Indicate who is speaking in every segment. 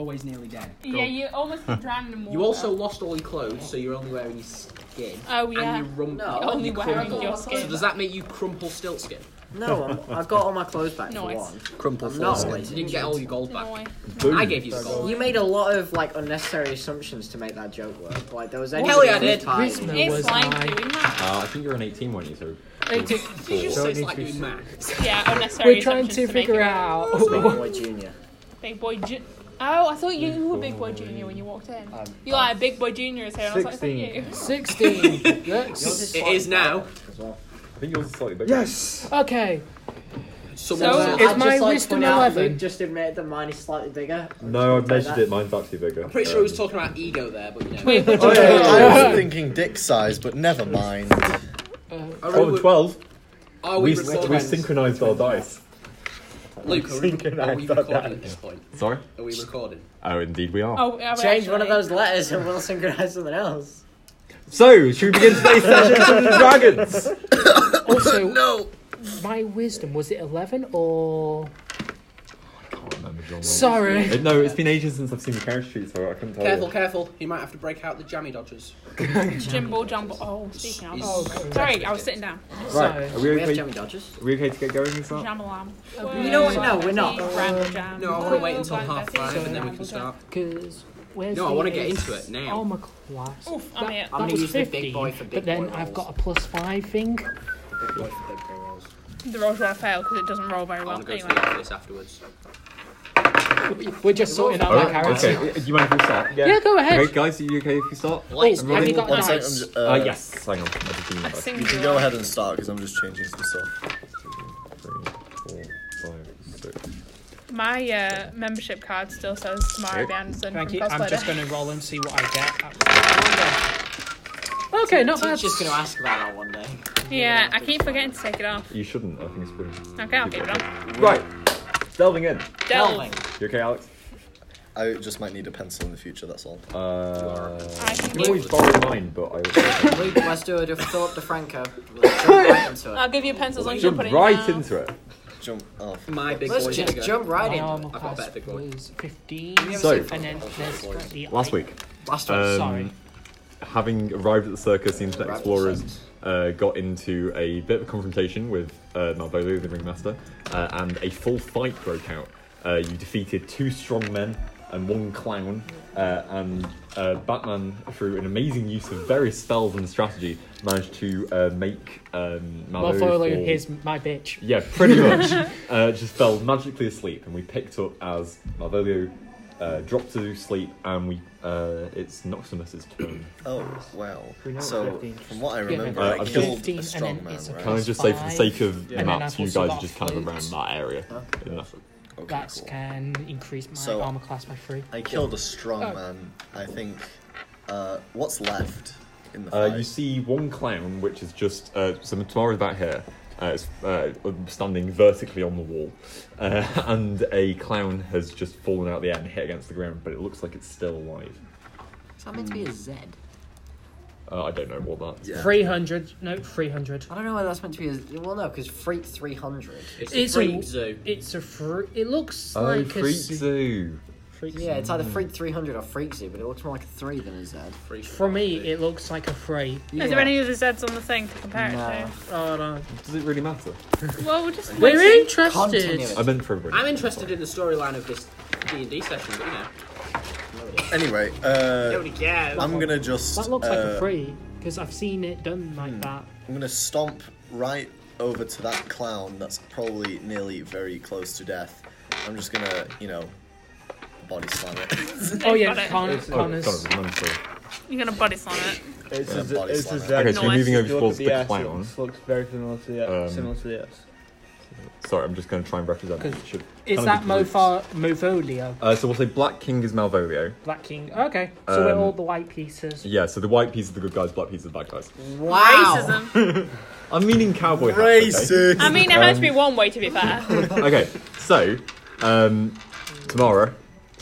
Speaker 1: always nearly dead.
Speaker 2: Yeah, you almost drowned in water.
Speaker 1: You also lost all your clothes, so you're only wearing your skin.
Speaker 2: Oh yeah.
Speaker 1: And you're rum-
Speaker 3: No,
Speaker 1: you-
Speaker 2: You're only
Speaker 1: you
Speaker 2: wearing
Speaker 1: crumple.
Speaker 2: your
Speaker 1: So
Speaker 2: skin.
Speaker 1: does that make you crumple still skin?
Speaker 3: No, I'm, I got all my clothes back for
Speaker 2: Nice.
Speaker 3: one.
Speaker 1: Crumple
Speaker 3: I'm not
Speaker 1: foreskin.
Speaker 3: lazy.
Speaker 1: You didn't get all your gold back.
Speaker 4: Boom.
Speaker 1: I gave you the gold.
Speaker 3: You made a lot of like unnecessary assumptions to make that joke work. Like there was any
Speaker 1: Hell yeah, I did.
Speaker 3: Tied.
Speaker 2: It's
Speaker 5: was
Speaker 2: like
Speaker 5: my-
Speaker 2: doing that.
Speaker 4: Uh, I think you're an 18 weren't you? So
Speaker 1: You just
Speaker 4: Don't
Speaker 1: say it's
Speaker 5: need
Speaker 1: like
Speaker 5: to be
Speaker 1: doing math.
Speaker 2: Yeah, oh, unnecessary.
Speaker 5: We're trying
Speaker 2: assumptions
Speaker 5: to
Speaker 2: make
Speaker 5: figure
Speaker 2: it.
Speaker 5: out.
Speaker 3: Boy Junior.
Speaker 2: Big boy. Ju- oh, I thought you were big boy junior when you walked in. You're like big boy junior is here. And I was like, thank you.
Speaker 5: 16. Let's-
Speaker 1: It is now.
Speaker 3: As well.
Speaker 4: I think yours is slightly bigger.
Speaker 5: yes. Okay.
Speaker 1: Someone
Speaker 2: So-
Speaker 1: said-
Speaker 5: Is
Speaker 3: I'd
Speaker 5: my
Speaker 3: just like to
Speaker 5: wisdom
Speaker 3: point out,
Speaker 5: 11?
Speaker 3: Luke just admitted that mine is slightly bigger.
Speaker 4: No, I've measured it. Mine's actually bigger.
Speaker 1: I'm pretty sure he was talking about ego there, but you know.
Speaker 2: Wait, but
Speaker 6: Oh,
Speaker 2: you-
Speaker 6: yeah, I was thinking dick size, but never mind.
Speaker 1: Are
Speaker 4: Oh,
Speaker 1: we,
Speaker 4: 12.
Speaker 1: Are
Speaker 4: We,
Speaker 1: we,
Speaker 4: we,
Speaker 1: recording?
Speaker 4: synchronised our dice.
Speaker 1: Luke, are we, are we
Speaker 4: synchronised our
Speaker 1: recording
Speaker 4: dice.
Speaker 1: at this point?
Speaker 4: Sorry?
Speaker 1: Are we recording?
Speaker 4: Oh, indeed we are.
Speaker 2: Oh, yeah, we
Speaker 3: Change one of
Speaker 2: actually-
Speaker 3: those letters and we'll synchronize something else.
Speaker 4: So, should we begin today's session from the dragons?
Speaker 5: Also, no.
Speaker 1: Oh,
Speaker 5: My wisdom was it 11 or?
Speaker 4: can't remember John.
Speaker 5: Sorry.
Speaker 4: Uh, No, it's been ages since I've seen the carriage street, so I couldn't tell
Speaker 1: Careful,
Speaker 4: you.
Speaker 1: careful. He might have to break out the jammy dodgers.
Speaker 2: Jimbo jumbo. Oh, speaking of.
Speaker 1: Oh, God.
Speaker 2: Sorry, I was sitting down.
Speaker 4: Right, are we
Speaker 3: We
Speaker 4: okay?
Speaker 3: have Jamie
Speaker 4: are
Speaker 3: Dodgers.
Speaker 4: we okay to get going this
Speaker 1: Oh.
Speaker 4: up?
Speaker 2: Jamalam.
Speaker 3: You know what? No, we're not.
Speaker 1: No, I want to wait until half five and then we can start.
Speaker 5: Because where's
Speaker 1: No, I
Speaker 5: the
Speaker 1: wanna get
Speaker 5: ace?
Speaker 1: into it now.
Speaker 5: Oh my class.
Speaker 2: Oof, I'm here.
Speaker 5: that
Speaker 3: gonna
Speaker 5: was
Speaker 3: use the
Speaker 5: 15,
Speaker 3: big boy for big
Speaker 5: but then
Speaker 3: boy
Speaker 5: I've
Speaker 3: rolls.
Speaker 5: got a plus five thing.
Speaker 3: Big boy for big boy rolls.
Speaker 2: The rolls won't fail because it doesn't roll very
Speaker 1: I
Speaker 2: well.
Speaker 1: want to go to
Speaker 2: Anyway.
Speaker 1: the office afterwards.
Speaker 5: We're just sorting out my character.
Speaker 4: Oh, okay. Do you mind if we start?
Speaker 5: Yeah, go ahead. Oh,
Speaker 4: Okay, guys, are you okay if we start?
Speaker 1: Lights,
Speaker 5: have you got
Speaker 6: One
Speaker 5: dice?
Speaker 6: second, I'm just-
Speaker 4: Uh,
Speaker 6: uh,
Speaker 4: yes. Hang on. I just need like
Speaker 2: Sing
Speaker 6: You can go ahead and start because I'm just changing some stuff.
Speaker 4: three, four, five, six.
Speaker 2: My uh, membership card still says Tamara
Speaker 4: Okay.
Speaker 2: B. Anderson
Speaker 5: Thank
Speaker 2: from
Speaker 5: you,
Speaker 2: Cosplay.
Speaker 5: I'm just
Speaker 2: Day.
Speaker 5: going to roll and see what I get. Okay, not bad.
Speaker 3: Teacher's gonna ask about that one day.
Speaker 2: Yeah, I keep forgetting to take it off.
Speaker 4: You shouldn't. I think it's brilliant.
Speaker 2: Okay, I'll keep it on.
Speaker 4: Right. Delving in.
Speaker 2: Delve.
Speaker 4: You okay, Alex?
Speaker 6: I just might need a pencil in the future, that's all.
Speaker 4: Uh,
Speaker 2: I can
Speaker 4: you always
Speaker 2: do-
Speaker 4: borrow mine, but I
Speaker 3: Luke, let's do a diff- Philip DeFranco. Let's jump right into
Speaker 2: I'll
Speaker 3: it.
Speaker 2: give you pencils on you.
Speaker 4: jump
Speaker 2: Put it
Speaker 4: right
Speaker 2: down.
Speaker 4: into it.
Speaker 6: Jump off.
Speaker 1: My big boy
Speaker 3: Let's just
Speaker 1: bigger.
Speaker 3: jump right
Speaker 5: Oh,
Speaker 3: into
Speaker 5: My armor
Speaker 1: I've
Speaker 3: it.
Speaker 1: got a
Speaker 5: class
Speaker 1: better big one.
Speaker 5: was 15,
Speaker 4: So-
Speaker 5: and then there's the
Speaker 4: Last week,
Speaker 3: Last one.
Speaker 4: um,
Speaker 5: Sorry.
Speaker 4: having arrived at the circus, the internet
Speaker 3: Arrived at the
Speaker 4: explorers
Speaker 3: circus.
Speaker 4: uh, got into a bit of a confrontation with uh, Malvolo, the ringmaster, uh, and a full fight broke out. Uh, you defeated two strong men and one clown, uh, and uh, Batman, through an amazing use of various spells and strategy, managed to uh, make um, Malvolio
Speaker 5: Malvolio,
Speaker 4: fall-
Speaker 5: here's my bitch.
Speaker 4: Yeah, pretty much. uh, just fell magically asleep, and we picked up as Malvolio uh, dropped to sleep, and we uh, it's Noximus's turn.
Speaker 6: Oh, wow.
Speaker 5: We know it's
Speaker 6: So,
Speaker 5: 15.
Speaker 6: from what I
Speaker 5: Yeah,
Speaker 6: remember,
Speaker 4: Uh,
Speaker 6: I
Speaker 4: I've just-
Speaker 6: killed
Speaker 5: 15,
Speaker 6: a
Speaker 5: and
Speaker 6: strong
Speaker 5: then
Speaker 6: man,
Speaker 5: it's a
Speaker 6: right?
Speaker 4: Can I just say, for the
Speaker 5: Five.
Speaker 4: sake of the
Speaker 5: and then
Speaker 4: maps,
Speaker 5: I've
Speaker 4: you
Speaker 5: also
Speaker 4: guys
Speaker 5: got
Speaker 4: are just kind of around
Speaker 5: flutes.
Speaker 4: that area. in that-
Speaker 6: Okay,
Speaker 5: That
Speaker 6: cool.
Speaker 5: can increase my
Speaker 6: So-
Speaker 5: armor class by three.
Speaker 6: I killed a strong
Speaker 5: Oh.
Speaker 6: man, I think. Uh, what's left in the fight?
Speaker 4: Uh, you see one clown, which is just uh, so Tomorrow's back here. Uh, it's uh, standing vertically on the wall, uh, and a clown has just fallen out of the air and hit against the ground, but it looks like it's still alive.
Speaker 3: Is that meant to be a Z?
Speaker 4: Uh, I don't know what that's.
Speaker 6: Yeah.
Speaker 5: 300, no, 300.
Speaker 3: I don't know whether that's meant to be a Z. Well, no, because Freak 300.
Speaker 1: It's,
Speaker 5: It's
Speaker 1: a freak zoo.
Speaker 5: It's a fr- It looks
Speaker 4: Oh,
Speaker 5: like
Speaker 4: freak
Speaker 5: a. s-
Speaker 4: zoo.
Speaker 5: freak
Speaker 3: Yeah, it's either Freak 300 or Freak Zoo, but it looks more like a 3 than a Z.
Speaker 1: Freak zoo.
Speaker 5: For me, it looks like a three.
Speaker 3: Yeah.
Speaker 2: Is there any other Zeds on the thing to compare
Speaker 3: No.
Speaker 5: Oh
Speaker 6: uh,
Speaker 5: no.
Speaker 4: Does it really matter?
Speaker 2: it to? Well, we're just.
Speaker 5: We're
Speaker 3: Continuity.
Speaker 5: interested.
Speaker 4: I meant for everybody.
Speaker 1: I'm interested in the storyline of this D and D session, but you know,
Speaker 6: Anyway, uh,
Speaker 1: nobody cares.
Speaker 6: I'm gonna just.
Speaker 5: That looks like a
Speaker 6: uh, hmm.
Speaker 5: three because I've seen it done like that.
Speaker 6: I'm gonna stomp right over to that clown that's probably nearly very close to death. I'm just gonna, you know, body slam it.
Speaker 5: Oh
Speaker 2: yeah,
Speaker 5: yeah,
Speaker 2: got it. Con-
Speaker 4: Oh,
Speaker 5: Connors.
Speaker 4: sorry, I'm sorry.
Speaker 2: You're gonna body slam it.
Speaker 7: It's
Speaker 6: Yeah,
Speaker 7: a,
Speaker 6: body
Speaker 7: it's
Speaker 6: slam.
Speaker 7: a Z.
Speaker 4: Okay, so you're
Speaker 2: Nice.
Speaker 4: moving over
Speaker 7: If you look
Speaker 4: towards the,
Speaker 7: at the S, it
Speaker 4: clown.
Speaker 7: looks, looks very similar to the
Speaker 4: Um,
Speaker 7: S. similar to the S.
Speaker 4: Sorry, I'm just going to try and represent. it.
Speaker 5: 'Cause
Speaker 4: Should-
Speaker 5: Is
Speaker 4: kinda
Speaker 5: that
Speaker 4: be groups.
Speaker 5: Mofar Movolio?
Speaker 4: Uh, so we'll say Black King is Malvolio.
Speaker 5: Black King. Okay, so we're
Speaker 4: Um,
Speaker 5: all the white pieces.
Speaker 4: Yeah, so the white piece is the good guys, black piece is the bad guys.
Speaker 3: Wow!
Speaker 2: Racism.
Speaker 4: I'm meaning cowboy hats.
Speaker 6: Racist!
Speaker 2: I mean, it has to be one way to be fair.
Speaker 4: Okay, okay so um, Tamara,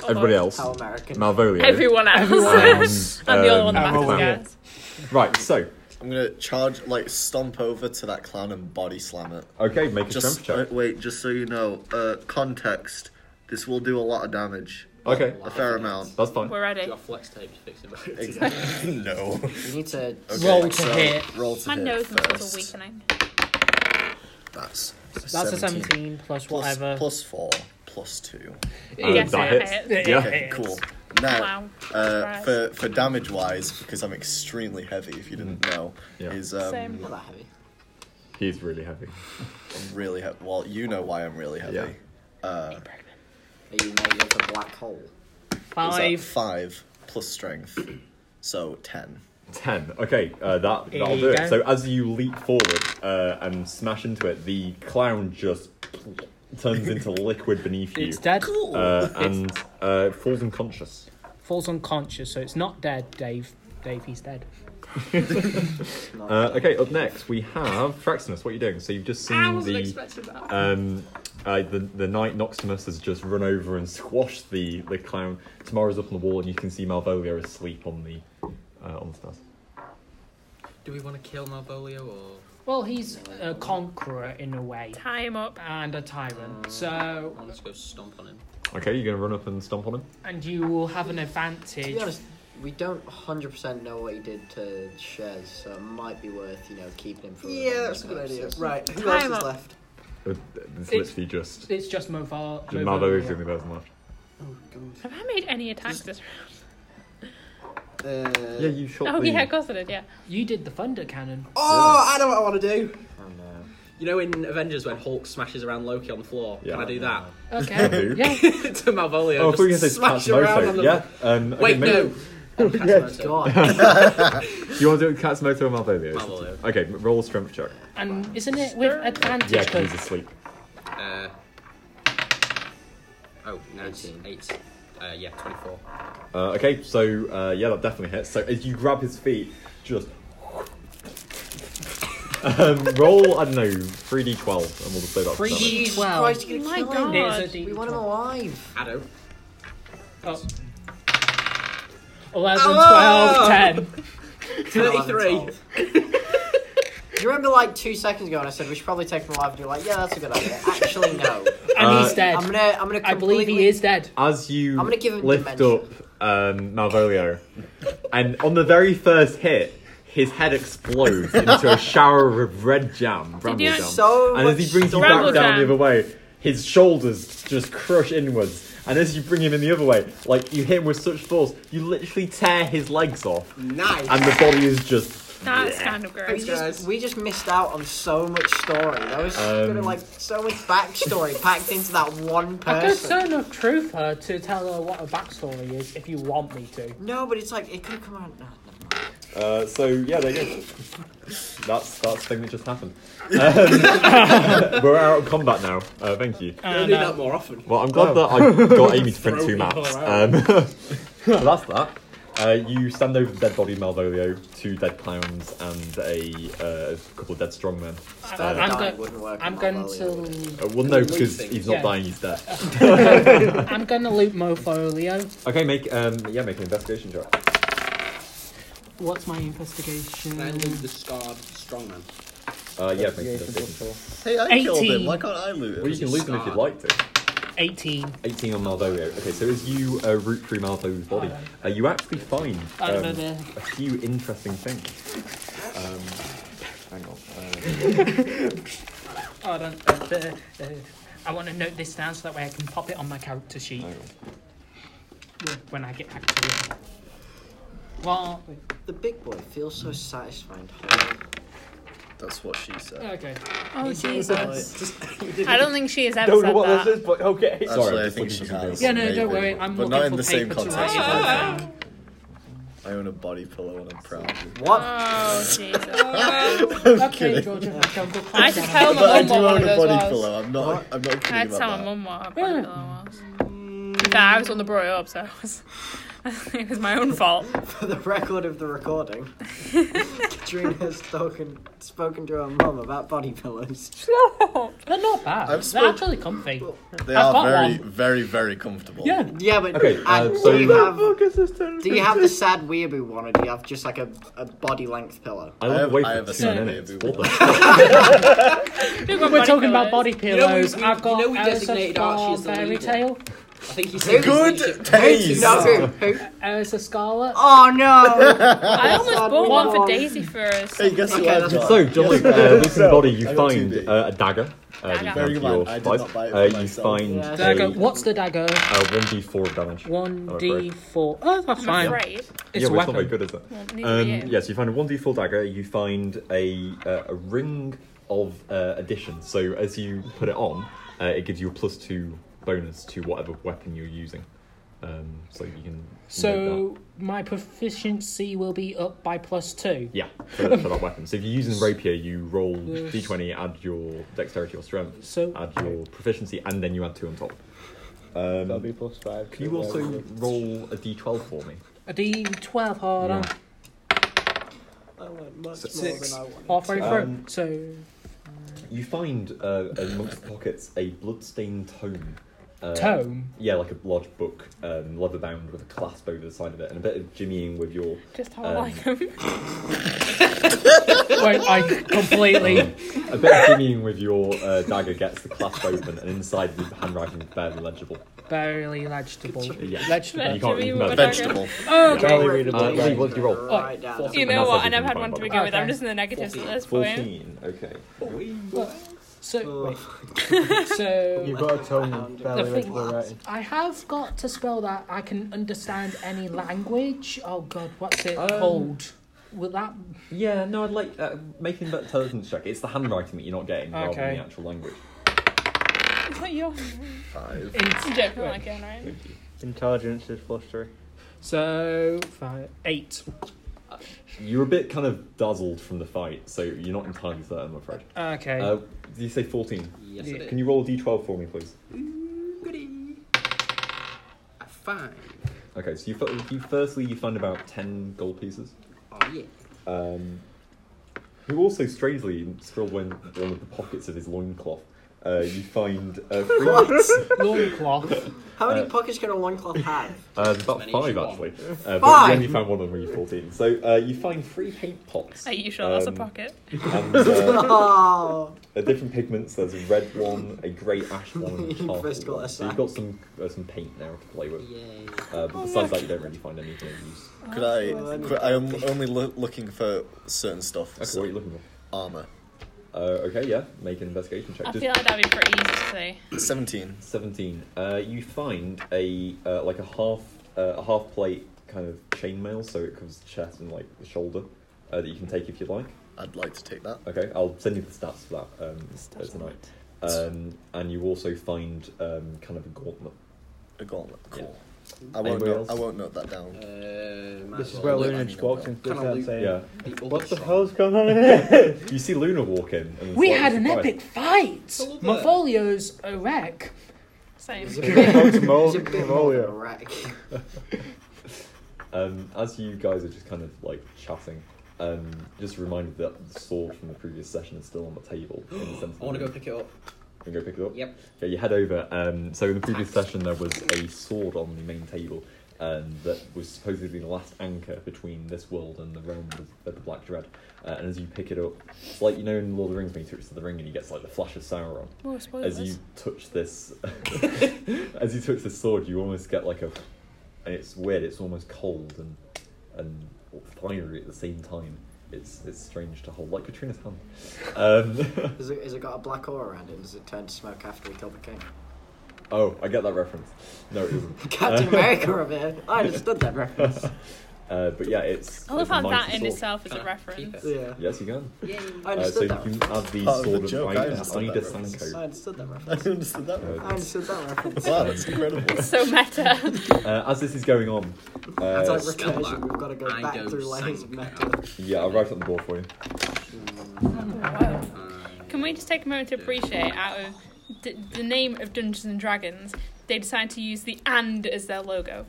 Speaker 4: everybody else,
Speaker 3: How American.
Speaker 4: Malvolio.
Speaker 2: Everyone else.
Speaker 4: and,
Speaker 2: I'm the only one that matters,
Speaker 4: um, clown.
Speaker 2: guys.
Speaker 4: Right, so
Speaker 6: I'm gonna charge, like, stomp over to that clown and body slam it.
Speaker 4: okay, make a
Speaker 6: Just
Speaker 4: temperature.
Speaker 6: uh, wait, just so you know, uh, context. This will do a lot of damage.
Speaker 4: Okay,
Speaker 6: A fair amount.
Speaker 4: that's fine.
Speaker 2: We're ready.
Speaker 1: Your flex tape to fix him back.
Speaker 6: Exactly. no.
Speaker 3: You need to.
Speaker 6: Okay,
Speaker 5: Roll to
Speaker 6: so
Speaker 5: hit.
Speaker 6: Roll to
Speaker 2: My
Speaker 6: hit
Speaker 2: nose muscles
Speaker 6: first.
Speaker 2: are weakening.
Speaker 6: That's
Speaker 5: That's a 17 plus,
Speaker 6: Plus-
Speaker 5: whatever.
Speaker 6: plus four, plus two.
Speaker 4: Uh,
Speaker 2: Yes,
Speaker 4: that
Speaker 2: it
Speaker 4: hits.
Speaker 2: hits.
Speaker 4: Yeah.
Speaker 6: Okay,
Speaker 5: Yes.
Speaker 6: cool. Now,
Speaker 2: Wow.
Speaker 6: uh,
Speaker 2: Right.
Speaker 6: for for damage wise, because I'm extremely heavy. If you didn't know,
Speaker 4: Yeah.
Speaker 6: is um,
Speaker 2: Same.
Speaker 3: Not that heavy.
Speaker 4: He's really heavy.
Speaker 6: I'm really heavy. Well, you know why I'm really heavy.
Speaker 4: Yeah.
Speaker 3: Are you made of a black hole?
Speaker 6: Is that
Speaker 5: Five.
Speaker 6: five plus strength, so ten.
Speaker 4: Ten. Okay, uh, that
Speaker 5: Here
Speaker 4: that'll
Speaker 5: you
Speaker 4: do it.
Speaker 5: go.
Speaker 4: So as you leap forward uh, and smash into it, the clown just turns into liquid beneath you.
Speaker 5: It's dead.
Speaker 4: Uh, and uh, falls unconscious.
Speaker 5: Falls unconscious, so it's not dead, Dave. Dave, he's dead.
Speaker 4: Uh, okay, up next we have Fraxinus. What are you doing? So you've just seen
Speaker 2: I wasn't
Speaker 4: the
Speaker 2: expecting that.
Speaker 4: um, uh, the the knight Noximus has just run over and squashed the the clown. Tomorrow's up on the wall, and you can see Malvolio asleep on the uh, on the stairs.
Speaker 1: Do we want to kill Malvolio or?
Speaker 5: Well, he's a conqueror in a way
Speaker 2: Tie him up.
Speaker 5: and a tyrant.
Speaker 1: I
Speaker 5: So,
Speaker 1: want to go stomp on him.
Speaker 4: Okay, you're gonna run up and stomp on him.
Speaker 5: and you will have an
Speaker 3: To
Speaker 5: advantage.
Speaker 3: be honest, we don't 100% know what he did to Shez, so it might be worth, you know, keeping him for.
Speaker 1: Right.
Speaker 2: Tie else him is up.
Speaker 1: left?
Speaker 4: Uh, It's
Speaker 5: It's-
Speaker 4: literally just
Speaker 5: It's just Moval.
Speaker 4: just Malvolio's the only person left.
Speaker 2: Have I made any attacks this round?
Speaker 4: Yeah, you shot
Speaker 2: Oh
Speaker 4: the.
Speaker 2: yeah, of course I did. Yeah.
Speaker 5: You did the thunder cannon.
Speaker 1: Oh, I know what I want to do.
Speaker 3: Oh, no.
Speaker 1: You know in Avengers when Hulk smashes around Loki on the floor?
Speaker 4: Yeah.
Speaker 1: Can I do that?
Speaker 5: Okay.
Speaker 4: Who?
Speaker 5: yeah.
Speaker 1: to Malvolio.
Speaker 4: Oh,
Speaker 1: just
Speaker 4: I thought you were gonna say
Speaker 1: smash around on
Speaker 4: Katsumoto.
Speaker 1: the
Speaker 4: Yeah. Um, okay,
Speaker 1: Wait,
Speaker 4: make-
Speaker 1: no. Katsumoto.
Speaker 3: God.
Speaker 4: Do you want to do it with Katsumoto or Malvolio?
Speaker 1: Malvolio.
Speaker 4: Okay, m- roll a strength check.
Speaker 5: And isn't it with advantage?
Speaker 4: Yeah, 'cause he's
Speaker 5: 'cause-
Speaker 4: asleep.
Speaker 1: Uh, oh, no, it's
Speaker 3: Eighteen.
Speaker 1: eight. Uh, yeah, 24.
Speaker 4: Uh, okay, so uh, yeah, that definitely hits. So as you grab his feet, just um, roll I don't know three d twelve, and we'll just say that's
Speaker 5: Three
Speaker 4: damage.
Speaker 5: D
Speaker 3: Jesus
Speaker 5: twelve.
Speaker 3: Christ, you're
Speaker 2: My
Speaker 3: gonna kill
Speaker 2: God.
Speaker 3: him.
Speaker 5: It is a
Speaker 2: We
Speaker 5: D
Speaker 3: We want him
Speaker 5: twelve.
Speaker 3: alive.
Speaker 1: I don't.
Speaker 5: Oh. 11,
Speaker 1: Oh!
Speaker 5: 12, 10.
Speaker 1: 33.
Speaker 3: Do you remember like two seconds ago and I said we should probably take him alive? And you're like, yeah, that's a good idea. Actually, no.
Speaker 5: And
Speaker 4: Uh,
Speaker 5: he's dead.
Speaker 3: I'm gonna, I'm gonna. Completely...
Speaker 5: I believe he is dead.
Speaker 4: As you
Speaker 3: I'm gonna give him
Speaker 4: lift
Speaker 3: dimension.
Speaker 4: up um, Malvolio, and on the very first hit, his head explodes into a shower of red jam, bramble
Speaker 2: you-
Speaker 4: jam.
Speaker 3: So
Speaker 4: and as
Speaker 3: much
Speaker 4: he brings you
Speaker 2: Bramble
Speaker 4: back down the
Speaker 2: jam.
Speaker 4: other way, his shoulders just crush inwards. And as you bring him in the other way, like you hit him with such force, you literally tear his legs off,
Speaker 1: Nice.
Speaker 4: and the body is just
Speaker 2: That's kind of gross.
Speaker 1: guys.
Speaker 3: We just, we just missed out on so much story. There was gonna,
Speaker 4: Um,
Speaker 3: like so much backstory packed into that one
Speaker 5: I could
Speaker 3: person.
Speaker 5: turn up truth her to tell her what her backstory is if you want me to.
Speaker 3: No, but it's like it could come out. No, never mind.
Speaker 4: Uh, so yeah, there you go. That's that's the thing that just happened. Um, we're out of combat now. Uh, thank you.
Speaker 1: I do that more often.
Speaker 4: Well, I'm glad that I got Amy to print two maps. Um, so that's that. Uh, you stand over the dead body of Malvolio, two dead clowns, and a uh, couple of dead strongmen.
Speaker 3: Third
Speaker 5: I'm
Speaker 3: die
Speaker 5: go-
Speaker 3: wouldn't work
Speaker 5: I'm
Speaker 3: on
Speaker 5: going
Speaker 3: Malvolio, would it?
Speaker 5: to
Speaker 4: Uh, well, no,
Speaker 1: Loot
Speaker 4: because
Speaker 1: thing.
Speaker 4: he's not
Speaker 5: Yeah.
Speaker 4: dying; he's dead.
Speaker 5: I'm going to loot Mofolio.
Speaker 4: Okay, make um, yeah, make an investigation check.
Speaker 5: What's my
Speaker 1: Can I loot
Speaker 5: investigation?
Speaker 1: the scarred strongman?
Speaker 4: Uh, yeah, make an investigation.
Speaker 6: Hey, I killed him.
Speaker 5: 18.
Speaker 6: Why can't I loot him?
Speaker 4: Well, you can lose them if you'd like to.
Speaker 5: 18.
Speaker 4: 18 on Malvolio. Okay, so as you uh, root through Malvolio's body, uh, you actually find
Speaker 5: I
Speaker 4: um,
Speaker 5: don't know there.
Speaker 4: a few interesting things. Um, hang on.
Speaker 5: I don't uh, uh, uh, I want to note this down so that way I can pop it on my character sheet
Speaker 4: Uh, hang on.
Speaker 5: when I get back to it. Well,
Speaker 3: The big boy feels so satisfying.
Speaker 6: That's what she said.
Speaker 5: okay.
Speaker 2: Oh Jesus.
Speaker 1: Just,
Speaker 2: I don't think she has ever said that.
Speaker 4: is, but okay.
Speaker 6: Actually,
Speaker 4: Sorry, I'm
Speaker 6: I
Speaker 4: just looking
Speaker 6: think she
Speaker 4: for something
Speaker 6: has.
Speaker 5: Yeah,
Speaker 4: else.
Speaker 5: no, don't
Speaker 6: Maybe.
Speaker 5: worry. I'm
Speaker 6: But
Speaker 5: looking
Speaker 6: not
Speaker 5: for
Speaker 6: in the same
Speaker 5: paper to
Speaker 6: context.
Speaker 5: write.
Speaker 6: I think. I own a body pillow and I'm proud.
Speaker 3: What?
Speaker 2: Oh Jesus.
Speaker 5: Okay, Georgia, I'm good.
Speaker 2: I should tell
Speaker 6: But
Speaker 2: my
Speaker 6: I do
Speaker 2: mum what one of
Speaker 6: own a
Speaker 2: those
Speaker 6: body
Speaker 2: was.
Speaker 6: pillow. I'm not. I'm not
Speaker 2: I had
Speaker 6: kidding
Speaker 2: to tell
Speaker 6: about
Speaker 2: my
Speaker 6: that.
Speaker 2: mum what a body pillow was. In fact, I was the one that brought it up, so it was, it was my own fault.
Speaker 3: For the record of the recording, Katrina has spoken spoken to her mum about body pillows.
Speaker 5: They're not bad.
Speaker 6: I've
Speaker 5: They're
Speaker 6: spoke-
Speaker 5: actually comfy.
Speaker 6: They
Speaker 5: I've
Speaker 6: are
Speaker 5: got
Speaker 6: very,
Speaker 5: one.
Speaker 6: very, very comfortable.
Speaker 5: Yeah.
Speaker 3: Yeah, but
Speaker 4: Okay,
Speaker 3: and
Speaker 4: uh, so
Speaker 3: do you have do you
Speaker 4: I
Speaker 3: have the sad weeaboo one, or do you have just like a, a body length pillow?
Speaker 6: I
Speaker 4: love
Speaker 6: have-
Speaker 4: the way
Speaker 6: I
Speaker 4: for
Speaker 6: have a
Speaker 4: two minutes.
Speaker 6: Sunday
Speaker 4: What the
Speaker 6: movie.
Speaker 4: fuck?
Speaker 5: We're talking about body
Speaker 1: You know, we-
Speaker 5: pillows.
Speaker 1: we-
Speaker 5: I've
Speaker 1: you
Speaker 5: got
Speaker 1: know we
Speaker 5: Elsa
Speaker 1: designated
Speaker 5: from
Speaker 1: Archie as the
Speaker 5: fairy
Speaker 1: leader.
Speaker 5: tale.
Speaker 1: I think he said
Speaker 6: Good taste.
Speaker 3: No. Who?
Speaker 5: Uh, so Scarlet.
Speaker 3: Oh no!
Speaker 2: I almost
Speaker 3: God,
Speaker 2: bought
Speaker 3: we
Speaker 2: one for
Speaker 3: won.
Speaker 2: Daisy first.
Speaker 6: Hey, guess
Speaker 3: Okay,
Speaker 6: what? I've
Speaker 3: that's-
Speaker 6: got?
Speaker 4: So, John Luke,
Speaker 6: Guess what
Speaker 4: uh,
Speaker 6: I've
Speaker 4: Wilson
Speaker 6: got?
Speaker 4: Body, you
Speaker 6: I got two
Speaker 4: find
Speaker 6: big.
Speaker 4: uh, a dagger. Uh, that you
Speaker 2: Dagger.
Speaker 4: can add to
Speaker 6: Very
Speaker 4: your
Speaker 6: good. I did
Speaker 4: supplies.
Speaker 6: not buy it
Speaker 4: Uh,
Speaker 6: for
Speaker 4: you
Speaker 6: myself.
Speaker 4: find
Speaker 3: Yeah.
Speaker 5: Dagger.
Speaker 4: a
Speaker 5: What's the dagger?
Speaker 4: uh, 1d4 of damage. I'm
Speaker 5: One D
Speaker 4: afraid.
Speaker 5: four. Oh, that's
Speaker 2: I'm
Speaker 5: fine.
Speaker 2: afraid.
Speaker 5: It's
Speaker 4: yeah,
Speaker 5: a
Speaker 4: well, it's not very
Speaker 5: weapon.
Speaker 4: good, is it?
Speaker 2: Well,
Speaker 4: Um,
Speaker 2: neither do you.
Speaker 4: yeah, so you find a 1d4 dagger, you find a, uh, a ring of uh, addition. So as you put it on, uh, it gives you a plus two bonus to whatever weapon you're using. Um, so you can. note that.
Speaker 5: So my proficiency will be up by plus two.
Speaker 4: Yeah, for, for that weapon. So if you're using rapier, you roll d20, add your dexterity or strength,
Speaker 5: So-
Speaker 4: add your proficiency, and then you add two on top. um,
Speaker 7: That'll be plus five.
Speaker 4: Can you also roll a d12 for me?
Speaker 5: A D twelve. Hold on.
Speaker 4: Yeah.
Speaker 3: I went much
Speaker 6: Six.
Speaker 3: more than I wanted.
Speaker 5: Halfway through.
Speaker 4: Um,
Speaker 5: so
Speaker 4: You find uh, amongst the pockets a bloodstained tome. Uh,
Speaker 5: tome.
Speaker 4: Yeah, like a large book, um, leather bound with a clasp over the side of it, and a bit of jimmying with your.
Speaker 2: Just how
Speaker 4: um,
Speaker 2: I like them.
Speaker 5: Wait, I completely.
Speaker 4: um, A bit of jimmying with your uh, dagger gets the clasp open, and inside the handwriting is barely legible.
Speaker 5: barely legible.
Speaker 4: Yeah.
Speaker 5: Legible.
Speaker 4: You can't
Speaker 2: Jimmy
Speaker 4: even
Speaker 2: with
Speaker 4: bear-
Speaker 2: dagger.
Speaker 6: Vegetable.
Speaker 5: Okay.
Speaker 7: Barely readable.
Speaker 4: Uh, Lee, what do you roll?
Speaker 3: Right down.
Speaker 2: You
Speaker 4: And
Speaker 2: Oh, know
Speaker 4: that's
Speaker 2: what? I
Speaker 4: everything
Speaker 2: never had
Speaker 4: fine,
Speaker 2: one to
Speaker 4: by the way.
Speaker 2: begin with. I'm
Speaker 5: Okay.
Speaker 2: just in the negatives at this point.
Speaker 4: 14, okay.
Speaker 5: So
Speaker 3: Oh,
Speaker 5: so
Speaker 7: You've got a tone
Speaker 5: the
Speaker 7: barely
Speaker 5: thing,
Speaker 7: readable writing.
Speaker 5: I have got to spell that I can understand any language. Oh God, what's it
Speaker 4: Um,
Speaker 5: called? Will that?
Speaker 4: Yeah, no, I'd like uh, making that intelligence check. It's the handwriting that you're not getting rather than
Speaker 5: Okay.
Speaker 4: the actual language.
Speaker 2: It's not yours.
Speaker 6: Five.
Speaker 2: You don't feel like it, right?
Speaker 7: Intelligence is plus three.
Speaker 5: So five, eight.
Speaker 4: You're a bit kind of dazzled from the fight, so you're not entirely certain, I'm afraid.
Speaker 5: Okay.
Speaker 4: Uh, did you say 14?
Speaker 1: Yes, it is.
Speaker 4: Can you roll a d12 for me, please?
Speaker 1: Goody. A five.
Speaker 4: Okay, so you, fir- you firstly you find about ten gold pieces.
Speaker 1: Oh yeah.
Speaker 4: Um, who also strangely still went one of the pockets of his loincloth. Uh, you find uh, three,
Speaker 5: Loincloth.
Speaker 3: How many pockets can a loincloth have?
Speaker 4: uh, about
Speaker 1: many as
Speaker 4: five
Speaker 1: you want.
Speaker 4: actually, uh, but
Speaker 3: Five!
Speaker 4: you only found one of them when you were fourteen. So uh, you find three paint pots.
Speaker 2: Are you sure that's a
Speaker 4: um,
Speaker 2: pocket?
Speaker 4: And, uh,
Speaker 3: Oh,
Speaker 4: uh, different pigments. There's a red one, a grey ash one, and a
Speaker 3: You've
Speaker 4: charcoal
Speaker 3: first got
Speaker 4: one.
Speaker 3: a
Speaker 4: So you've
Speaker 3: sack.
Speaker 4: got some uh, some paint now to play with.
Speaker 1: Yay.
Speaker 4: Uh, but besides that, you don't really find anything of use.
Speaker 6: Could I? Could, I am only loo- looking for certain stuff.
Speaker 4: Okay,
Speaker 6: so
Speaker 4: what are you looking for?
Speaker 6: armor.
Speaker 4: Uh, okay, yeah, make an investigation check.
Speaker 2: I
Speaker 4: Just-
Speaker 2: feel like that'd be pretty easy to say.
Speaker 6: Seventeen.
Speaker 4: 17. Uh, you find a uh, like a half uh, a half plate kind of chainmail, so it covers the chest and like the shoulder uh, that you can take if you like.
Speaker 6: I'd like to take that.
Speaker 4: Okay, I'll send you the stats for that um, uh, tonight. Um, and you also find um, kind of a gauntlet.
Speaker 6: A gauntlet. Cool. I won't.
Speaker 4: Anybody
Speaker 6: Note,
Speaker 4: else?
Speaker 6: I won't note that down.
Speaker 1: Uh, might
Speaker 7: This
Speaker 1: as
Speaker 7: is where
Speaker 1: well.
Speaker 6: Luke-
Speaker 7: Lunage walks in.
Speaker 1: Can I
Speaker 7: starts
Speaker 1: Luke-
Speaker 7: saying,
Speaker 4: Yeah.
Speaker 1: The
Speaker 7: What the
Speaker 1: ultra-
Speaker 7: hell's going on here?
Speaker 4: You see Luna walk in. And is
Speaker 5: we
Speaker 4: slightly
Speaker 5: had an
Speaker 4: surprised.
Speaker 5: epic fight.
Speaker 1: Hello there.
Speaker 5: My folio's a wreck.
Speaker 2: Same.
Speaker 7: Go to Mol-
Speaker 3: it's a bit more than a
Speaker 7: Molio.
Speaker 3: wreck.
Speaker 4: Um, as you guys are just kind of like chatting, um, just reminded that the sword from the previous session is still on the table. In the center of
Speaker 1: I want to
Speaker 4: the
Speaker 1: go
Speaker 4: room.
Speaker 1: pick it up.
Speaker 4: You wanna go pick it up.
Speaker 1: Yep.
Speaker 4: Okay, you head over. Um, so in the previous session, there was a sword on the main table um, that was supposedly the last anchor between this world and the realm of the, the Black Dread. Uh, and as you pick it up, it's like you know in Lord of the Rings when he touches the ring and he gets like the flash of Sauron.
Speaker 2: Oh,
Speaker 4: As you
Speaker 2: spoilers.
Speaker 4: touch this, as you touch this sword, you almost get like a, and it's weird. It's almost cold and and fiery at the same time. It's it's strange to hold, like Katrina's hand. Um,
Speaker 3: Has it, has it got a black aura around it? Does it turn to smoke after we kill the king?
Speaker 4: oh, I get that reference. No, it isn't.
Speaker 3: Captain America over here. I understood that reference.
Speaker 4: Uh, but yeah, it's.
Speaker 2: I love
Speaker 4: it's a
Speaker 2: how that
Speaker 4: mighty
Speaker 2: in
Speaker 4: sword.
Speaker 2: itself is
Speaker 1: Can
Speaker 2: a
Speaker 1: I keep
Speaker 2: reference.
Speaker 1: it?
Speaker 3: Yeah,
Speaker 4: Yes, you can.
Speaker 3: I
Speaker 4: Uh, so
Speaker 3: understood
Speaker 4: you
Speaker 3: that.
Speaker 4: can add the
Speaker 6: Part of Oh, the
Speaker 4: sword of
Speaker 6: joke, I
Speaker 4: Ida,
Speaker 6: understood that
Speaker 4: Ida
Speaker 6: reference.
Speaker 4: Sanko.
Speaker 3: I understood that
Speaker 6: I
Speaker 3: reference.
Speaker 6: understood that. One.
Speaker 3: I understood Um, that reference.
Speaker 6: Wow, that's incredible.
Speaker 2: So meta.
Speaker 4: Uh, as this is going on,
Speaker 3: That's
Speaker 4: uh,
Speaker 3: like recursion. We've got to go
Speaker 1: I
Speaker 3: back
Speaker 1: don't
Speaker 3: through layers of
Speaker 1: think
Speaker 3: metal.
Speaker 4: yeah, I'll write it on the board for you.
Speaker 2: Can we just take a moment to appreciate out of d- the name of Dungeons and Dragons, they decided to use the and as their logo.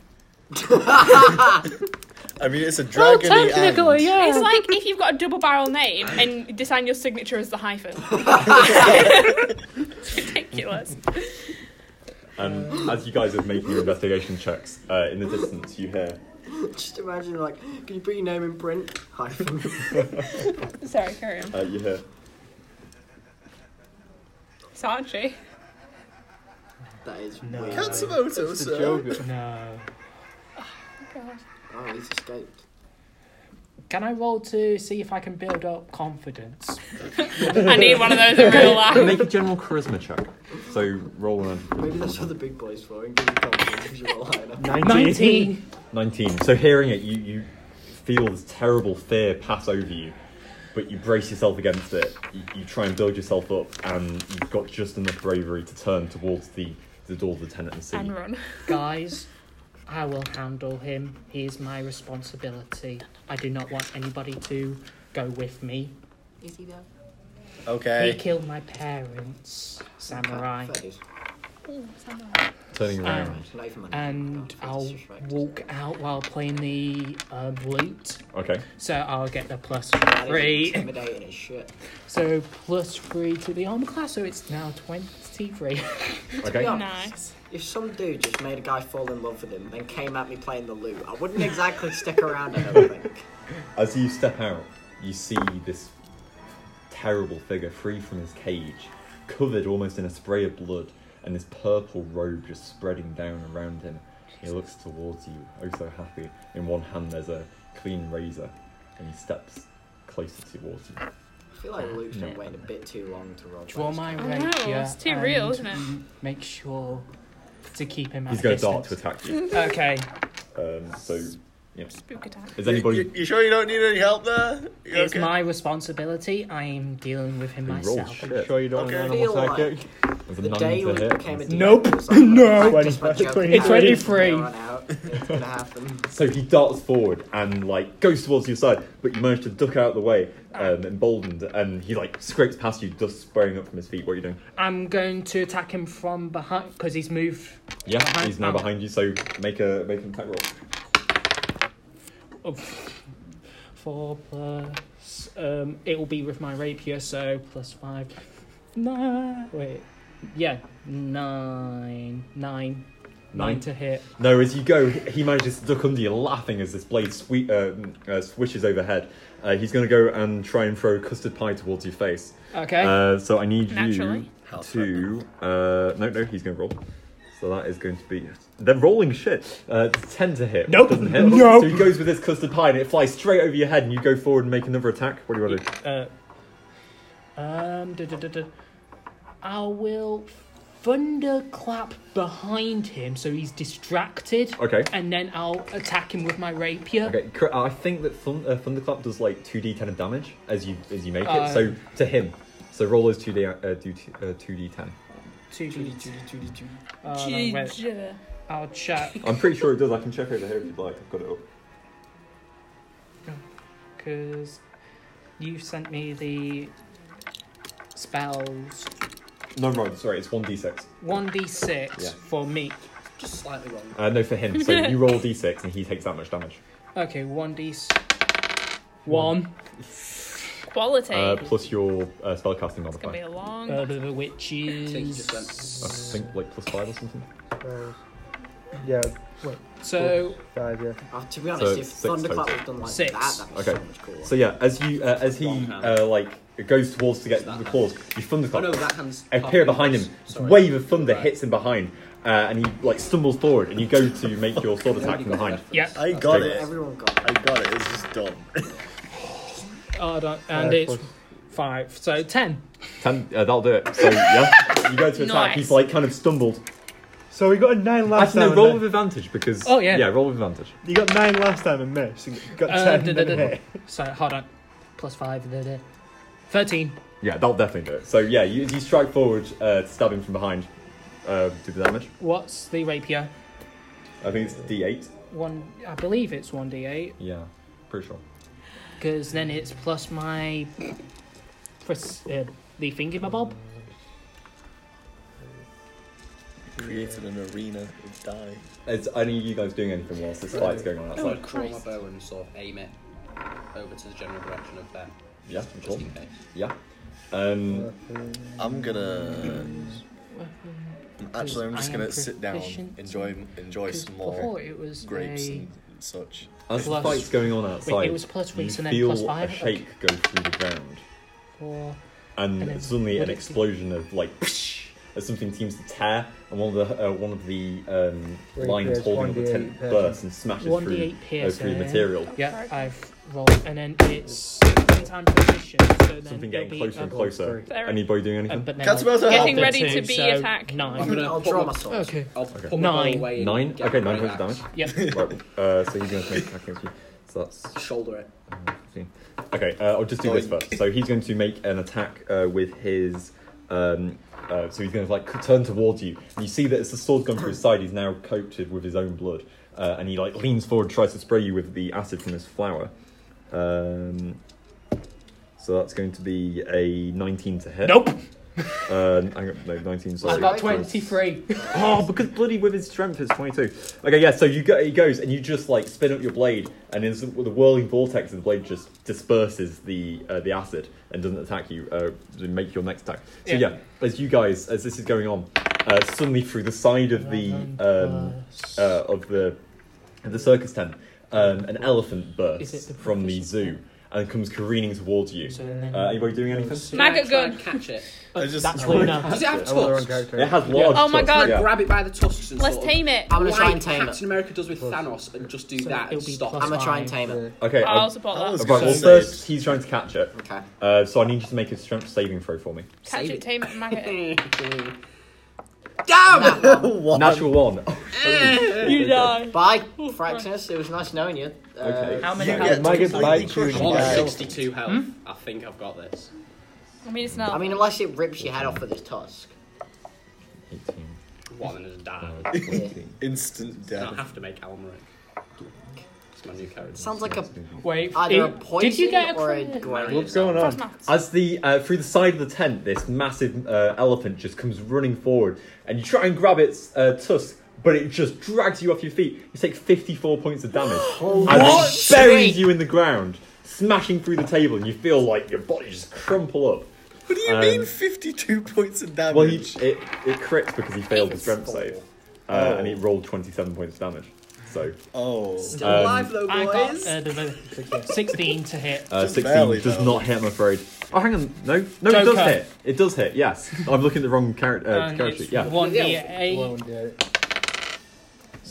Speaker 6: I mean, it's a dragon.
Speaker 5: Oh,
Speaker 6: Oh,
Speaker 5: yeah.
Speaker 2: It's like if you've got a double barrel name and you design your signature as the hyphen. it's ridiculous.
Speaker 4: And as you guys are making your investigation checks, uh, in the distance you hear.
Speaker 3: Just imagine, like, can you put your name in print? Hyphen.
Speaker 2: Sorry, carry on.
Speaker 4: Uh, you hear.
Speaker 2: Sarchi.
Speaker 3: That is
Speaker 5: No.
Speaker 3: weird.
Speaker 6: Katsumoto,
Speaker 7: It's the
Speaker 6: sir.
Speaker 7: Joker.
Speaker 5: No.
Speaker 2: God.
Speaker 3: Oh, he's escaped.
Speaker 5: Can I roll to see if I can build up confidence?
Speaker 2: I need one of those in real life.
Speaker 4: Make a general charisma check. So roll an
Speaker 3: Maybe that's what the big boys for. And give you confidence if you roll high enough.
Speaker 5: 19.
Speaker 4: 19. So hearing it, you, you feel this terrible fear pass over you, but you brace yourself against it. You, you try and build yourself up, and you've got just enough bravery to turn towards the, the door of the tenant and see.
Speaker 2: And run.
Speaker 5: Guys, I will handle him. He is my responsibility. I do not want anybody to go with me.
Speaker 1: Is he though?
Speaker 5: He
Speaker 6: Okay.
Speaker 5: killed my parents, samurai.
Speaker 3: That is
Speaker 2: Ooh, samurai.
Speaker 4: Turning around.
Speaker 3: not even money.
Speaker 5: And
Speaker 3: Oh,
Speaker 5: I'll
Speaker 3: that's right.
Speaker 5: walk out while playing the um, lute.
Speaker 4: Okay.
Speaker 5: So I'll get the plus
Speaker 3: That is
Speaker 5: three.
Speaker 3: Intimidating as shit.
Speaker 5: So plus three to the armor class, so it's now 23.
Speaker 4: Okay.
Speaker 3: honest,
Speaker 2: Nice.
Speaker 3: If some dude just made a guy fall in love with him, then came at me playing the lute, I wouldn't exactly stick around. I don't think.
Speaker 4: As you step out, you see this terrible figure free from his cage, covered almost in a spray of blood, and this purple robe just spreading down around him. He looks towards you, oh so happy. In one hand, there's a clean razor, and he steps closer towards you.
Speaker 3: I feel like Luke's been waiting a bit too long to roll.
Speaker 5: Draw
Speaker 3: dice.
Speaker 5: my
Speaker 2: I know,
Speaker 5: rapier.
Speaker 2: it's too real,
Speaker 5: and
Speaker 2: isn't it?
Speaker 5: m- Make sure to keep him at
Speaker 4: He's
Speaker 5: a
Speaker 4: going to dart to
Speaker 5: distance.
Speaker 4: attack you.
Speaker 5: Okay.
Speaker 4: Um, so, yeah.
Speaker 2: Spook attack.
Speaker 4: Is
Speaker 6: You,
Speaker 4: anybody.
Speaker 6: you- you sure you don't need any help there? You
Speaker 5: It's
Speaker 6: okay?
Speaker 5: my responsibility. I am dealing with him
Speaker 4: He rolled
Speaker 5: myself.
Speaker 4: shit.
Speaker 7: Sure, you don't
Speaker 6: Okay.
Speaker 7: want
Speaker 3: I feel
Speaker 7: animal psychic.
Speaker 4: There's a
Speaker 3: The
Speaker 4: nine
Speaker 3: day
Speaker 4: to
Speaker 3: Luke
Speaker 4: hit.
Speaker 3: became a DM,
Speaker 7: Nope.
Speaker 3: it was like,
Speaker 7: No.
Speaker 3: I just
Speaker 7: Twenty-
Speaker 3: went to
Speaker 7: twenty-
Speaker 3: go
Speaker 5: twenty-three.
Speaker 3: down, out. It's gonna happen.
Speaker 4: So he darts forward and like goes towards your side, but you manage to duck out of the way, um, emboldened, and he like scrapes past you, dust spraying up from his feet. What are you doing?
Speaker 5: I'm going to attack him from behind because he's moved.
Speaker 4: Yeah,
Speaker 5: Behind-
Speaker 4: he's now
Speaker 5: um,
Speaker 4: behind you, so make a make an attack roll.
Speaker 5: Oh, four plus. Um, it will be with my rapier, so plus five. No, wait. Yeah, nine, nine, nine
Speaker 4: Nine.
Speaker 5: to hit.
Speaker 4: No, as you go, he manages to duck under you, laughing as this blade swe- uh, uh, swishes overhead. Uh, he's going to go and try and throw a custard pie towards your face.
Speaker 5: Okay.
Speaker 4: Uh, so I need
Speaker 2: Naturally.
Speaker 4: you to. Uh, no, no, he's going to roll. So that is going to be. They're rolling shit. Uh, it's 10 to hit.
Speaker 5: Nope.
Speaker 4: Doesn't hit.
Speaker 5: Nope.
Speaker 4: So he goes with this custard pie and it flies straight over your head and you go forward and make another attack. What do you want to
Speaker 5: Uh,
Speaker 4: do?
Speaker 5: um, duh, duh, duh, duh. I will thunderclap behind him so he's distracted.
Speaker 4: Okay.
Speaker 5: And then I'll attack him with my rapier.
Speaker 4: Okay, cor- I think that thun- uh, Thunderclap does like 2d10 of damage as you as you make it.
Speaker 5: Uh,
Speaker 4: so to him. So roll those 2d, uh, do t- uh, 2d10.
Speaker 5: Two
Speaker 3: Judy,
Speaker 5: d-
Speaker 3: Judy, Judy, Judy.
Speaker 5: Oh, no, wait.
Speaker 2: Jigger.
Speaker 5: I'll check
Speaker 4: I'm pretty sure it does. I can check over here if you'd like. I've got it up.
Speaker 5: because you sent me the spells.
Speaker 4: No, I'm wrong. Sorry, it's 1d6.
Speaker 5: 1d6
Speaker 4: Yeah.
Speaker 5: for me.
Speaker 3: Just slightly wrong.
Speaker 4: Uh, no, for him. So you roll d6 and he takes that much damage.
Speaker 5: Okay, 1d6. One.
Speaker 2: Quality.
Speaker 4: Uh, plus your uh, spellcasting
Speaker 2: it's gonna be
Speaker 4: modifier.
Speaker 2: a long.
Speaker 5: Uh, which
Speaker 3: think you just
Speaker 5: is.
Speaker 3: went-
Speaker 4: I think like plus five or something.
Speaker 7: Uh, yeah,
Speaker 5: So,
Speaker 7: five, yeah.
Speaker 3: Oh, to be honest,
Speaker 4: So
Speaker 3: if
Speaker 4: six
Speaker 3: Thunderclap
Speaker 4: total.
Speaker 3: was done like
Speaker 5: Six.
Speaker 3: that, that'd be
Speaker 4: Okay.
Speaker 3: so much cooler.
Speaker 4: So yeah, as you uh, as he uh, like goes towards to get the claws, you
Speaker 1: Oh no,
Speaker 4: thunderclap.
Speaker 1: that hand's.
Speaker 4: appear
Speaker 1: half
Speaker 4: behind him.
Speaker 1: yours.
Speaker 4: This
Speaker 1: Sorry.
Speaker 4: wave of thunder
Speaker 1: Right.
Speaker 4: hits him behind, uh, and he like stumbles forward. And you go to make your sword attack from behind.
Speaker 5: yeah.
Speaker 6: I got
Speaker 4: Okay.
Speaker 6: it.
Speaker 3: Everyone got
Speaker 6: I got it. It's just dumb.
Speaker 5: Oh, don't- and
Speaker 7: Uh,
Speaker 5: it's
Speaker 7: plus-
Speaker 5: five. So, ten.
Speaker 4: Ten, uh, that'll do it. So yeah, you go to attack.
Speaker 2: Nice.
Speaker 4: He's like kind of stumbled.
Speaker 7: So we got a nine last
Speaker 4: Actually, no,
Speaker 7: time.
Speaker 4: roll
Speaker 7: and
Speaker 4: with advantage because
Speaker 5: Oh, yeah.
Speaker 4: yeah, roll with advantage.
Speaker 7: then- You got nine last time and missed. and got
Speaker 5: Uh,
Speaker 7: ten
Speaker 5: duh,
Speaker 7: and
Speaker 5: duh,
Speaker 7: then
Speaker 5: duh.
Speaker 7: hit.
Speaker 5: So hold on. Plus five. Da, da. Thirteen.
Speaker 4: Yeah, that'll definitely do it. So yeah, you, you strike forward, uh, to stab him from behind, uh, do the damage.
Speaker 5: What's the rapier?
Speaker 4: I think it's D8.
Speaker 5: One. I believe it's one d eight.
Speaker 4: Yeah, pretty sure.
Speaker 5: Because then it's plus my. Press, uh, the thingamabob.
Speaker 6: Created an arena of die.
Speaker 4: Is any of you guys doing anything whilst this fight's going on
Speaker 1: I would
Speaker 4: outside?
Speaker 1: crawl my
Speaker 2: Christ.
Speaker 1: bow and sort of aim it over to the general direction of them,
Speaker 4: Yeah,
Speaker 1: just
Speaker 4: cool.
Speaker 1: in case.
Speaker 4: Yeah. Um,
Speaker 6: I'm gonna. Actually, I'm just
Speaker 5: Mm. I am
Speaker 6: gonna sit down,
Speaker 5: proficient.
Speaker 6: enjoy, enjoy
Speaker 5: 'Cause
Speaker 6: some more
Speaker 5: Before it was
Speaker 6: grapes
Speaker 5: a-
Speaker 6: and such.
Speaker 4: as the
Speaker 5: Plus-
Speaker 4: fight's going on outside,
Speaker 5: Wait, it was plus
Speaker 4: you
Speaker 5: weeks and then
Speaker 4: feel
Speaker 5: plus five.
Speaker 4: a shake go through the ground,
Speaker 5: Four.
Speaker 4: and
Speaker 5: And then
Speaker 4: suddenly
Speaker 5: what
Speaker 4: an
Speaker 5: did-
Speaker 4: explosion of like, whoosh, as something seems to tear, and one of the uh, one of the um,
Speaker 7: Right,
Speaker 4: lines
Speaker 7: there's
Speaker 4: holding up the
Speaker 7: 1d8
Speaker 4: tent
Speaker 7: piercing.
Speaker 4: bursts and smashes
Speaker 5: One d
Speaker 4: through
Speaker 5: eight
Speaker 4: uh, through
Speaker 5: piercing.
Speaker 4: the material.
Speaker 5: Yeah,
Speaker 2: Okay.
Speaker 5: I've rolled, and then it's second time position. So then
Speaker 4: Something
Speaker 5: it'll
Speaker 4: getting
Speaker 5: be
Speaker 4: closer and
Speaker 5: up-
Speaker 4: closer.
Speaker 2: There-
Speaker 4: Anybody doing
Speaker 5: uh,
Speaker 4: anything?
Speaker 5: but then
Speaker 6: Katsumoto,
Speaker 5: I'll-
Speaker 2: Getting
Speaker 5: I'll
Speaker 2: ready
Speaker 5: do
Speaker 2: to
Speaker 5: two,
Speaker 2: be
Speaker 5: so
Speaker 2: attacked.
Speaker 1: I'm
Speaker 5: Nine.
Speaker 1: gonna
Speaker 3: I'll
Speaker 1: put
Speaker 3: draw
Speaker 1: my- Oh.
Speaker 3: my sword.
Speaker 5: Okay.
Speaker 1: I'll put my bow
Speaker 5: Nine.
Speaker 1: away and
Speaker 4: Nine.
Speaker 1: get
Speaker 4: Okay,
Speaker 1: my
Speaker 4: nine points of
Speaker 1: axe.
Speaker 5: Yep.
Speaker 4: damage. right, uh, so you're going to make an attack against me. So that's
Speaker 1: Shoulder it.
Speaker 4: Okay, uh, I'll just do this first. So he's going to make an attack uh, with his. Um, uh, so he's going to like turn towards you, and you see that as the sword's gone through his side, he's now coated with his own blood, uh, and he like leans forward, and tries to spray you with the acid from his flower. Um, so that's going to be a 19 to hit.
Speaker 5: Nope.
Speaker 4: Uh, hang on, no, 19. Sorry.
Speaker 5: I got twenty-three.
Speaker 4: Oh, because bloody with his strength is 22. Okay, yeah, so you go, he goes and you just like spin up your blade, and in the whirling vortex of the blade just disperses the uh, the acid and doesn't attack you, uh, doesn't make your next attack. So,
Speaker 5: Yeah.
Speaker 4: yeah, as you guys, as this is going on, uh, suddenly through the side of the um,
Speaker 5: Plus-
Speaker 4: uh, of the of the circus tent, um, an elephant bursts
Speaker 5: the
Speaker 4: from the
Speaker 5: proficient
Speaker 4: zoo and comes careening towards you.
Speaker 5: so then-
Speaker 4: Uh, anybody doing anything?
Speaker 5: Those-
Speaker 1: Can
Speaker 2: Maggot
Speaker 1: I try
Speaker 2: gun.
Speaker 1: and Catch it.
Speaker 6: I just
Speaker 5: That's
Speaker 4: Sorry.
Speaker 5: Luna.
Speaker 1: Does it have
Speaker 7: I'm on the wrong
Speaker 1: tusks?
Speaker 7: character.
Speaker 4: It has large.
Speaker 2: Oh my
Speaker 4: tusks,
Speaker 2: God.
Speaker 1: Can I
Speaker 4: yeah.
Speaker 1: grab it by the tusks and
Speaker 2: Let's
Speaker 1: sort of-
Speaker 2: tame it.
Speaker 3: I'm gonna try
Speaker 1: Like
Speaker 3: and tame it.
Speaker 1: Captain America does with Thanos and just do
Speaker 5: So
Speaker 1: that and
Speaker 5: it'll be
Speaker 1: stop.
Speaker 5: plus
Speaker 1: I'm
Speaker 3: I'm
Speaker 1: a-
Speaker 3: gonna try and
Speaker 5: Fine.
Speaker 3: tame it.
Speaker 4: Okay,
Speaker 2: I'll
Speaker 4: um,
Speaker 2: support
Speaker 6: That
Speaker 2: that.
Speaker 6: was-
Speaker 4: Right, well,
Speaker 6: Save.
Speaker 4: first he's trying to catch it.
Speaker 3: Okay.
Speaker 4: Uh, so I need you to make a strength saving throw for me.
Speaker 2: Catch
Speaker 1: Save
Speaker 2: it,
Speaker 1: it.
Speaker 2: tame it, maggot it.
Speaker 3: Damn!
Speaker 6: What?
Speaker 4: Natural one.
Speaker 2: You die.
Speaker 3: Bye, Fraxinus. It was nice knowing you. Uh,
Speaker 4: Okay.
Speaker 5: How many?
Speaker 6: You
Speaker 5: how-
Speaker 6: get
Speaker 7: Maggot
Speaker 6: completely
Speaker 7: bites you and
Speaker 6: crushed.
Speaker 7: you die.
Speaker 1: 162 health.
Speaker 3: Hmm?
Speaker 1: I think I've got this.
Speaker 2: I mean, it's not.
Speaker 3: I mean, unless it rips your head off with its tusk.
Speaker 4: 18.
Speaker 1: What and just die.
Speaker 5: Oh,
Speaker 4: uh, 20.
Speaker 6: Instant
Speaker 1: I don't
Speaker 6: death.
Speaker 1: have to make Almeric. It's my new character.
Speaker 3: Sounds like a
Speaker 5: Wait.
Speaker 3: either a
Speaker 5: it-
Speaker 3: poison
Speaker 5: did you get a
Speaker 3: or a
Speaker 5: crit?
Speaker 3: ground.
Speaker 7: What's going on?
Speaker 2: Maths.
Speaker 4: As the uh, through the side of the tent, this massive uh, elephant just comes running forward, and you try and grab its uh, tusk, but it just drags you off your feet. You take 54 points of damage, and it buries
Speaker 3: Sweet.
Speaker 4: you in the ground, smashing through the table, and you feel like your body just crumple up.
Speaker 6: What do you
Speaker 4: Um,
Speaker 6: mean 52 points of damage?
Speaker 4: Well, he, it it crits because he failed the
Speaker 3: It's
Speaker 4: strength
Speaker 3: four.
Speaker 4: save, uh,
Speaker 6: Oh.
Speaker 4: and he rolled 27 points of damage. So
Speaker 6: oh.
Speaker 1: Still
Speaker 4: Um,
Speaker 1: alive though,
Speaker 5: I
Speaker 1: boys.
Speaker 5: got uh, the- sixteen to hit.
Speaker 4: Uh,
Speaker 6: Just
Speaker 4: 16
Speaker 6: barely,
Speaker 4: does
Speaker 6: though.
Speaker 4: not hit, I'm afraid. Oh, hang on. No, no, it does
Speaker 5: Joker.
Speaker 4: hit. It does hit, yes. I'm looking at the wrong character. Uh,
Speaker 5: And
Speaker 4: character.
Speaker 5: it's
Speaker 4: Yeah.
Speaker 5: one d
Speaker 7: Blown,
Speaker 5: eight
Speaker 7: yeah.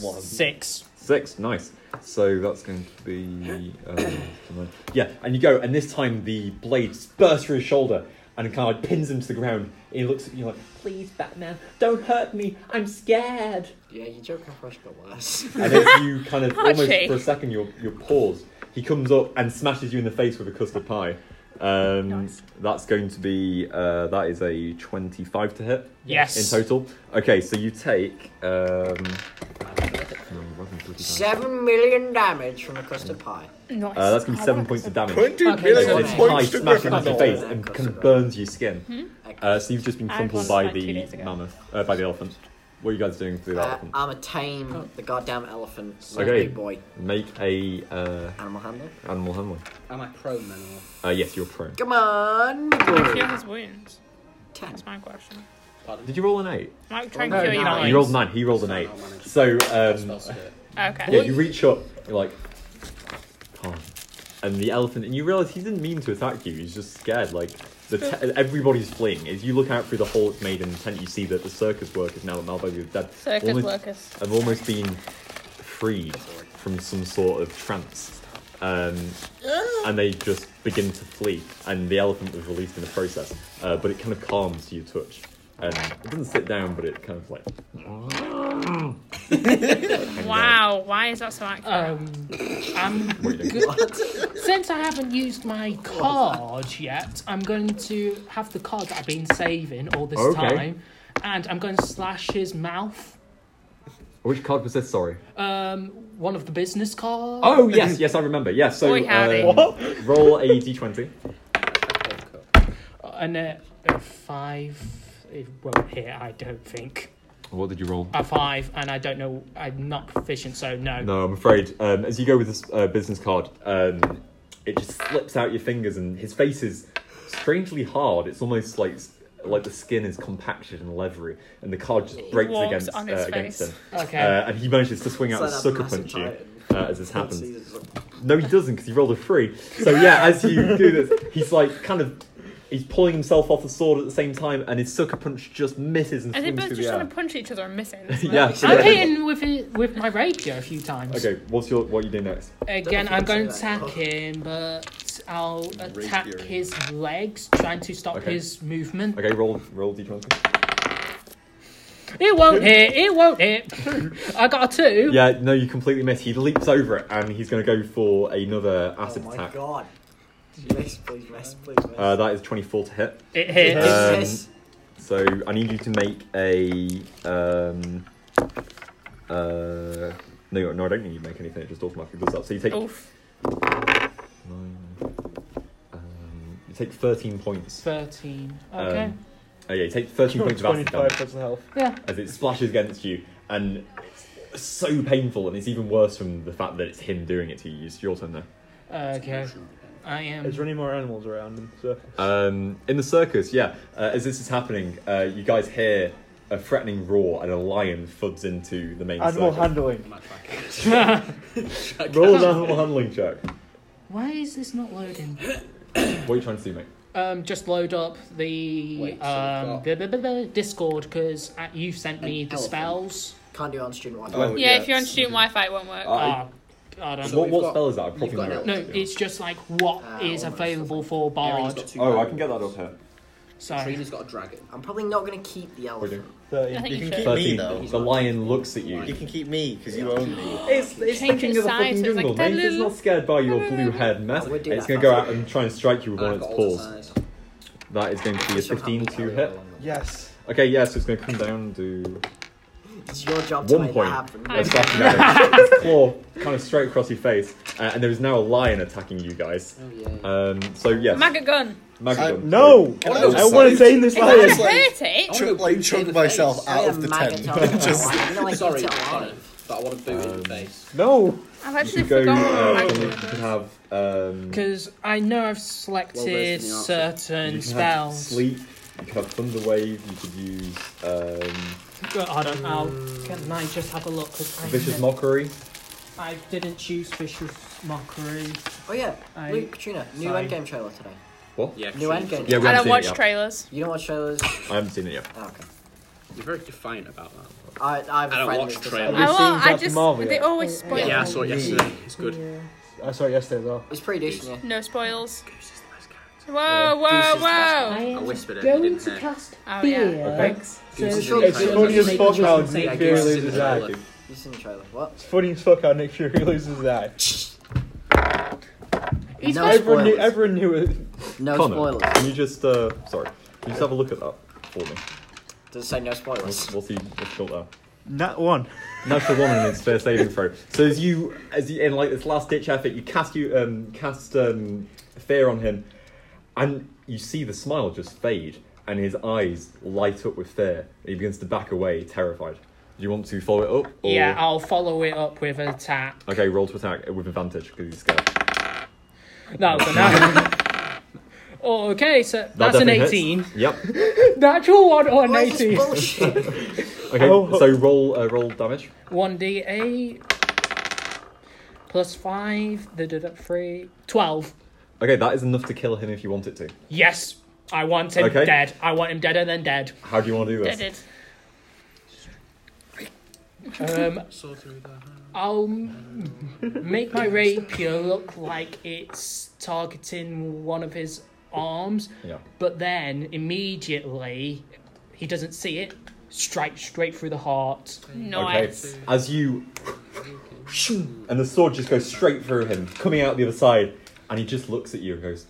Speaker 6: One.
Speaker 5: six.
Speaker 4: Six, nice. So that's going to be. Uh, yeah, and you go, and this time the blade bursts through his shoulder and kind of like pins him to the ground. And he looks at you like, please, Batman, don't hurt me. I'm scared.
Speaker 3: Yeah, your Joker fresh got worse.
Speaker 4: And if you kind of almost
Speaker 2: Archie.
Speaker 4: for a second you're, you're paused, he comes up and smashes you in the face with a custard pie. Um,
Speaker 2: Nice.
Speaker 4: That's going to be uh, that is a twenty-five to hit.
Speaker 5: Yes.
Speaker 4: In total. Okay, so you take um,
Speaker 3: Seven million damage from a custard pie.
Speaker 2: Nice.
Speaker 4: uh, that's gonna be seven points of damage.
Speaker 6: 22
Speaker 5: Okay,
Speaker 6: million
Speaker 5: so
Speaker 4: So
Speaker 5: Seven
Speaker 4: it's pie
Speaker 6: points to
Speaker 4: smashing into your
Speaker 6: Gryffindor.
Speaker 4: face and kind of burns your skin. Uh,
Speaker 3: Excellent.
Speaker 4: so you've just been
Speaker 2: Hmm? I
Speaker 4: crumpled
Speaker 2: had one
Speaker 4: by
Speaker 2: like two
Speaker 4: the
Speaker 2: days ago.
Speaker 4: mammoth, uh, by the elephant. What are you guys doing through the
Speaker 3: Uh,
Speaker 4: elephant?
Speaker 3: I'm a tame
Speaker 5: Oh.
Speaker 3: the goddamn elephant.
Speaker 4: Okay.
Speaker 3: Okay. Big boy.
Speaker 4: Make a uh,
Speaker 3: Animal handler.
Speaker 4: animal handling.
Speaker 1: Am I prone then? Or...
Speaker 4: Uh, yes, you're prone.
Speaker 3: Come on, big
Speaker 2: Can I cure
Speaker 3: boy.
Speaker 2: his wounds?
Speaker 3: Ten.
Speaker 2: That's my question.
Speaker 1: Pardon?
Speaker 4: Did you roll an eight?
Speaker 2: Might try and
Speaker 3: No,
Speaker 2: cure
Speaker 3: no,
Speaker 2: your
Speaker 3: no.
Speaker 2: nine.
Speaker 4: You rolled nine. He rolled an eight. So um,
Speaker 1: Spell skirt.
Speaker 2: Okay.
Speaker 4: yeah, you reach up, you're like, "Pardon." and the elephant, and you realise he didn't mean to attack you. He's just scared. Like the te- everybody's fleeing. As you look out through the hole it's made in the tent, you see that the circus workers now that Malvo is dead.
Speaker 2: Circus
Speaker 4: almost-
Speaker 2: workers.
Speaker 4: Have almost been freed from some sort of trance. Um,
Speaker 2: Ah.
Speaker 4: and they just begin to flee, and the elephant was released in the process. Uh, but it kind of calms to your touch, and it doesn't sit down, but it kind of like
Speaker 2: Wow. Why is that so accurate?
Speaker 5: Um, I'm
Speaker 4: what are you doing?
Speaker 5: Since I haven't used my card yet, I'm going to have the card that I've been saving all this
Speaker 4: Okay.
Speaker 5: time, and I'm going to slash his mouth.
Speaker 4: Which card was this? Sorry.
Speaker 2: Oh.
Speaker 5: Um, one of the business cards.
Speaker 4: Oh yes, yes, I remember. Yeah, so
Speaker 2: Boy, howdy.
Speaker 4: um, roll a d20.
Speaker 5: and a, a five. It won't hit, I don't think.
Speaker 4: What did you roll?
Speaker 5: A five, and I don't know. I'm not proficient, so no.
Speaker 4: No, I'm afraid. Um, as you go with this uh, business card, um, it just slips out your fingers, and his face is strangely hard. It's almost like like the skin is compacted and leathery, and the card just breaks
Speaker 2: warms
Speaker 4: against
Speaker 2: on
Speaker 4: uh,
Speaker 2: his
Speaker 4: against
Speaker 2: face.
Speaker 4: him.
Speaker 5: Okay.
Speaker 4: Uh, and he manages to swing out a
Speaker 3: It's like that
Speaker 4: sucker
Speaker 3: massive
Speaker 4: punch you
Speaker 3: titan.
Speaker 4: uh, as this happens.
Speaker 3: Jesus.
Speaker 4: No, he doesn't because he rolled a three. So yeah, as you do this, he's like kind of He's pulling himself off the sword at the same time, and his sucker punch just misses and
Speaker 2: Are they
Speaker 4: swings
Speaker 2: both
Speaker 4: through
Speaker 2: just
Speaker 4: the air.
Speaker 2: trying to punch each other and missing?
Speaker 4: Yeah, so
Speaker 5: I'm
Speaker 4: they're-
Speaker 5: hitting with it, with my rapier a few times.
Speaker 4: Okay, what's your what are you doing next?
Speaker 5: Again,
Speaker 3: Don't
Speaker 5: I'm going to
Speaker 3: say that.
Speaker 5: attack him, but I'll attack
Speaker 6: Rapier.
Speaker 5: his legs, trying to stop
Speaker 4: Okay.
Speaker 5: his movement.
Speaker 4: Okay, roll roll d20.
Speaker 5: It won't hit. It won't hit. I got a two.
Speaker 4: Yeah, no, you completely miss. He leaps over it, and he's going to go for another acid
Speaker 3: oh my
Speaker 4: attack.
Speaker 3: god. Miss, please, miss, please, miss.
Speaker 4: Uh, that is 24 to hit.
Speaker 5: It hits.
Speaker 4: Uh, Um,
Speaker 3: miss.
Speaker 4: So I need you to make a. Um, uh, no, no, I don't need you to make anything. It just automatically does that. So you
Speaker 1: Uh,
Speaker 4: take
Speaker 5: Oh.
Speaker 2: Oof.
Speaker 4: nine, um, you take 13 points.
Speaker 5: Thirteen. Okay.
Speaker 4: Um, oh yeah, you take 13 points of acid
Speaker 7: Twenty-five
Speaker 4: damage.
Speaker 7: plus the health.
Speaker 5: yeah.
Speaker 4: as it splashes against you, and it's so painful, and it's even worse from the fact that it's him doing it to you. It's your turn now.
Speaker 5: Okay. I am.
Speaker 7: Is there any more animals around in the circus?
Speaker 4: Um, in the circus, yeah, uh, as this is happening, uh, you guys hear a threatening roar, and a lion thuds into the main
Speaker 7: Animal
Speaker 4: circus.
Speaker 7: handling.
Speaker 1: Much like it.
Speaker 4: Roll an animal handling check.
Speaker 5: Why is this not loading?
Speaker 4: What are you trying to do, mate?
Speaker 5: Um, just load up the
Speaker 1: Wait, so
Speaker 5: um,
Speaker 1: we've got-
Speaker 5: blah, blah, blah, blah, Discord because you sent me
Speaker 1: An
Speaker 5: the
Speaker 1: elephant.
Speaker 5: spells.
Speaker 3: Can't do it on student one.
Speaker 6: Oh,
Speaker 2: Yeah, if you're on student Wi-Fi, it won't work.
Speaker 4: Uh, I-
Speaker 5: Ah, I don't
Speaker 1: So
Speaker 5: know.
Speaker 4: what
Speaker 1: we've
Speaker 4: what
Speaker 1: got-
Speaker 4: spell is that? I probably
Speaker 1: you've got
Speaker 4: know.
Speaker 1: an
Speaker 5: No,
Speaker 4: it, to be
Speaker 5: it's just like what
Speaker 3: Ah,
Speaker 5: is
Speaker 3: almost.
Speaker 5: available for
Speaker 1: Arian's got
Speaker 5: Bard.
Speaker 1: two
Speaker 4: honest. Oh, I
Speaker 1: dragons.
Speaker 4: can get that up here.
Speaker 5: So
Speaker 1: Trina's got a dragon.
Speaker 3: I'm probably not gonna keep the
Speaker 4: What are you
Speaker 3: elephant.
Speaker 4: doing?
Speaker 2: I
Speaker 7: Thirty.
Speaker 2: think
Speaker 6: You
Speaker 2: you
Speaker 6: can
Speaker 2: should.
Speaker 6: keep me
Speaker 4: 13. The
Speaker 6: though.
Speaker 4: lion looks at you.
Speaker 6: You can keep me because you own me.
Speaker 4: It's, it's
Speaker 2: Change
Speaker 4: thinking
Speaker 2: its
Speaker 4: of the
Speaker 2: size,
Speaker 4: fucking
Speaker 2: so it's like,
Speaker 4: jungle, mate. It's
Speaker 2: "Hello."
Speaker 4: not scared by your blue haired mess.
Speaker 1: Oh,
Speaker 3: I would do
Speaker 4: It's
Speaker 3: that.
Speaker 4: going to go out and try and strike you with one
Speaker 1: I've
Speaker 4: of its
Speaker 1: got all the
Speaker 4: paws.
Speaker 1: size.
Speaker 4: That is going to be a 15 to hit.
Speaker 7: Yes.
Speaker 4: Okay, yeah, so it's going to come down and do
Speaker 3: It's your job to
Speaker 4: one
Speaker 3: make
Speaker 4: point.
Speaker 3: that happen.
Speaker 4: a slashing damage. Its claw kind of straight across your face, uh, and there is now a lion attacking you guys.
Speaker 1: Oh, yeah.
Speaker 4: Um, so yes,
Speaker 2: Maggot gun.
Speaker 4: Magadon.
Speaker 7: No.
Speaker 6: Can
Speaker 7: I
Speaker 6: I just
Speaker 7: want to
Speaker 6: say-
Speaker 7: stay in this
Speaker 2: If I
Speaker 6: Lion.
Speaker 7: lion.
Speaker 2: had hurt it,
Speaker 1: Oh,
Speaker 6: Chuck-
Speaker 1: no,
Speaker 6: like
Speaker 1: boot in
Speaker 6: chunk
Speaker 1: the
Speaker 6: myself
Speaker 1: face.
Speaker 3: I
Speaker 6: out
Speaker 3: am
Speaker 6: of the
Speaker 3: maggot
Speaker 6: tent.
Speaker 3: on the
Speaker 6: Just
Speaker 3: line. No, I keep
Speaker 1: Sorry,
Speaker 3: it on.
Speaker 1: Arif, but I want a boot
Speaker 5: Um,
Speaker 1: in the face.
Speaker 7: No.
Speaker 2: I've
Speaker 4: You
Speaker 2: actually
Speaker 4: could go.
Speaker 2: forgotten. what
Speaker 4: Uh,
Speaker 2: maggot
Speaker 4: you
Speaker 2: gun
Speaker 4: could
Speaker 2: does.
Speaker 4: have. Um,
Speaker 5: because I know I've
Speaker 1: Well,
Speaker 5: selected
Speaker 1: there's the answer.
Speaker 5: certain
Speaker 4: you can have
Speaker 5: spells.
Speaker 4: sleep. You could have thunder wave. You could use um,
Speaker 5: Uh, I don't know.
Speaker 1: Mm.
Speaker 5: Can I just have a look? 'Cause I,
Speaker 4: vicious
Speaker 5: didn't-
Speaker 4: mockery.
Speaker 5: I didn't choose vicious mockery.
Speaker 3: Oh yeah,
Speaker 5: I-
Speaker 3: Luke, Katrina, new
Speaker 5: Sorry.
Speaker 3: endgame trailer today.
Speaker 4: What?
Speaker 1: Yeah,
Speaker 3: New
Speaker 1: Trina's
Speaker 3: endgame.
Speaker 1: got-
Speaker 4: Yeah, we
Speaker 2: I
Speaker 4: haven't
Speaker 2: don't
Speaker 4: seen
Speaker 2: watch
Speaker 4: it yet.
Speaker 2: trailers.
Speaker 3: You don't watch trailers?
Speaker 4: I haven't seen it yet.
Speaker 3: Oh, okay.
Speaker 1: You're very defiant about that.
Speaker 3: I, I have a
Speaker 1: I don't
Speaker 3: friend
Speaker 1: watch
Speaker 3: who's the
Speaker 1: trailers.
Speaker 2: I,
Speaker 3: same.
Speaker 7: Have
Speaker 2: will,
Speaker 7: you seen
Speaker 2: I
Speaker 7: Captain
Speaker 2: just
Speaker 7: Marvel
Speaker 2: they
Speaker 7: yet?
Speaker 2: always spoil.
Speaker 1: Yeah, I saw it yesterday. It's good.
Speaker 7: I saw it Oh, yesterday as well.
Speaker 3: It's pretty decent, yeah.
Speaker 2: No spoils.
Speaker 1: Goose is the best character.
Speaker 2: Whoa, whoa,
Speaker 3: Goose is
Speaker 2: whoa!
Speaker 1: Oh. I whispered it. you
Speaker 8: Going
Speaker 1: didn't
Speaker 8: to
Speaker 1: hear.
Speaker 8: cast
Speaker 2: Oh,
Speaker 8: fear.
Speaker 2: yeah.
Speaker 4: Okay.
Speaker 1: Goose is
Speaker 3: Sure,
Speaker 1: the
Speaker 7: It's
Speaker 1: best
Speaker 7: funny as
Speaker 1: character.
Speaker 7: fuck how
Speaker 1: Say
Speaker 7: Nick
Speaker 1: I
Speaker 7: Fury
Speaker 1: guess in
Speaker 7: loses
Speaker 1: the
Speaker 7: his eye.
Speaker 1: trailer.
Speaker 3: You seen the trailer? What?
Speaker 7: It's funny as fuck how Nick Fury loses his eye.
Speaker 2: He's
Speaker 3: no
Speaker 7: Everyone knew,
Speaker 3: spoilers.
Speaker 7: everyone knew it.
Speaker 3: no
Speaker 4: Connor,
Speaker 3: spoilers.
Speaker 4: can you just uh, sorry, can you just have a look at that for me?
Speaker 3: Does it say no
Speaker 4: What's
Speaker 3: spoilers?
Speaker 4: what's he what's built there?
Speaker 7: Not one.
Speaker 4: Natural one and it's fair saving throw. So as you as you in like this last ditch effort, you cast you um cast um fear on him, and you see the smile just fade, and his eyes light up with fear. He begins to back away, terrified. Do you want to follow it up? Or...
Speaker 5: Yeah, I'll follow it up with an attack.
Speaker 4: Okay, roll to attack with advantage because he's scared.
Speaker 5: No, so now. oh, okay, so
Speaker 4: That
Speaker 5: that's an
Speaker 4: definitely hits.
Speaker 5: 18.
Speaker 4: Yep.
Speaker 5: Natural one or an
Speaker 3: Why is this
Speaker 5: 18.
Speaker 3: bullshit?
Speaker 4: Okay.
Speaker 7: Oh.
Speaker 4: So roll uh, roll damage.
Speaker 5: 1d8 plus 5, da, da, da, 3, 12.
Speaker 4: Okay, that is enough to kill him if you want it to.
Speaker 5: Yes, I want him
Speaker 4: Okay.
Speaker 5: dead. I want him deader than dead.
Speaker 4: How do you want to do this?
Speaker 2: Deaded.
Speaker 5: Um,
Speaker 1: Saw through the-
Speaker 5: I'll m- make my rapier look like it's targeting one of his arms,
Speaker 4: Yeah.
Speaker 5: but then immediately he doesn't see it. Strike straight through the heart.
Speaker 4: Okay.
Speaker 2: Nice.
Speaker 4: As you and the sword just goes straight through him, coming out the other side, and he just looks at you and goes,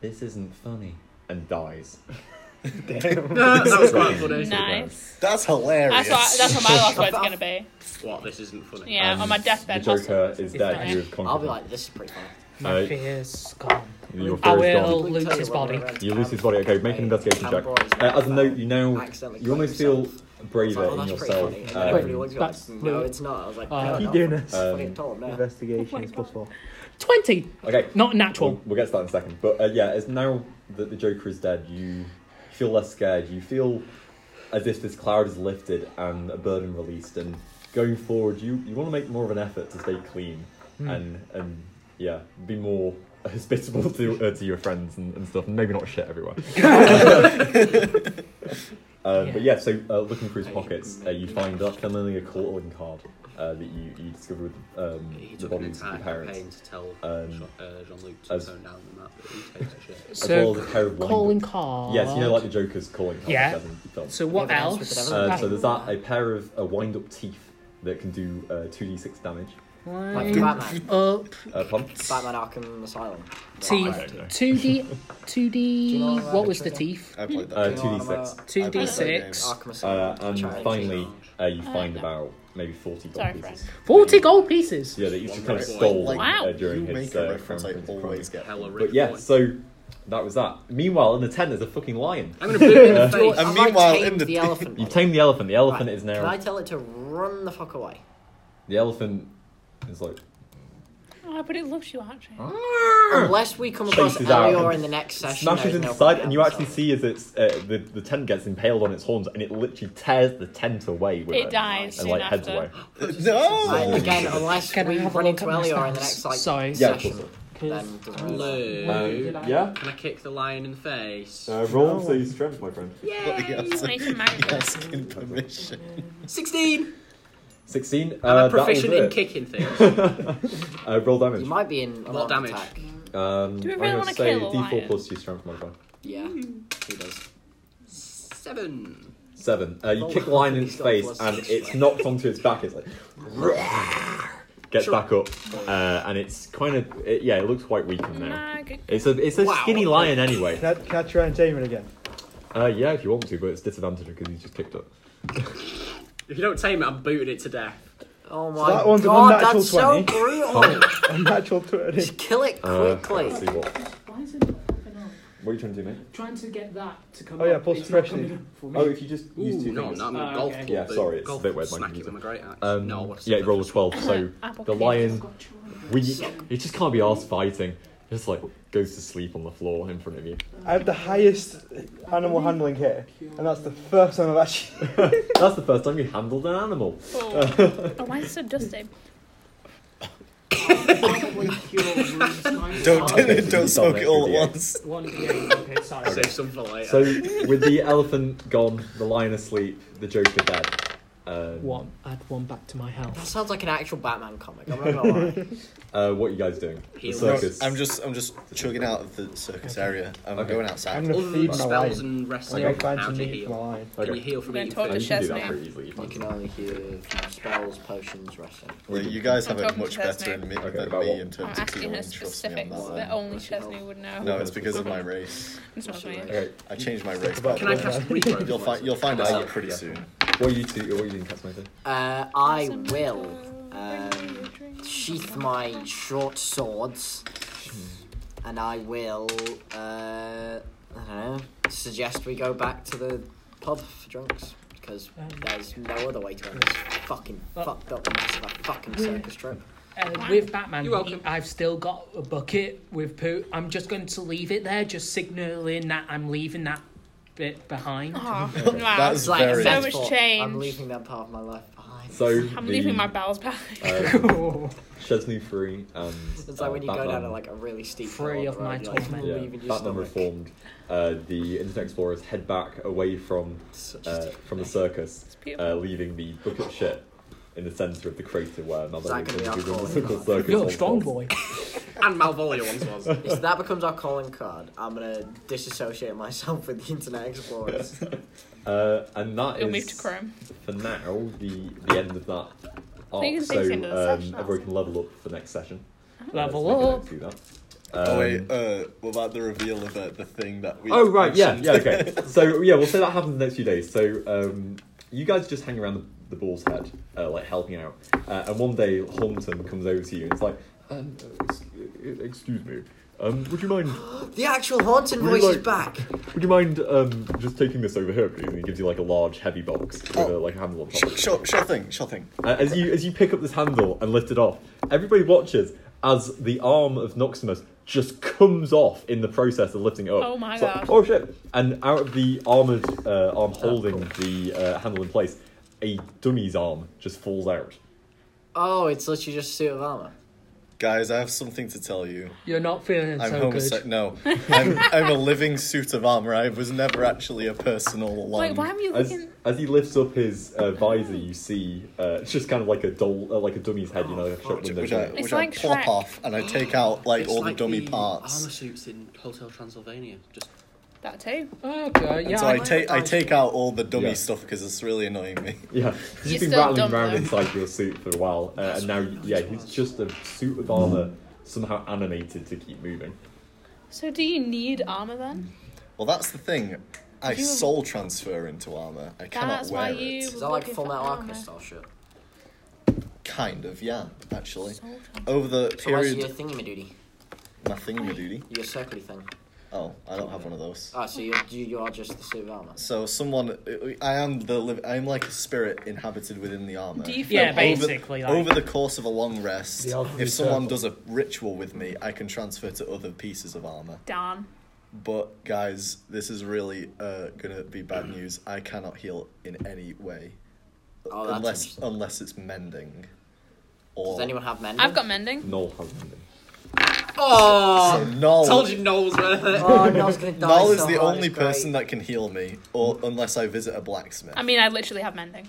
Speaker 4: "This isn't funny," and dies.
Speaker 1: that was quite funny.
Speaker 2: Nice.
Speaker 6: That's hilarious.
Speaker 2: That's what, that's what my last word's gonna be.
Speaker 1: What? This isn't funny.
Speaker 2: Yeah,
Speaker 4: And
Speaker 2: on my deathbed.
Speaker 4: Um, The Joker
Speaker 2: hospital.
Speaker 4: is
Speaker 5: It's
Speaker 4: dead.
Speaker 5: fine.
Speaker 4: You have conquered.
Speaker 3: I'll be
Speaker 4: him.
Speaker 3: like, this is pretty funny.
Speaker 5: My
Speaker 4: Uh,
Speaker 5: fear's gone. I
Speaker 4: your fear is gone.
Speaker 5: will
Speaker 3: Luke,
Speaker 5: loot
Speaker 3: tell you
Speaker 5: his
Speaker 3: what,
Speaker 5: body.
Speaker 3: we're around
Speaker 4: You
Speaker 3: town.
Speaker 4: lose his body. Okay, make an investigation
Speaker 3: Cam
Speaker 4: check.
Speaker 3: Boy's
Speaker 4: Uh, as a note, you now
Speaker 3: accidentally
Speaker 4: you almost
Speaker 3: killed
Speaker 4: feel
Speaker 3: himself.
Speaker 4: braver
Speaker 3: I was
Speaker 4: in
Speaker 3: like, oh,
Speaker 4: yourself.
Speaker 3: that's pretty funny. And everybody
Speaker 4: Um,
Speaker 3: looks at us,
Speaker 5: that's-
Speaker 3: no, it's not. I was like,
Speaker 5: Uh,
Speaker 3: no,
Speaker 7: Keep
Speaker 3: no,
Speaker 7: doing
Speaker 3: it's
Speaker 7: this.
Speaker 3: funny at all, no.
Speaker 7: Investigation is plus four.
Speaker 5: 20!
Speaker 4: okay,
Speaker 5: Not
Speaker 4: we'll,
Speaker 5: natural.
Speaker 4: we'll get to that in a second. But uh, yeah, as now that the Joker is dead, you feel less scared. You feel as if this cloud is lifted and a burden released. And going forward, you, you want to make more of an effort to stay clean and and yeah, be more hospitable to uh, to your friends and, and stuff, and maybe not shit everywhere. uh, But yeah, so uh, looking through his pockets, uh, you find definitely a calling card uh, that you, you discover with um,
Speaker 1: He
Speaker 4: the
Speaker 1: took an
Speaker 4: bodies of
Speaker 1: entire
Speaker 4: your
Speaker 1: campaign
Speaker 4: parents.
Speaker 1: to tell
Speaker 4: Um,
Speaker 1: Jean- uh, Jean-Luc to
Speaker 4: as-
Speaker 1: tone down the map that he takes a shit.
Speaker 4: as well
Speaker 5: So
Speaker 4: as a pair of wine
Speaker 5: calling
Speaker 4: boots.
Speaker 5: card.
Speaker 4: Yes, you know, like the Joker's calling card.
Speaker 5: Yeah.
Speaker 4: which I think you've done.
Speaker 5: So
Speaker 3: Yeah, but
Speaker 5: what
Speaker 3: that's
Speaker 5: else?
Speaker 3: with the
Speaker 4: Uh, so there's that a pair of uh, wind up teeth that can do uh, 2d6 damage.
Speaker 3: Like
Speaker 5: Line
Speaker 3: Batman,
Speaker 5: up
Speaker 4: Uh, pardon?
Speaker 3: Batman Arkham Asylum.
Speaker 4: I
Speaker 5: teeth.
Speaker 4: don't know.
Speaker 5: Two D, two D.
Speaker 3: you know what
Speaker 5: What was the
Speaker 3: that
Speaker 5: teeth?
Speaker 6: I played that.
Speaker 4: Uh,
Speaker 6: game.
Speaker 3: Do you know
Speaker 4: 2d6.
Speaker 3: about
Speaker 5: Two
Speaker 6: I
Speaker 5: D
Speaker 6: played that game.
Speaker 5: six.
Speaker 3: Arkham
Speaker 4: Uh,
Speaker 3: Asylum.
Speaker 4: and
Speaker 3: Charity.
Speaker 4: finally, uh, you
Speaker 2: Oh,
Speaker 4: find
Speaker 2: no.
Speaker 4: about maybe 40 gold
Speaker 2: Sorry,
Speaker 4: pieces.
Speaker 2: Frank.
Speaker 5: Forty gold pieces.
Speaker 4: Yeah, that you just kind of
Speaker 1: Like-
Speaker 4: stole
Speaker 6: Like,
Speaker 4: uh,
Speaker 2: Wow.
Speaker 4: during
Speaker 6: you
Speaker 4: his
Speaker 6: make a
Speaker 4: uh,
Speaker 6: reference, I
Speaker 4: crown prince
Speaker 6: always
Speaker 4: crime.
Speaker 6: get.
Speaker 1: Hella
Speaker 4: But
Speaker 1: rich
Speaker 4: yeah,
Speaker 1: boy.
Speaker 4: so that was that. Meanwhile, in the tent, there's a fucking lion.
Speaker 1: I'm gonna boot it in the
Speaker 3: Do you
Speaker 1: face.
Speaker 3: know what,
Speaker 6: And
Speaker 3: have I
Speaker 6: meanwhile,
Speaker 3: tamed
Speaker 6: in the-
Speaker 3: the elephant. by
Speaker 4: You
Speaker 3: the
Speaker 4: tame the elephant. The
Speaker 3: way?
Speaker 4: elephant is
Speaker 3: Can I
Speaker 4: now.
Speaker 3: tell it to run the fuck away?
Speaker 4: The elephant is like.
Speaker 2: Oh, but it loves you, actually.
Speaker 3: Unless we come across
Speaker 4: Hmm. Chases out
Speaker 3: Ellie or
Speaker 4: and
Speaker 3: in the next session.
Speaker 4: Smashes
Speaker 3: there's no
Speaker 4: inside,
Speaker 3: point
Speaker 4: and you
Speaker 3: out,
Speaker 4: actually
Speaker 3: so-
Speaker 4: see as it's uh, the the tent gets impaled on its horns, and it literally tears the tent away with it,
Speaker 2: It dies
Speaker 4: uh, and
Speaker 2: soon
Speaker 4: like heads away.
Speaker 2: after.
Speaker 6: No.
Speaker 3: Right, again, unless
Speaker 5: Can I
Speaker 3: we
Speaker 5: have a
Speaker 3: run
Speaker 5: look
Speaker 3: into
Speaker 5: at my
Speaker 3: Ellie or in the
Speaker 5: stats?
Speaker 3: next like
Speaker 5: Sorry.
Speaker 4: Yeah, of
Speaker 3: session,
Speaker 4: course.
Speaker 3: then doesn't really matter.
Speaker 1: Hello.
Speaker 4: Yeah. Uh,
Speaker 1: Can I kick the lion in the face?
Speaker 4: roll Um, so you strength, my friend.
Speaker 2: Nathan Magnet.
Speaker 6: Asking permission.
Speaker 1: 16!
Speaker 4: Sixteen.
Speaker 1: I'm
Speaker 4: Uh,
Speaker 1: proficient
Speaker 4: that will
Speaker 1: in
Speaker 4: do it.
Speaker 1: kicking things.
Speaker 4: Uh, roll damage.
Speaker 3: You might be in a lot of
Speaker 1: damage?
Speaker 3: attack.
Speaker 4: Um,
Speaker 2: Do we
Speaker 4: I'm
Speaker 2: really
Speaker 4: gonna
Speaker 2: wanna
Speaker 4: say
Speaker 2: kill a
Speaker 4: D4
Speaker 2: lion?
Speaker 4: plus your strength modifier.
Speaker 3: Yeah, he does.
Speaker 1: Seven.
Speaker 4: Seven. Uh, you
Speaker 3: Oh,
Speaker 4: kick the lion in
Speaker 3: he's
Speaker 4: its
Speaker 3: got
Speaker 4: face
Speaker 3: plus
Speaker 4: and
Speaker 3: six,
Speaker 4: it's
Speaker 3: right?
Speaker 4: knocked onto its back. It's like gets back up, uh, and it's kind of it, yeah. It looks quite weakened now.
Speaker 2: Mag.
Speaker 4: It's a it's a
Speaker 3: Wow.
Speaker 4: skinny lion anyway.
Speaker 7: Can I, can I try and tame it again?
Speaker 4: Uh, yeah, if you want to, but it's disadvantage because he's just kicked up.
Speaker 1: If you don't tame it, I'm booting it to death.
Speaker 3: Oh my
Speaker 7: that one's an
Speaker 3: god,
Speaker 7: unnatural
Speaker 3: that's so
Speaker 7: 20.
Speaker 3: brutal!
Speaker 7: A natural 20.
Speaker 3: Just kill it
Speaker 4: Uh,
Speaker 3: quickly.
Speaker 4: let's see what.
Speaker 5: Why is it not popping up?
Speaker 4: What are you trying to do, mate?
Speaker 5: Trying to get that to come
Speaker 7: Oh, yeah,
Speaker 5: up,
Speaker 7: plus
Speaker 5: it's not
Speaker 7: freshly.
Speaker 5: coming up for me.
Speaker 4: Oh, if you just use
Speaker 1: Ooh,
Speaker 4: two
Speaker 1: no,
Speaker 4: fingers.
Speaker 1: no, I'm
Speaker 5: Ah,
Speaker 1: a golf
Speaker 5: okay.
Speaker 1: club.
Speaker 4: Yeah,
Speaker 1: but
Speaker 4: sorry, it's a
Speaker 1: golf
Speaker 4: bit weird, my
Speaker 1: Smack it
Speaker 4: computer.
Speaker 1: with my great axe.
Speaker 4: Um,
Speaker 1: no, what's
Speaker 4: yeah, it rolls twelve. So
Speaker 2: Apple
Speaker 4: the
Speaker 2: cake.
Speaker 4: lion
Speaker 5: Got you.
Speaker 4: We, it just can't be asked fighting. Just like goes to sleep on the floor in front of you.
Speaker 7: I have the highest animal handling here, and that's the first time I've actually.
Speaker 4: That's the first time you handled an animal.
Speaker 2: Oh. oh, why is it so dusty?
Speaker 6: Don't don't smoke it all at
Speaker 4: Yeah.
Speaker 6: once.
Speaker 5: One game. Okay, sorry.
Speaker 1: Save some for later.
Speaker 4: So with the elephant gone, the lion asleep, the Joker dead. Um,
Speaker 5: One. Add one back to my health.
Speaker 3: That sounds like an actual Batman comic. I'm not gonna lie.
Speaker 4: Uh, what are you guys doing? The
Speaker 1: Heal.
Speaker 6: No,
Speaker 4: circus.
Speaker 6: I'm just I'm just chugging out of the circus area. I'm
Speaker 4: Okay.
Speaker 6: going
Speaker 7: I'm
Speaker 6: outside.
Speaker 7: gonna
Speaker 1: Other
Speaker 7: feed
Speaker 1: than
Speaker 7: my
Speaker 1: spells
Speaker 7: lion.
Speaker 1: and
Speaker 7: I'm
Speaker 1: wrestling,
Speaker 7: gonna find
Speaker 1: how
Speaker 7: some
Speaker 1: do you
Speaker 7: meat for my
Speaker 1: heal?
Speaker 7: lion.
Speaker 1: Can you
Speaker 4: Okay.
Speaker 1: heal from
Speaker 2: I'm
Speaker 1: eating
Speaker 2: gonna
Speaker 4: Uh,
Speaker 1: food?
Speaker 4: you can do that
Speaker 2: Chesney.
Speaker 4: pretty easily. you
Speaker 3: You
Speaker 4: find
Speaker 3: can uh,
Speaker 4: some.
Speaker 3: only heal from spells, potions, wrestling.
Speaker 6: Well, you guys
Speaker 2: I'm
Speaker 6: have it
Speaker 2: talking
Speaker 6: much
Speaker 2: to Chesney.
Speaker 6: better in me,
Speaker 4: Okay,
Speaker 6: than
Speaker 4: about
Speaker 6: me
Speaker 4: what?
Speaker 6: in
Speaker 2: I'm
Speaker 6: terms of
Speaker 2: asking her
Speaker 6: healing. Trust me on
Speaker 2: specifics Oh.
Speaker 6: that.
Speaker 2: that only Chesney would know.
Speaker 6: No, it's because of my race.
Speaker 2: It's not me.
Speaker 4: Okay,
Speaker 6: I changed my race.
Speaker 7: Can
Speaker 6: by
Speaker 1: Can
Speaker 6: the
Speaker 1: I
Speaker 6: way.
Speaker 1: cast regrowth?
Speaker 6: You'll find you'll find
Speaker 4: Uh, Yeah.
Speaker 6: out pretty
Speaker 4: Yeah. Um,
Speaker 6: soon.
Speaker 4: what are you two? What are you doing, Catsmaker?
Speaker 3: Uh, I will um, sheath my short swords, and I will, uh, I don't know, suggest we go back to the pub for drinks because there's no other way to end this fucking fucked up mess of a fucking circus trip.
Speaker 5: Uh, with Batman,
Speaker 1: You're welcome.
Speaker 5: I've still got a bucket with poo. I'm just going to leave it there, just signalling that I'm leaving that bit behind.
Speaker 2: Oh,
Speaker 6: That
Speaker 2: wow.
Speaker 6: is
Speaker 3: It's like
Speaker 6: very.
Speaker 2: so
Speaker 3: that's
Speaker 2: much
Speaker 3: what-
Speaker 2: change.
Speaker 3: I'm leaving that part of my life behind.
Speaker 4: So
Speaker 2: I'm
Speaker 4: the,
Speaker 2: leaving my bowels back.
Speaker 4: um, Chesney free and uh,
Speaker 3: It's like when you go down a, like a really steep
Speaker 5: Free
Speaker 3: hill
Speaker 5: of
Speaker 3: on the road,
Speaker 5: my
Speaker 3: you're, like,
Speaker 5: torment.
Speaker 4: Oh, yeah,
Speaker 3: leaving your
Speaker 4: Batman
Speaker 3: stomach.
Speaker 4: reformed. Uh, the internet explorers head back away from
Speaker 3: Such a
Speaker 4: uh, from the circus,
Speaker 2: beautiful.
Speaker 4: uh, leaving the bucket shit in the centre of the crater where Mother
Speaker 3: that gonna be our calling
Speaker 4: circle
Speaker 3: card?
Speaker 4: circus.
Speaker 5: You're a
Speaker 4: on
Speaker 5: strong
Speaker 4: top.
Speaker 5: boy.
Speaker 1: And Malvolio once was.
Speaker 3: If that becomes our calling card, I'm gonna disassociate myself with the Internet Explorers.
Speaker 4: Uh, and that
Speaker 2: It'll
Speaker 4: is
Speaker 2: move to Chrome.
Speaker 4: for now the the end of that
Speaker 2: think
Speaker 4: arc.
Speaker 2: it's
Speaker 4: So
Speaker 2: based on the
Speaker 4: um,
Speaker 2: session,
Speaker 4: everyone can level up for next session.
Speaker 5: Level
Speaker 4: Let's
Speaker 5: up.
Speaker 4: make a note to do that.
Speaker 6: Oh
Speaker 4: Um,
Speaker 6: wait, uh, what about the reveal of uh, the, the thing that we?
Speaker 4: Oh right, yeah,
Speaker 6: mentioned?
Speaker 4: yeah, okay. So yeah, we'll say that happens in the next few days. So um, you guys just hang around the, the bull's head, uh, like helping out. Uh, and one day, Horton comes over to you and it's like, um, ex- "Excuse me, um, would you mind?
Speaker 3: the actual haunting
Speaker 4: Would you
Speaker 3: voice is
Speaker 4: like-
Speaker 3: back.
Speaker 4: Would you mind um, just taking this over here, please?" And he gives you like a large, heavy box with a,
Speaker 6: Oh.
Speaker 4: like a handle on top.
Speaker 6: Sure, sure, sure thing, sure thing.
Speaker 4: Uh, as you as you pick up this handle and lift it off, everybody watches as the arm of Noximus just comes off in the process of lifting it up.
Speaker 2: Oh my
Speaker 4: It's like,
Speaker 2: God.
Speaker 4: oh shit! And out of the armored uh, arm
Speaker 1: Ah,
Speaker 4: holding the uh, handle in place, a dummy's arm just falls out.
Speaker 3: Oh, it's literally just a suit of armor.
Speaker 6: Guys, I have something to tell you.
Speaker 5: You're not feeling
Speaker 6: I'm
Speaker 5: so
Speaker 6: homosexual.
Speaker 5: good.
Speaker 6: No, I'm, I'm a living suit of armor. I was never actually a person all along.
Speaker 2: Wait, why am you
Speaker 4: As,
Speaker 2: looking?
Speaker 4: as he lifts up his uh, visor, you see uh, it's just kind of like a doll, uh, like a dummy's head,
Speaker 1: Oh,
Speaker 4: you know, like a shot
Speaker 6: Which,
Speaker 4: window.
Speaker 6: which I,
Speaker 2: It's
Speaker 6: which
Speaker 2: like
Speaker 6: I plop
Speaker 2: Shrek.
Speaker 6: off and I take out like
Speaker 1: It's
Speaker 6: all
Speaker 1: like
Speaker 6: the dummy parts.
Speaker 1: Armor suits in Hotel Transylvania. Just
Speaker 2: That too.
Speaker 5: Okay,
Speaker 6: And
Speaker 5: yeah.
Speaker 6: so
Speaker 5: I-
Speaker 6: I take I take out all the dummy
Speaker 4: Yeah.
Speaker 6: stuff because it's really annoying me.
Speaker 4: Yeah,
Speaker 2: You're
Speaker 4: you've been
Speaker 2: still
Speaker 4: rattling
Speaker 2: dumb,
Speaker 4: around
Speaker 2: though.
Speaker 4: inside your suit for a while, uh,
Speaker 1: That's
Speaker 4: and now,
Speaker 1: really
Speaker 4: yeah,
Speaker 1: nice
Speaker 4: he's
Speaker 1: one.
Speaker 4: just a suit of armor somehow animated to keep moving.
Speaker 2: So do you need armor then?
Speaker 6: Well, that's the thing. I
Speaker 2: You-
Speaker 6: soul transfer into armor. I cannot
Speaker 2: That's why
Speaker 6: wear
Speaker 2: you-
Speaker 6: it.
Speaker 3: Is that like
Speaker 2: Looking
Speaker 3: Full
Speaker 2: for
Speaker 3: Metal
Speaker 2: armor.
Speaker 3: Alchemist or shit?
Speaker 6: Kind of, yeah. Actually,
Speaker 2: Soul
Speaker 6: over the
Speaker 3: So where's your
Speaker 6: period,
Speaker 3: thingy-ma-doody?
Speaker 6: my thingy-ma-doody.
Speaker 3: Your circly thing?
Speaker 6: Oh, I don't have one of those.
Speaker 3: Ah, so you're, you, you are just the suit of armour.
Speaker 6: So someone, I am the liv- I am like a spirit inhabited within the armor.
Speaker 2: Do you feel
Speaker 5: Yeah,
Speaker 2: like-
Speaker 6: over,
Speaker 5: basically, like-
Speaker 6: over the course of a long rest,
Speaker 8: The Elven
Speaker 6: if someone
Speaker 8: Circle.
Speaker 6: does a ritual with me, I can transfer to other pieces of armor.
Speaker 2: Damn.
Speaker 6: But guys, this is really uh, gonna be bad news. I cannot heal in any way,
Speaker 3: Oh, that's
Speaker 6: unless
Speaker 3: interesting.
Speaker 6: unless it's mending. Or
Speaker 3: Does anyone have mending?
Speaker 2: I've got mending.
Speaker 4: Noel has mending.
Speaker 3: Oh,
Speaker 6: so Noel,
Speaker 1: told you Noel's Oh, worth it.
Speaker 3: oh Noel's gonna die.
Speaker 6: Noel is
Speaker 3: so
Speaker 6: the
Speaker 3: hard,
Speaker 6: only
Speaker 3: it's great.
Speaker 6: person that can heal me, or unless I visit a blacksmith.
Speaker 2: I mean, I literally have mending.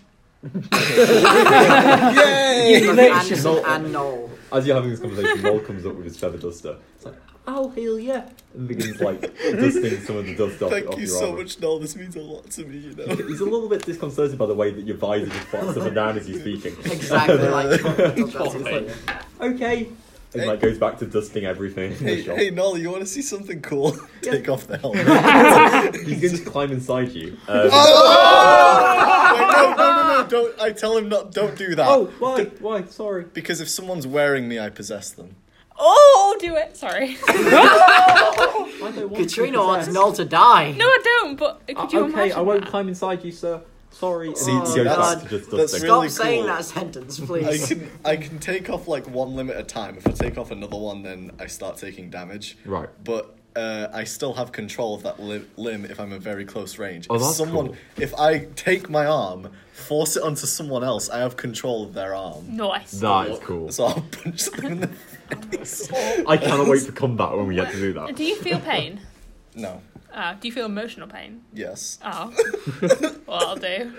Speaker 6: Yay!
Speaker 3: Both Anderson and Noel.
Speaker 4: As you're having this conversation, Noel comes up with his feather duster. It's like,
Speaker 1: Oh,
Speaker 4: I'll heal you, and begins like dusting some of the dust off,
Speaker 6: Thank
Speaker 4: off
Speaker 6: you
Speaker 4: your
Speaker 6: so
Speaker 4: armor.
Speaker 6: much, Noel. This means a lot to me. You know.
Speaker 4: He's a little bit disconcerted by the way that your visor just flaps up and down as you're speaking.
Speaker 3: Exactly like.
Speaker 4: Okay. And
Speaker 6: Hey.
Speaker 4: like goes back to dusting everything. in the
Speaker 6: Hey,
Speaker 4: shop.
Speaker 6: hey, Noel, you want to see something cool? Take off the helmet.
Speaker 4: He's going to climb inside you. Uh,
Speaker 6: Oh, Wait, no, no, no, no! Don't. I tell him not. Don't do that.
Speaker 4: Oh,
Speaker 3: Oh.
Speaker 4: why? Why? Sorry.
Speaker 6: Because if someone's wearing me, I possess them.
Speaker 2: Oh, do it. Sorry.
Speaker 3: Katrina wants Noel to die.
Speaker 2: No, I don't. But could you imagine that?
Speaker 4: climb inside you, sir. Sorry. Uh,
Speaker 6: See,
Speaker 4: And he
Speaker 6: see,
Speaker 4: goes
Speaker 6: that's-
Speaker 4: back to just
Speaker 6: that's
Speaker 4: dusting.
Speaker 3: Stop
Speaker 6: really
Speaker 3: saying
Speaker 6: cool.
Speaker 3: that sentence,
Speaker 6: I
Speaker 3: please.
Speaker 6: can I can take off like one limb at a time. If I take off another one, then I start taking damage.
Speaker 4: Right.
Speaker 6: But uh, I still have control of that li- limb if I'm in very close range.
Speaker 4: Oh,
Speaker 6: if
Speaker 4: that's
Speaker 6: someone,
Speaker 4: cool.
Speaker 6: if I take my arm, force it onto someone else, I have control of their arm.
Speaker 2: Nice.
Speaker 4: That is cool.
Speaker 6: So I'll punch them in the face.
Speaker 4: I cannot wait for combat when we get to do that.
Speaker 2: Do you feel pain?
Speaker 6: No.
Speaker 2: Uh, do you feel emotional pain?
Speaker 6: Yes.
Speaker 2: Oh. well, I'll do.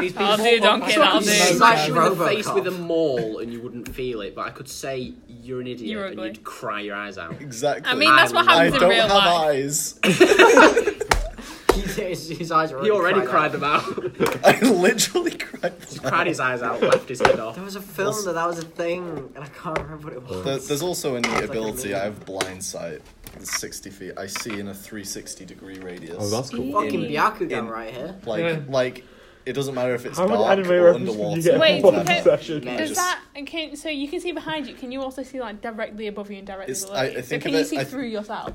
Speaker 1: He's been
Speaker 2: I'll do, Donkey. I'll do.
Speaker 1: smash you in the
Speaker 3: Robocop.
Speaker 1: face with a maul and you wouldn't feel it, but I could say you're an idiot
Speaker 2: You're
Speaker 1: and
Speaker 2: ugly.
Speaker 1: you'd cry your eyes out.
Speaker 6: Exactly.
Speaker 2: I mean, that's what
Speaker 6: I
Speaker 2: happens in
Speaker 6: don't
Speaker 2: real
Speaker 6: have
Speaker 2: life.
Speaker 6: eyes.
Speaker 3: his, his eyes are
Speaker 1: He already cried
Speaker 3: cried. out.
Speaker 1: them out.
Speaker 6: I literally cried.
Speaker 1: cried his eyes out, laughed his head off.
Speaker 3: There was a film that that was a thing, and I can't remember what it was.
Speaker 6: There, there's also a neat
Speaker 3: like a
Speaker 6: ability.
Speaker 3: meme.
Speaker 6: I have blind sight. It's 60 feet. I see in a 360 degree radius.
Speaker 4: Oh, that's cool.
Speaker 3: Fucking
Speaker 6: in-
Speaker 3: Byakugan
Speaker 6: in-
Speaker 3: right here.
Speaker 6: Like,
Speaker 5: Yeah.
Speaker 6: like it doesn't matter if it's
Speaker 7: How many
Speaker 6: dark
Speaker 7: anime
Speaker 6: or
Speaker 7: references did
Speaker 6: underwater.
Speaker 7: you get
Speaker 2: Wait,
Speaker 7: from
Speaker 2: okay.
Speaker 7: one session?
Speaker 3: Man,
Speaker 2: Does
Speaker 6: just-
Speaker 2: that and can so you can see behind you? Can you also see like directly above you and directly
Speaker 6: It's-
Speaker 2: below?
Speaker 6: I- I
Speaker 2: you? So
Speaker 6: think
Speaker 2: can
Speaker 6: of
Speaker 2: you
Speaker 6: it-
Speaker 2: see
Speaker 6: I-
Speaker 2: through yourself?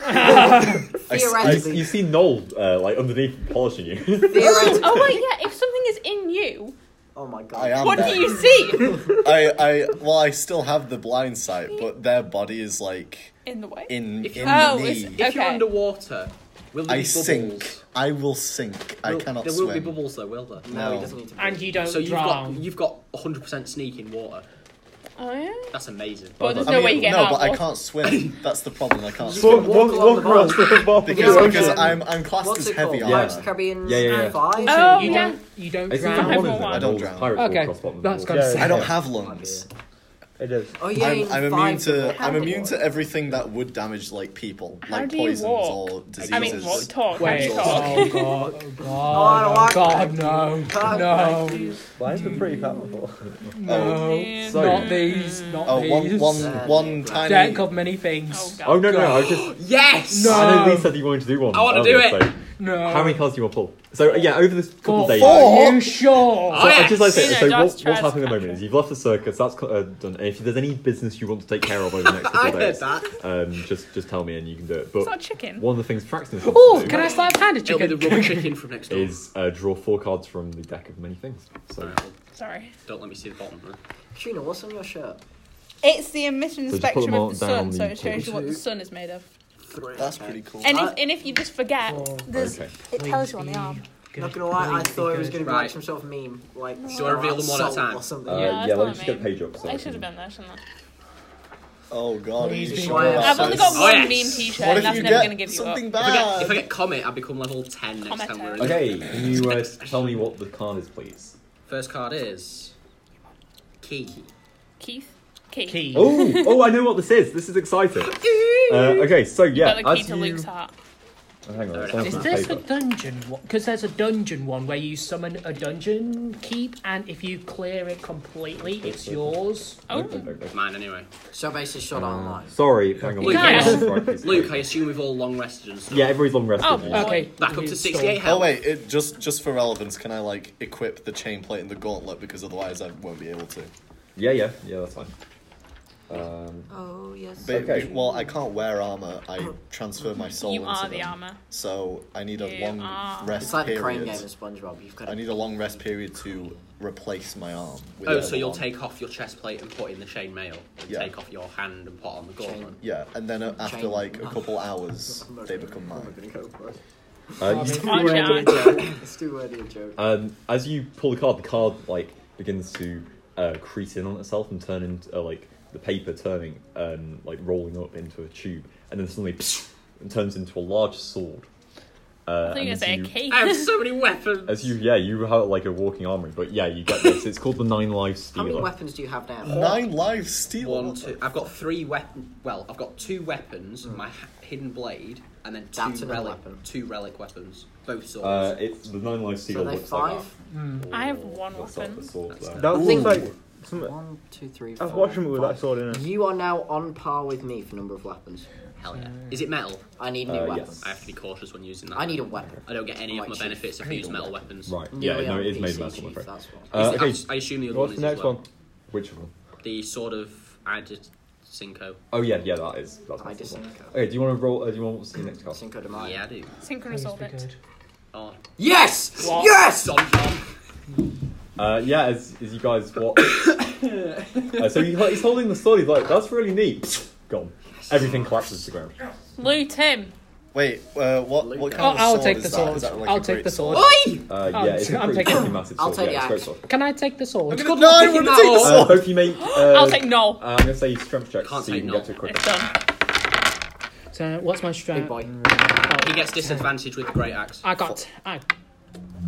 Speaker 6: I s- I
Speaker 3: Theoretically.
Speaker 6: s-
Speaker 4: You see Noel uh, like underneath polishing you.
Speaker 3: Theoretically.
Speaker 2: Oh wait, yeah. If something is in you,
Speaker 3: Oh my god.
Speaker 6: I am.
Speaker 2: what
Speaker 6: that.
Speaker 2: do you see
Speaker 6: I, I, well, I still have the blind sight, but their body is like
Speaker 2: in the way?
Speaker 6: in
Speaker 1: If you-
Speaker 6: in
Speaker 2: Oh,
Speaker 6: the
Speaker 2: it's-
Speaker 6: knee.
Speaker 1: If you're
Speaker 2: Okay.
Speaker 1: underwater, will there
Speaker 6: I
Speaker 1: be bubbles?
Speaker 6: sink. I will sink. I
Speaker 1: Will-
Speaker 6: cannot
Speaker 1: There will be
Speaker 6: swim.
Speaker 1: bubbles though, will there?
Speaker 3: No, he
Speaker 6: No.
Speaker 3: doesn't need to. Be.
Speaker 5: And you don't
Speaker 1: So you've
Speaker 5: drown.
Speaker 1: got you've got 100% sneak in water.
Speaker 2: Oh yeah.
Speaker 1: That's amazing.
Speaker 2: But there's
Speaker 4: I
Speaker 2: no way you get
Speaker 6: no,
Speaker 2: out.
Speaker 6: but I
Speaker 2: of water.
Speaker 6: can't swim. That's the problem. I can't
Speaker 7: Walk,
Speaker 6: swim
Speaker 7: walk,
Speaker 3: along
Speaker 7: walk
Speaker 3: the
Speaker 7: across
Speaker 3: bottom.
Speaker 7: the bottom of
Speaker 6: because,
Speaker 3: Yeah,
Speaker 6: because
Speaker 3: um,
Speaker 6: I'm I'm classed
Speaker 3: What's
Speaker 6: as
Speaker 3: it
Speaker 6: heavy
Speaker 3: called?
Speaker 4: Yeah.
Speaker 6: armor.
Speaker 3: Pirates of the Caribbean
Speaker 4: Yeah, yeah, yeah.
Speaker 3: Five.
Speaker 2: Oh,
Speaker 5: you
Speaker 2: yeah.
Speaker 5: don't. You don't
Speaker 4: It's
Speaker 5: drown.
Speaker 4: even one of them.
Speaker 2: I
Speaker 4: Noel's
Speaker 6: don't drown.
Speaker 4: pirate walk
Speaker 5: Okay,
Speaker 4: across bottom of
Speaker 5: that's
Speaker 4: the
Speaker 5: good.
Speaker 4: wall.
Speaker 7: Yeah,
Speaker 6: I don't
Speaker 7: yeah.
Speaker 6: have lungs.
Speaker 7: It is.
Speaker 3: Oh yeah.
Speaker 6: I'm,
Speaker 3: in
Speaker 6: I'm
Speaker 3: five
Speaker 6: immune
Speaker 3: people.
Speaker 6: to I'm immune
Speaker 3: How
Speaker 6: to e- everything that would damage like people,
Speaker 2: How
Speaker 6: like
Speaker 2: do you
Speaker 6: poisons
Speaker 2: walk?
Speaker 6: or diseases.
Speaker 2: I mean, what talk? how do
Speaker 5: Wait.
Speaker 2: you
Speaker 6: Wait.
Speaker 2: talk?
Speaker 5: Oh god.
Speaker 3: Oh,
Speaker 5: God. God. No.
Speaker 3: God.
Speaker 5: No.
Speaker 7: Blinds are pretty powerful.
Speaker 5: No.
Speaker 4: So-
Speaker 5: Not these.
Speaker 6: Oh,
Speaker 5: Not
Speaker 6: one,
Speaker 5: these.
Speaker 6: one,
Speaker 3: Uh,
Speaker 6: one
Speaker 5: Deck
Speaker 6: tiny.
Speaker 5: of many
Speaker 2: Oh
Speaker 5: things.
Speaker 2: god.
Speaker 4: Oh no no! I was just.
Speaker 1: Yes!
Speaker 5: No.
Speaker 4: I know Lee said you wanted to do one.
Speaker 1: Um, I wanna
Speaker 4: earlier,
Speaker 1: do it.
Speaker 4: so-
Speaker 5: No.
Speaker 4: How many cards do you want to pull? So uh, yeah, over this couple
Speaker 5: Four.
Speaker 4: of days.
Speaker 5: Are you sure?
Speaker 4: So
Speaker 1: Oh,
Speaker 4: I just like to say,
Speaker 2: You know,
Speaker 4: so
Speaker 2: Darth
Speaker 4: what, what's
Speaker 2: tries-
Speaker 4: happening at the moment is you've left the circus, that's co- uh, done. and If there's any business you want to take care of over the next
Speaker 1: I
Speaker 4: couple of
Speaker 1: heard
Speaker 4: days,
Speaker 1: that.
Speaker 4: um, just just tell me and you can do it.
Speaker 2: It's not
Speaker 4: But
Speaker 2: chicken.
Speaker 4: one of the things Fraxton
Speaker 5: Oh,
Speaker 4: wants to
Speaker 5: can
Speaker 4: do
Speaker 5: I slap hand a
Speaker 1: It'll be the
Speaker 5: chicken?
Speaker 1: rubber chicken from next door.
Speaker 4: is uh, draw four cards from the deck of many things. So
Speaker 1: Alright, well,
Speaker 2: Sorry.
Speaker 1: Don't let me see the bottom. huh?
Speaker 3: Katrina, what's on your shirt?
Speaker 2: It's the emission
Speaker 4: So just put
Speaker 2: spectrum
Speaker 4: them
Speaker 2: of the
Speaker 4: all down
Speaker 2: sun,
Speaker 4: on
Speaker 2: so
Speaker 4: the
Speaker 2: it shows you
Speaker 4: table.
Speaker 2: what the sun is made of.
Speaker 3: Three.
Speaker 6: That's pretty cool.
Speaker 2: And
Speaker 3: Uh,
Speaker 2: if and if you just forget, there's
Speaker 4: Oh, okay.
Speaker 2: it tells you on the arm.
Speaker 5: good.
Speaker 3: Not gonna lie, I
Speaker 5: Please be
Speaker 3: thought it was gonna
Speaker 5: good.
Speaker 3: be like
Speaker 1: Right.
Speaker 3: some sort of meme, like
Speaker 1: Do I reveal them one at a
Speaker 3: soul
Speaker 1: time?
Speaker 3: or something.
Speaker 4: Uh,
Speaker 2: Yeah,
Speaker 4: yeah,
Speaker 2: that's
Speaker 4: let
Speaker 2: what
Speaker 4: me
Speaker 2: I
Speaker 4: just get
Speaker 2: mean.
Speaker 4: page up. So
Speaker 2: I
Speaker 4: can-
Speaker 2: should have been there, shouldn't I?
Speaker 6: Oh god, are you
Speaker 5: Please be
Speaker 6: sure
Speaker 3: quiet. I've
Speaker 6: about
Speaker 2: I've
Speaker 3: only
Speaker 2: only
Speaker 6: this?
Speaker 2: got
Speaker 1: got Oh, one yes.
Speaker 2: one meme
Speaker 1: meme
Speaker 2: t-shirt,
Speaker 6: What
Speaker 2: and
Speaker 6: if
Speaker 2: that's
Speaker 6: you
Speaker 2: never
Speaker 6: get
Speaker 2: going to give you up.
Speaker 6: something
Speaker 1: If I, get, if I
Speaker 6: bad?
Speaker 1: get comet, I become level 10 next time we're in.
Speaker 4: Okay, can you uh, tell me what the card is, please?
Speaker 1: First card is. Key.
Speaker 2: Keith? Keith.
Speaker 5: Key.
Speaker 4: Oh, oh, I know what this is. This is exciting. Uh, okay, so yeah,
Speaker 2: Got the key
Speaker 4: as
Speaker 2: to
Speaker 4: you-
Speaker 2: Luke's heart.
Speaker 4: Oh, hang on,
Speaker 1: Alright,
Speaker 4: it's on
Speaker 1: is
Speaker 5: Is
Speaker 4: the
Speaker 5: this a
Speaker 4: paper.
Speaker 5: dungeon one? Because there's a dungeon one where you summon a dungeon keep, and if you clear it completely, it's yours.
Speaker 2: Oh,
Speaker 4: Nope, nope, nope.
Speaker 1: Mine anyway.
Speaker 3: So basically, shot online.
Speaker 4: Sorry, hang on.
Speaker 1: Luke,
Speaker 4: let me
Speaker 2: Guys.
Speaker 4: get the right piece of
Speaker 1: Luke,
Speaker 4: paper.
Speaker 1: I assume we've all long rested and stuff.
Speaker 4: Yeah, everybody's long rested.
Speaker 2: Oh,
Speaker 4: now.
Speaker 5: Okay.
Speaker 1: Back up to 68 health.
Speaker 6: Oh wait, it just just for relevance, can I like equip the chain plate and the gauntlet because otherwise I won't be able to.
Speaker 4: Yeah, yeah, yeah, that's fine. Um,
Speaker 3: Oh yes.
Speaker 6: Ba-
Speaker 4: Okay.
Speaker 6: ba- well, I can't wear armor. I transfer my soul.
Speaker 2: you
Speaker 6: into
Speaker 2: are the
Speaker 6: them.
Speaker 2: armor.
Speaker 6: So I need a
Speaker 2: You
Speaker 6: long
Speaker 2: are.
Speaker 6: rest
Speaker 3: It's like the crane
Speaker 6: period.
Speaker 3: game in SpongeBob. You've got
Speaker 6: I
Speaker 3: to.
Speaker 6: need a long rest period to replace my arm. With
Speaker 1: Oh,
Speaker 6: another
Speaker 1: so you'll
Speaker 6: one.
Speaker 1: take off your chest plate and put in the chain mail, and
Speaker 6: Yeah.
Speaker 1: take off your hand and put on the gauntlet.
Speaker 6: Yeah, and then uh, after
Speaker 3: Chain.
Speaker 6: like a couple hours, they become mine.
Speaker 4: uh, you-
Speaker 2: Aren't you, aren't you?
Speaker 3: It's too wordy a joke.
Speaker 4: um, as you pull the card, the card like begins to uh, crease in on itself and turn into uh, like the paper turning, um, like rolling up into a tube, and then suddenly and turns into a large sword. Uh,
Speaker 2: I think I
Speaker 4: and
Speaker 2: say
Speaker 4: as
Speaker 2: a
Speaker 4: you-
Speaker 2: cake.
Speaker 1: I have so many weapons!
Speaker 4: As you, yeah, you have like a walking armory, but yeah, you get this. It's called the Nine Lives
Speaker 3: How
Speaker 4: Stealer.
Speaker 3: many weapons do you have now?
Speaker 6: Nine lives steal.
Speaker 1: One, two. I've got three weapon. Well, I've got two weapons,
Speaker 4: Mm.
Speaker 1: my ha- hidden blade, and then two
Speaker 3: That's another
Speaker 1: relic,
Speaker 3: weapon.
Speaker 1: two relic weapons, both swords.
Speaker 4: Uh, it's the Nine Lives
Speaker 3: So
Speaker 4: Stealer
Speaker 3: they
Speaker 4: looks like
Speaker 3: five.
Speaker 4: that.
Speaker 2: I have one
Speaker 4: Looks like
Speaker 2: weapon.
Speaker 4: the sword there.
Speaker 7: That looks like some.
Speaker 3: One, two, three,
Speaker 7: I've
Speaker 3: four.
Speaker 7: watched him with that
Speaker 3: five.
Speaker 7: sword in it.
Speaker 3: You are now on par with me for number of weapons.
Speaker 1: Hell yeah! Is it metal?
Speaker 3: I need new
Speaker 4: Uh,
Speaker 3: weapons.
Speaker 4: yes.
Speaker 1: I have to be cautious when using that.
Speaker 3: I need a weapon.
Speaker 1: I don't get any of
Speaker 3: Right,
Speaker 1: my
Speaker 3: chief.
Speaker 1: benefits if I use metal weapons.
Speaker 4: Right. Yeah,
Speaker 3: Newly
Speaker 4: no,
Speaker 3: on
Speaker 4: it is made
Speaker 3: PC,
Speaker 4: of metal, I'm
Speaker 3: chief,
Speaker 4: afraid.
Speaker 3: That's what.
Speaker 4: Uh,
Speaker 1: Is it-
Speaker 4: okay,
Speaker 1: I, I assume the other
Speaker 7: What's
Speaker 1: one
Speaker 7: the
Speaker 1: is
Speaker 7: next
Speaker 1: as well.
Speaker 7: one?
Speaker 4: which one?
Speaker 1: The sword of Adicinco.
Speaker 4: Oh yeah, yeah, that is. That's
Speaker 3: I
Speaker 4: that's the
Speaker 3: just
Speaker 4: one.
Speaker 3: think.
Speaker 4: Okay, do you want to roll? Uh, do you want what's the next card?
Speaker 3: Cinco de Mayo.
Speaker 1: Yeah, I do.
Speaker 2: Synchronous
Speaker 5: Please be
Speaker 2: orbit.
Speaker 5: good.
Speaker 1: Oh,
Speaker 3: Yes!
Speaker 5: What?
Speaker 3: Yes!
Speaker 1: Don John.
Speaker 4: Uh, yeah, as, as you guys what? uh, so he, he's holding the sword. He's like, that's really neat. Gone. Everything collapses to the ground.
Speaker 2: Loot him.
Speaker 6: Wait, uh, what? What
Speaker 5: Oh,
Speaker 6: kind of
Speaker 5: I'll
Speaker 6: sword
Speaker 5: take
Speaker 6: is
Speaker 5: the
Speaker 6: that?
Speaker 5: sword.
Speaker 6: Is that like
Speaker 5: I'll
Speaker 6: a
Speaker 5: take
Speaker 6: great
Speaker 5: the sword.
Speaker 3: Oi!
Speaker 4: Uh,
Speaker 5: Oh,
Speaker 4: yeah, it's a
Speaker 5: I'm
Speaker 4: pretty
Speaker 5: taking-
Speaker 4: fucking massive
Speaker 3: I'll
Speaker 4: sword.
Speaker 3: take
Speaker 4: yeah,
Speaker 3: the
Speaker 4: it's
Speaker 3: axe.
Speaker 4: great sword.
Speaker 5: Can I take the sword?
Speaker 6: No, I
Speaker 3: picking
Speaker 6: want to
Speaker 3: that
Speaker 6: take the
Speaker 3: one.
Speaker 4: Uh,
Speaker 6: sword.
Speaker 4: hope you make. Uh,
Speaker 2: I'll take no.
Speaker 4: Uh, I'm gonna say strength check
Speaker 1: Can't
Speaker 4: so you
Speaker 1: say
Speaker 4: can
Speaker 1: no.
Speaker 4: get to it
Speaker 2: It's
Speaker 4: quicker.
Speaker 2: done.
Speaker 5: So what's my strength?
Speaker 3: Big boy.
Speaker 1: He gets disadvantage with the great axe.
Speaker 5: I got I,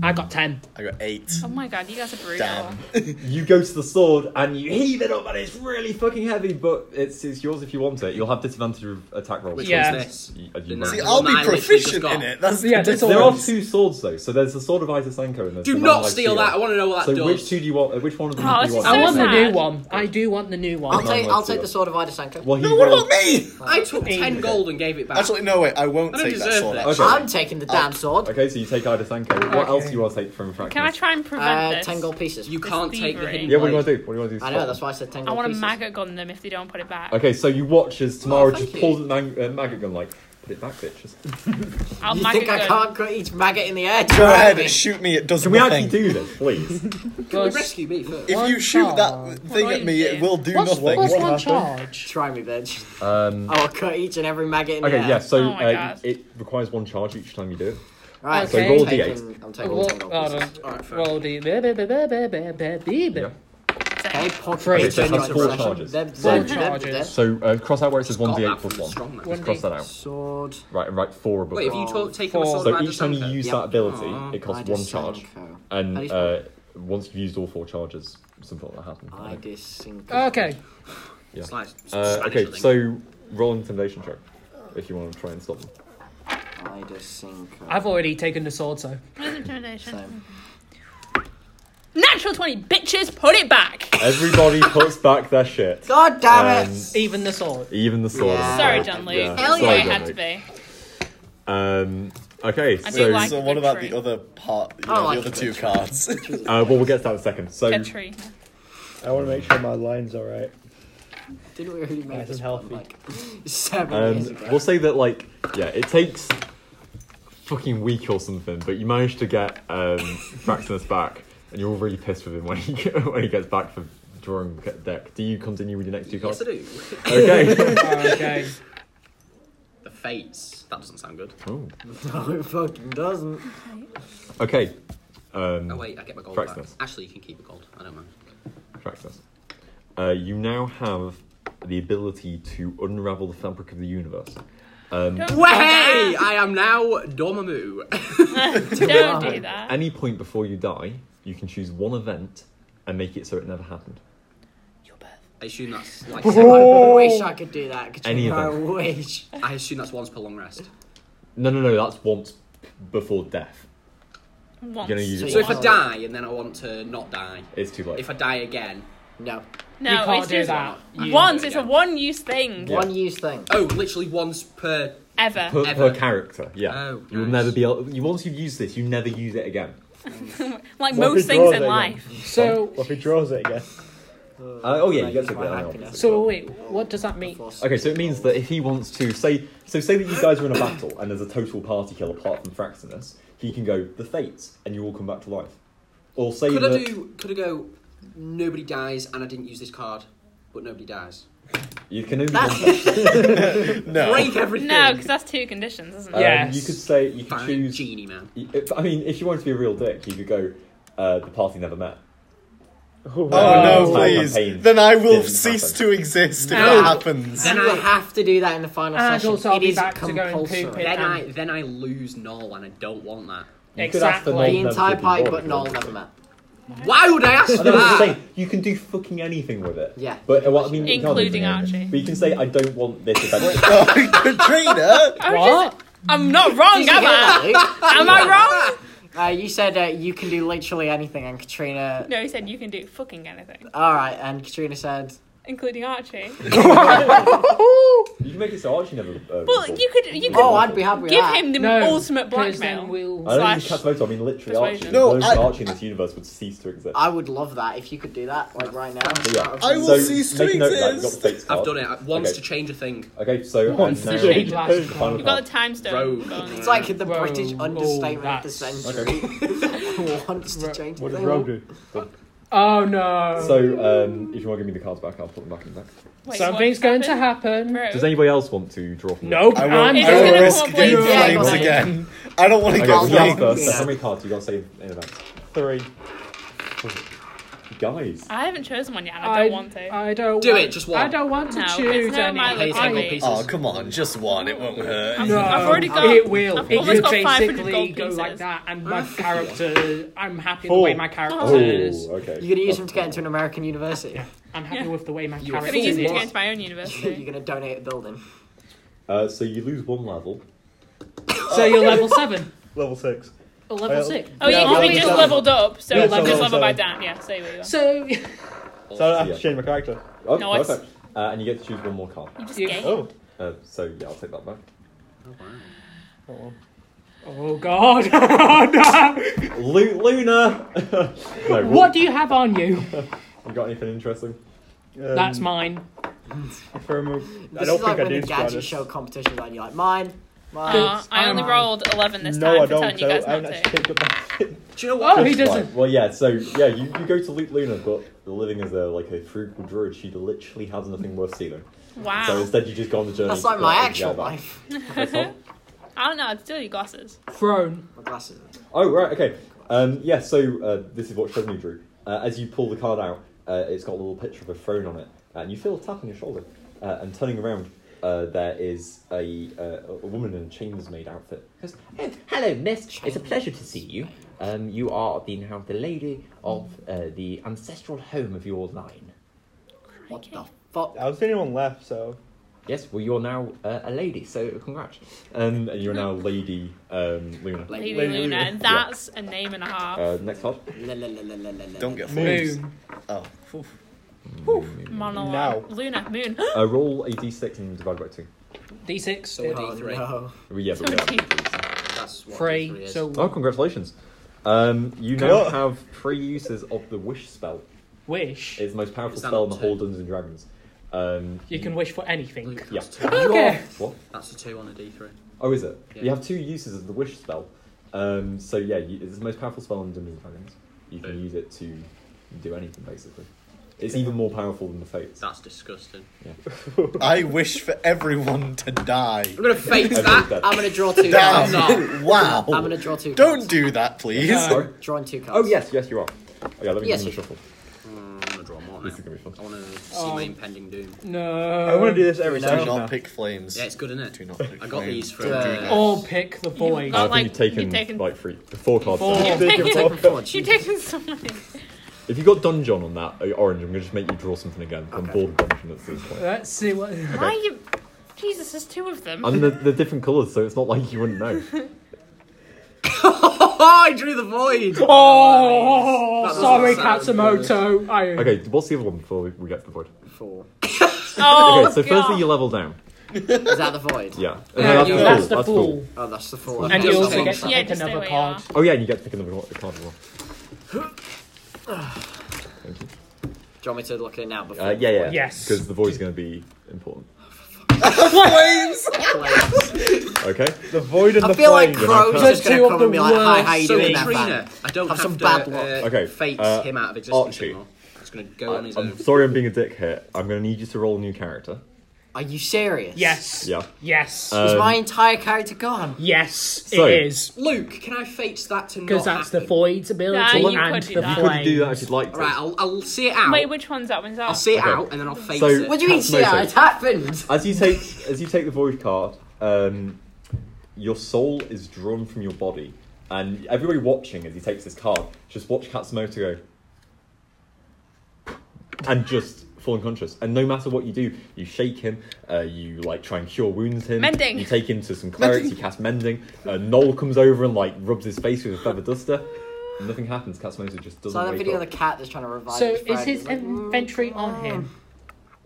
Speaker 5: I got ten.
Speaker 6: I got eight.
Speaker 2: Oh my god, you guys are brutal.
Speaker 6: Damn.
Speaker 4: You go to the sword and you heave it up, and it's really fucking heavy. But it's it's yours if you want it. You'll have disadvantage of attack rolls.
Speaker 1: Which
Speaker 5: Yeah.
Speaker 1: one's this?
Speaker 4: You- uh, you
Speaker 1: The
Speaker 4: might-
Speaker 1: knife.
Speaker 6: See, I'll
Speaker 1: Well,
Speaker 6: be
Speaker 1: mine literally just
Speaker 6: proficient
Speaker 1: got-
Speaker 6: in it. That's
Speaker 5: Yeah,
Speaker 6: the
Speaker 5: that's all.
Speaker 4: There are
Speaker 5: Swords.
Speaker 4: two swords though, so there's the sword of Isasenko and there's
Speaker 1: Do
Speaker 4: the
Speaker 1: not
Speaker 4: Nine-Lives
Speaker 1: steal
Speaker 4: Stealer.
Speaker 1: that. I want to know what that
Speaker 4: So
Speaker 1: does.
Speaker 4: which two do you want? uh, Which one of them
Speaker 2: Oh,
Speaker 4: do
Speaker 2: this
Speaker 4: you
Speaker 2: is
Speaker 4: want?
Speaker 5: I
Speaker 2: So
Speaker 5: want the new
Speaker 2: sad.
Speaker 5: one. I do want the new
Speaker 3: I'll
Speaker 5: one.
Speaker 4: Nine
Speaker 3: take, I'll
Speaker 4: lives
Speaker 3: take
Speaker 4: here.
Speaker 3: the sword of Ida Sanko.
Speaker 4: Well, he
Speaker 6: No, what
Speaker 4: rolled-
Speaker 6: about me?
Speaker 1: I took ten gold and gave it back.
Speaker 6: Actually, no, wait. I won't
Speaker 1: I don't
Speaker 6: take that
Speaker 1: deserve
Speaker 6: sword.
Speaker 1: it.
Speaker 4: Okay.
Speaker 3: I'm taking the damn sword.
Speaker 4: Okay, so you take Idasanko.
Speaker 5: Okay.
Speaker 4: What else do you want to take from Fractus?
Speaker 2: Can I try and prevent
Speaker 3: Uh,
Speaker 2: this?
Speaker 3: ten gold pieces.
Speaker 1: you can't take the
Speaker 2: thievery.
Speaker 1: hidden
Speaker 4: Yeah, what
Speaker 1: blade.
Speaker 4: do you want to do? What do you want to do?
Speaker 3: I know, that's why I said ten
Speaker 2: I
Speaker 3: gold
Speaker 2: want to
Speaker 3: pieces.
Speaker 2: maggot gun them if they don't put it back.
Speaker 4: Okay, so you watch as Tamara
Speaker 3: Oh,
Speaker 4: just
Speaker 3: thank
Speaker 4: pulls
Speaker 3: you.
Speaker 4: the mag- uh, maggot gun, like, put it back, bitches.
Speaker 2: I'll
Speaker 3: You
Speaker 2: maggot
Speaker 3: think I
Speaker 2: gun.
Speaker 3: can't cut each maggot in the air?
Speaker 6: Go ahead and shoot me. It does
Speaker 4: Can we
Speaker 6: nothing.
Speaker 4: actually do this, please?
Speaker 1: Can we rescue me first?
Speaker 6: If you
Speaker 5: One
Speaker 6: shoot
Speaker 5: charge.
Speaker 6: that thing at me, it will do
Speaker 5: What's,
Speaker 6: nothing.
Speaker 5: what's
Speaker 7: What
Speaker 5: one
Speaker 7: happened?
Speaker 5: charge?
Speaker 3: Try me, bitch.
Speaker 4: Um,
Speaker 3: I will cut each and every maggot in
Speaker 4: okay,
Speaker 3: the air.
Speaker 4: yeah, so
Speaker 2: Oh my
Speaker 4: uh,
Speaker 2: God.
Speaker 4: it requires one charge each time you do it.
Speaker 3: Right, I'm
Speaker 5: Okay. So roll
Speaker 4: a D8.
Speaker 3: taking, I'm taking
Speaker 5: Roll,
Speaker 3: ten gold
Speaker 5: hold
Speaker 3: pieces.
Speaker 5: on.
Speaker 1: Alright, fair.
Speaker 5: roll the.
Speaker 4: Yeah.
Speaker 3: Okay,
Speaker 4: Okay,
Speaker 3: pocket
Speaker 4: so that's four charges. Four
Speaker 5: charges.
Speaker 4: So uh, cross out where it says
Speaker 1: Got
Speaker 4: 1d8
Speaker 1: that
Speaker 4: plus
Speaker 1: from the
Speaker 4: 1.
Speaker 1: strongman.
Speaker 5: One-
Speaker 4: Just cross that out.
Speaker 3: Sword.
Speaker 4: Right, and write 4 above
Speaker 1: Wait, if
Speaker 4: that.
Speaker 1: you took taking
Speaker 5: Four.
Speaker 1: the sword
Speaker 4: So
Speaker 1: of
Speaker 4: each time you
Speaker 1: Andasanka?
Speaker 4: use
Speaker 3: Yep.
Speaker 4: that ability,
Speaker 1: Aw,
Speaker 4: it costs
Speaker 3: Ida
Speaker 4: one charge.
Speaker 3: Sanko. How do you
Speaker 4: And
Speaker 3: spell
Speaker 4: uh, once you've used all four charges, something like that happens.
Speaker 3: I disinc.
Speaker 5: Okay.
Speaker 4: Yeah.
Speaker 1: It's like
Speaker 4: Uh,
Speaker 1: Spanish, I
Speaker 4: okay,
Speaker 1: think.
Speaker 4: so roll intimidation check if you want to try and stop them.
Speaker 3: I disinc.
Speaker 5: I've already taken the sword, so
Speaker 2: What is intimidation?
Speaker 3: Same.
Speaker 2: Natural 20, bitches, put it back!
Speaker 4: Everybody puts back their shit.
Speaker 3: God damn
Speaker 4: Um,
Speaker 3: it!
Speaker 5: even the sword.
Speaker 4: Even the sword.
Speaker 3: Yeah.
Speaker 2: Sorry, John Luke.
Speaker 4: Yeah.
Speaker 2: That's the
Speaker 4: Sorry,
Speaker 2: way it
Speaker 4: John
Speaker 2: had to
Speaker 4: Luke.
Speaker 2: be.
Speaker 4: Um, okay,
Speaker 2: I do
Speaker 4: so
Speaker 2: like-
Speaker 6: So
Speaker 2: Good
Speaker 6: what about
Speaker 2: tree.
Speaker 6: the other part? You
Speaker 3: I
Speaker 6: know,
Speaker 3: like
Speaker 6: the other
Speaker 3: the
Speaker 6: two
Speaker 3: tree.
Speaker 6: cards.
Speaker 4: uh, well, we'll get to that in a second. So
Speaker 2: Good tree.
Speaker 7: I want to make sure my line's alright.
Speaker 3: Didn't we already make
Speaker 7: Nice
Speaker 3: this
Speaker 7: and
Speaker 3: one
Speaker 7: healthy.
Speaker 3: like seven years
Speaker 4: um,
Speaker 3: ago?
Speaker 4: we'll say that like yeah, it takes fucking week or something, but you manage to get um, Fraxinus back, and you're all really pissed with him when he when he gets back for drawing deck. Do you continue with your next two
Speaker 1: Yes,
Speaker 4: cards?
Speaker 1: I do.
Speaker 4: Okay.
Speaker 5: okay.
Speaker 1: The fates. That doesn't sound good.
Speaker 4: Oh.
Speaker 3: No, it fucking doesn't.
Speaker 4: Okay. Um,
Speaker 1: Oh wait, I get my gold
Speaker 4: Correct
Speaker 1: back.
Speaker 4: us.
Speaker 1: Actually, you can keep a gold. I don't mind.
Speaker 4: Traxxas. Uh, you now have the ability to unravel the fabric of the universe. Um,
Speaker 2: Don't,
Speaker 1: Way! I am now Dormammu.
Speaker 2: don't do that.
Speaker 4: any point before you die, you can choose one event and make it so it never happened.
Speaker 2: Your birth.
Speaker 1: I assume that's like
Speaker 3: I wish I could do that. Katrina,
Speaker 4: Any of
Speaker 3: I
Speaker 4: them.
Speaker 3: wish.
Speaker 1: I assume that's once per long rest.
Speaker 4: No, no, no. That's once before death.
Speaker 2: Once.
Speaker 4: You're gonna use it.
Speaker 1: So if I
Speaker 4: once.
Speaker 1: die and then I want to not die,
Speaker 4: It's too late.
Speaker 1: if I die again,
Speaker 3: No.
Speaker 2: no,
Speaker 5: you can't
Speaker 2: it's
Speaker 5: do
Speaker 2: just
Speaker 5: that. You-
Speaker 2: Once.
Speaker 1: Yeah.
Speaker 2: It's a one-use thing.
Speaker 4: Yeah.
Speaker 3: One use thing.
Speaker 1: oh, literally once per.
Speaker 2: Ever.
Speaker 4: per, per
Speaker 1: Ever.
Speaker 4: character, yeah.
Speaker 1: Oh,
Speaker 4: You'll
Speaker 1: nice.
Speaker 4: never be able. You once you've used this, you never use it again.
Speaker 2: like
Speaker 7: Well,
Speaker 2: most
Speaker 7: it
Speaker 2: things
Speaker 7: draws
Speaker 2: in
Speaker 7: it,
Speaker 2: life.
Speaker 5: So,
Speaker 7: Well, if he draws it again.
Speaker 4: Uh, oh yeah,
Speaker 3: Like,
Speaker 4: you get to
Speaker 3: my
Speaker 4: go now.
Speaker 3: happiness.
Speaker 5: so wait, what does that mean?
Speaker 3: Force.
Speaker 4: Okay, so it means that if he wants to say, so say that you guys are in a battle and there's a total party kill apart from Fraxinus, he can go the Fates and you all come back to life. Or say
Speaker 1: Could
Speaker 4: that
Speaker 1: I do? Could I go? Nobody dies, and I didn't use this card, but nobody dies.
Speaker 4: you can only.
Speaker 3: That's-
Speaker 4: um,
Speaker 6: No.
Speaker 1: Break everything.
Speaker 2: No, because that's two conditions, isn't it?
Speaker 5: Yeah. Yes.
Speaker 4: You could say you could
Speaker 1: Fine,
Speaker 4: choose.
Speaker 1: genie man.
Speaker 4: If, I mean, if you wanted to be a real dick, you could go. Uh, the party never met. Oh,
Speaker 6: Oh no,
Speaker 4: campaign
Speaker 6: please. Then I will
Speaker 4: didn't
Speaker 6: cease
Speaker 4: happen.
Speaker 6: to exist if
Speaker 1: No.
Speaker 6: that happens.
Speaker 1: Then
Speaker 3: You
Speaker 1: I
Speaker 3: have to do that in the final
Speaker 5: And
Speaker 3: session.
Speaker 5: also I'll
Speaker 3: It
Speaker 5: be
Speaker 3: is
Speaker 5: back to go and
Speaker 3: compulsory.
Speaker 5: poop
Speaker 1: Then
Speaker 5: it.
Speaker 1: I then I lose Null, and I don't want that.
Speaker 4: You could ask for
Speaker 5: Exactly.
Speaker 4: Noel
Speaker 5: The
Speaker 3: the
Speaker 4: never
Speaker 3: entire
Speaker 4: to be
Speaker 3: pie,
Speaker 4: born
Speaker 3: but
Speaker 4: if you
Speaker 3: Noel
Speaker 4: wanted
Speaker 3: never
Speaker 4: to.
Speaker 3: met.
Speaker 1: Why would I ask for
Speaker 4: I know, I'm
Speaker 1: that?
Speaker 4: saying, you can do fucking anything with it.
Speaker 3: Yeah.
Speaker 4: But uh, well, I mean, you can't do
Speaker 2: Including
Speaker 4: anything.
Speaker 2: Archie.
Speaker 4: But you can say, I don't want this event. to
Speaker 6: Oh, Katrina!
Speaker 2: I was just- I'm not wrong, am I? Am I wrong?
Speaker 3: Uh, you said uh, you can do literally anything, and Katrina.
Speaker 2: No, he said you can do fucking anything,
Speaker 3: All right, and Katrina said,
Speaker 2: including Archie.
Speaker 4: You can make it so Archie never. Uh,
Speaker 2: Well,
Speaker 4: was
Speaker 2: you
Speaker 4: born.
Speaker 2: could you could
Speaker 3: "Oh, I'd be happy with
Speaker 2: give
Speaker 3: that."
Speaker 2: him the
Speaker 5: No,
Speaker 2: ultimate
Speaker 5: 'cause then
Speaker 2: blackmail.
Speaker 5: we'll-
Speaker 4: I don't think
Speaker 2: slash
Speaker 4: it's Katsumoto, I mean literally Archie.
Speaker 2: persuasion.
Speaker 4: No,
Speaker 6: No,
Speaker 4: Those
Speaker 6: I-
Speaker 4: Archie in this universe would cease to exist.
Speaker 3: I would love that if you could do that, like right now.
Speaker 4: But yeah.
Speaker 6: I will
Speaker 4: so
Speaker 6: cease to
Speaker 4: make a note of that, you've got
Speaker 6: exist.
Speaker 4: the fates
Speaker 1: I've
Speaker 4: card.
Speaker 1: done it I- once
Speaker 4: Okay.
Speaker 1: to change a thing.
Speaker 4: Okay, so
Speaker 5: Once
Speaker 4: and
Speaker 5: to
Speaker 4: now-
Speaker 5: change last
Speaker 4: the final
Speaker 2: You've got
Speaker 4: card.
Speaker 2: the time stone.
Speaker 1: Rogue.
Speaker 2: going.
Speaker 3: It's like the
Speaker 5: Whoa,
Speaker 3: British
Speaker 5: whoa,
Speaker 3: understatement of the
Speaker 5: that's-
Speaker 3: century. wants to
Speaker 5: Ro-
Speaker 3: change
Speaker 7: What
Speaker 3: the thing.
Speaker 7: does Rogue do?
Speaker 5: Oh no.
Speaker 4: So um, if you want to give me the cards back, I'll put them back in the back.
Speaker 2: Wait,
Speaker 5: Something's
Speaker 2: what's
Speaker 5: going to
Speaker 2: happened?
Speaker 5: happen.
Speaker 2: Rogue.
Speaker 4: Does anybody else want to draw from
Speaker 5: Nope.
Speaker 6: I
Speaker 5: I'm
Speaker 6: will, I
Speaker 2: just
Speaker 6: will
Speaker 5: going.
Speaker 2: gonna
Speaker 6: risk
Speaker 2: come up with-
Speaker 6: getting
Speaker 3: Yeah,
Speaker 6: flames
Speaker 3: go on.
Speaker 6: again. I don't want to
Speaker 4: Okay,
Speaker 6: get
Speaker 4: so you
Speaker 3: yeah.
Speaker 4: first.
Speaker 6: flames.
Speaker 4: So how many cards you got to save in advance?
Speaker 7: Three.
Speaker 4: Guys.
Speaker 2: I haven't chosen one yet. and I don't want to.
Speaker 5: I don't
Speaker 1: Do
Speaker 5: want,
Speaker 1: it, just one.
Speaker 5: I don't want to
Speaker 2: No, it's
Speaker 5: choose
Speaker 2: not
Speaker 5: any.
Speaker 2: my
Speaker 1: Please,
Speaker 2: I-
Speaker 1: take all pieces.
Speaker 6: Oh, come on, just one, it won't hurt.
Speaker 5: No,
Speaker 2: I've already got-
Speaker 5: It will.
Speaker 2: I've
Speaker 5: it
Speaker 2: almost
Speaker 5: will
Speaker 2: got 500
Speaker 5: basically
Speaker 2: gold
Speaker 5: go like
Speaker 2: pieces.
Speaker 5: that, and my character. I'm happy with the
Speaker 7: Four.
Speaker 5: way my
Speaker 4: Oh,
Speaker 5: character is.
Speaker 4: okay.
Speaker 3: You're gonna use them to get into an American university.
Speaker 5: I'm happy with the way my
Speaker 3: You are
Speaker 2: I'm
Speaker 5: character
Speaker 2: going to use
Speaker 5: is.
Speaker 2: it to go into my own
Speaker 3: You're
Speaker 2: university.
Speaker 3: gonna donate a building.
Speaker 4: Uh, so you lose one level.
Speaker 5: So you're level seven
Speaker 7: Level six.
Speaker 5: or level
Speaker 7: Oh,
Speaker 5: six.
Speaker 2: Oh yeah,
Speaker 5: No,
Speaker 2: because
Speaker 5: are
Speaker 2: we just leveled up, so
Speaker 7: Yeah,
Speaker 2: just
Speaker 7: so level
Speaker 2: level by
Speaker 7: seven.
Speaker 2: down. Yeah, so you are.
Speaker 5: So
Speaker 7: So I don't have
Speaker 4: Yeah.
Speaker 7: to change my character.
Speaker 4: Oh,
Speaker 2: Nice.
Speaker 4: perfect. Uh, and you get to choose one more card.
Speaker 2: You just
Speaker 5: You-
Speaker 2: gay.
Speaker 7: Oh.
Speaker 4: Uh, so yeah, I'll take that back.
Speaker 5: oh god, oh no!
Speaker 4: Lu- Luna. no,
Speaker 5: What do you have on you?
Speaker 1: Um,
Speaker 4: You got anything interesting?
Speaker 7: Um,
Speaker 5: That's mine.
Speaker 7: For a move. I
Speaker 3: This
Speaker 7: don't
Speaker 3: is like
Speaker 7: think I
Speaker 3: when
Speaker 7: do.
Speaker 3: the
Speaker 7: to be
Speaker 3: gadget
Speaker 7: honest.
Speaker 3: show competitions and you're like, mine, mine.
Speaker 2: Aw, I
Speaker 5: I'm
Speaker 2: only
Speaker 5: on.
Speaker 2: rolled 11 this
Speaker 7: No,
Speaker 2: time
Speaker 7: I
Speaker 2: for
Speaker 7: don't.
Speaker 2: telling you
Speaker 7: So I
Speaker 2: guys
Speaker 7: haven't
Speaker 2: not to.
Speaker 7: actually picked up my.
Speaker 1: Do you know what?
Speaker 5: Oh, he
Speaker 4: Right,
Speaker 5: doesn't.
Speaker 4: Well, yeah. So yeah, you, you go to Lu- Luna, but living as a like a frugal druid, she literally has nothing worth stealing. So
Speaker 2: Wow.
Speaker 4: instead, you just go on the journey.
Speaker 3: That's
Speaker 4: to
Speaker 3: like
Speaker 4: collect
Speaker 3: my
Speaker 4: what you
Speaker 3: actual
Speaker 4: get back.
Speaker 3: life.
Speaker 4: That's all.
Speaker 2: I don't know, I'd steal your glasses.
Speaker 5: Throne.
Speaker 3: My glasses.
Speaker 4: Oh right, okay. Um, yeah. So uh, this is what showed me, Drew. Uh, as you pull the card out, uh, it's got a little picture of a throne on it, and you feel a tap on your shoulder. Uh, and turning around, uh, there is a, uh, a woman in a chambersmaid outfit. Goes, oh, hello, Miss. It's a pleasure to see you. Um, you are the now the lady of uh, the ancestral home of your line.
Speaker 3: What the fuck?
Speaker 7: I was the only one left, so.
Speaker 4: Yes, well, you're now uh, a lady, so congrats. Um, and you're now Lady um, Luna.
Speaker 2: Lady
Speaker 7: Lady
Speaker 2: Luna,
Speaker 7: Luna.
Speaker 2: and that's a name and a half.
Speaker 4: Uh, next card.
Speaker 6: Don't get flames.
Speaker 5: Moon.
Speaker 6: Oh, phew.
Speaker 2: Monologue.
Speaker 7: Now.
Speaker 2: Luna, moon.
Speaker 4: Uh, roll a d6 and divide by two.
Speaker 5: D6.
Speaker 1: So a
Speaker 3: Oh,
Speaker 1: D3.
Speaker 3: no.
Speaker 4: Well, Yeah, but we are.
Speaker 1: That's what D3
Speaker 5: Three.
Speaker 1: is.
Speaker 5: So
Speaker 4: Oh, congratulations. Um, you now
Speaker 7: Cool.
Speaker 4: have three uses of the wish spell.
Speaker 5: wish.
Speaker 4: It's the most powerful
Speaker 1: Is that
Speaker 4: spell in
Speaker 1: not
Speaker 4: the whole
Speaker 1: two?
Speaker 4: Dungeons and Dragons. Um,
Speaker 5: You can wish for anything.
Speaker 1: Luke,
Speaker 4: Yeah.
Speaker 1: that's two.
Speaker 5: Okay.
Speaker 4: What?
Speaker 1: That's a two on a D3.
Speaker 4: Oh, is it?
Speaker 1: Yeah.
Speaker 4: You have two uses of the wish spell. Um, so yeah, you, it's the most powerful spell in Dungeons and Dragons. You can
Speaker 1: Boom.
Speaker 4: use it to do anything basically. It's even more powerful than the fates.
Speaker 1: That's disgusting.
Speaker 6: I wish for everyone to die.
Speaker 1: I'm gonna fake
Speaker 4: Everyone's
Speaker 1: that.
Speaker 4: dead.
Speaker 3: I'm gonna draw two cards.
Speaker 6: Damn! wow!
Speaker 3: I'm gonna draw two
Speaker 6: Don't
Speaker 3: cards.
Speaker 6: do that, please.
Speaker 4: Sorry?
Speaker 3: Drawing two cards.
Speaker 4: Oh yes, yes you are. Oh, yeah, let me
Speaker 3: Yes, you-
Speaker 4: give him a shuffle.
Speaker 1: I'm gonna draw more now.
Speaker 4: This is gonna be fun.
Speaker 1: I wanna see
Speaker 5: Oh.
Speaker 1: my impending doom.
Speaker 5: No.
Speaker 7: I want to do this every
Speaker 6: Do
Speaker 7: session. now.
Speaker 6: not pick flames.
Speaker 1: Yeah, it's good, isn't
Speaker 6: Do
Speaker 1: it?
Speaker 6: not pick
Speaker 1: I got
Speaker 6: flames.
Speaker 1: these from. Oh,
Speaker 6: Don't do
Speaker 3: Uh,
Speaker 6: that.
Speaker 5: Or pick the void.
Speaker 2: got-
Speaker 4: I
Speaker 2: Oh, like,
Speaker 4: think you've taken
Speaker 2: you've taken-
Speaker 4: like three, four cards.
Speaker 5: Four.
Speaker 4: down.
Speaker 5: You've
Speaker 7: Take
Speaker 2: taken-
Speaker 7: it off.
Speaker 3: Four,
Speaker 2: You've
Speaker 3: Jesus.
Speaker 2: taken so many.
Speaker 4: If you got dungeon on that uh, orange, I'm gonna just make you draw something again. 'cause I'm
Speaker 3: Okay.
Speaker 4: bored of dungeon at this point.
Speaker 5: Let's see what.
Speaker 2: Why you? Jesus, there's two of them.
Speaker 4: And they're, they're different colours, so it's not like you wouldn't know.
Speaker 1: Oh, I drew the void.
Speaker 5: Oh,
Speaker 1: That doesn't
Speaker 5: sorry,
Speaker 1: sound
Speaker 5: Katsumoto. I
Speaker 4: Okay, what's the other one before we, we get to the void?
Speaker 2: Oh,
Speaker 3: Four.
Speaker 4: okay, so
Speaker 2: God.
Speaker 4: firstly you level down.
Speaker 3: Is that the void?
Speaker 4: Yeah.
Speaker 5: Yeah,
Speaker 4: that's,
Speaker 5: you-
Speaker 4: the
Speaker 5: that's
Speaker 4: fool,
Speaker 5: the
Speaker 4: that's
Speaker 5: fool.
Speaker 4: fool.
Speaker 3: Oh, that's the four.
Speaker 5: And
Speaker 1: Yeah,
Speaker 5: you
Speaker 1: that's
Speaker 5: also
Speaker 1: the
Speaker 5: get
Speaker 1: fool.
Speaker 5: to
Speaker 2: Yeah,
Speaker 5: pick
Speaker 2: just stay
Speaker 5: another
Speaker 2: where you
Speaker 5: card.
Speaker 4: Oh yeah, and you get to pick another one- card as well.
Speaker 3: Do you want me to look at it now before?
Speaker 4: Uh, yeah, yeah.
Speaker 5: Yes.
Speaker 4: Because the void's gonna be important.
Speaker 3: Flames.
Speaker 4: Okay.
Speaker 7: The void and
Speaker 3: I
Speaker 7: the
Speaker 3: feel like
Speaker 7: flame.
Speaker 3: Crow's
Speaker 4: You're
Speaker 5: not
Speaker 3: just gonna
Speaker 5: Two of
Speaker 3: come
Speaker 5: the
Speaker 3: and be like, "Hi, how you
Speaker 1: So
Speaker 3: doing,
Speaker 1: Trina,
Speaker 3: that man?"
Speaker 1: I don't
Speaker 3: Have
Speaker 1: have
Speaker 3: some
Speaker 1: to,
Speaker 3: bad
Speaker 1: uh,
Speaker 3: luck.
Speaker 4: Okay,
Speaker 1: Fakes
Speaker 4: uh,
Speaker 1: him out of existence
Speaker 4: Archie.
Speaker 1: anymore. It's gonna go on his own.
Speaker 4: I'm sorry I'm being a dick here. I'm gonna need you to roll a new character.
Speaker 3: Are you serious?
Speaker 5: Yes.
Speaker 4: Yeah.
Speaker 3: Is
Speaker 5: Yes.
Speaker 4: Um,
Speaker 3: my entire character gone?
Speaker 5: yes.
Speaker 4: so-
Speaker 5: it is
Speaker 1: Luke, can I fakes that to not
Speaker 5: because that's the
Speaker 1: happen?
Speaker 5: void's
Speaker 2: Nah,
Speaker 5: ability
Speaker 2: you
Speaker 5: and
Speaker 2: could do
Speaker 5: the
Speaker 2: that.
Speaker 4: You could do that
Speaker 5: flame.
Speaker 4: if you'd like to.
Speaker 1: Right, I'll, I'll see it out.
Speaker 2: Wait, which one's that one's
Speaker 1: I'll
Speaker 2: that?
Speaker 1: see it
Speaker 4: Okay.
Speaker 1: out and then I'll face
Speaker 4: So-
Speaker 1: it.
Speaker 3: What do you mean,
Speaker 4: That's
Speaker 3: see
Speaker 4: amazing.
Speaker 3: It happened.
Speaker 4: As you take as you take the void card, um, your soul is drawn from your body, and everybody watching as he takes this card, just watch Katsumoto go and just fall unconscious. And no matter what you do, you shake him, uh, you like try and cure wounds him,
Speaker 2: Mending.
Speaker 4: you take him to some clerics, you cast mending. Uh, Noel comes over and like rubs his face with a feather duster. Nothing happens. Katsumoto just doesn't
Speaker 3: So that
Speaker 4: wake
Speaker 3: video
Speaker 4: up.
Speaker 3: of the cat that's trying to revive.
Speaker 5: So
Speaker 3: his
Speaker 5: is
Speaker 3: friend.
Speaker 5: his inventory on him?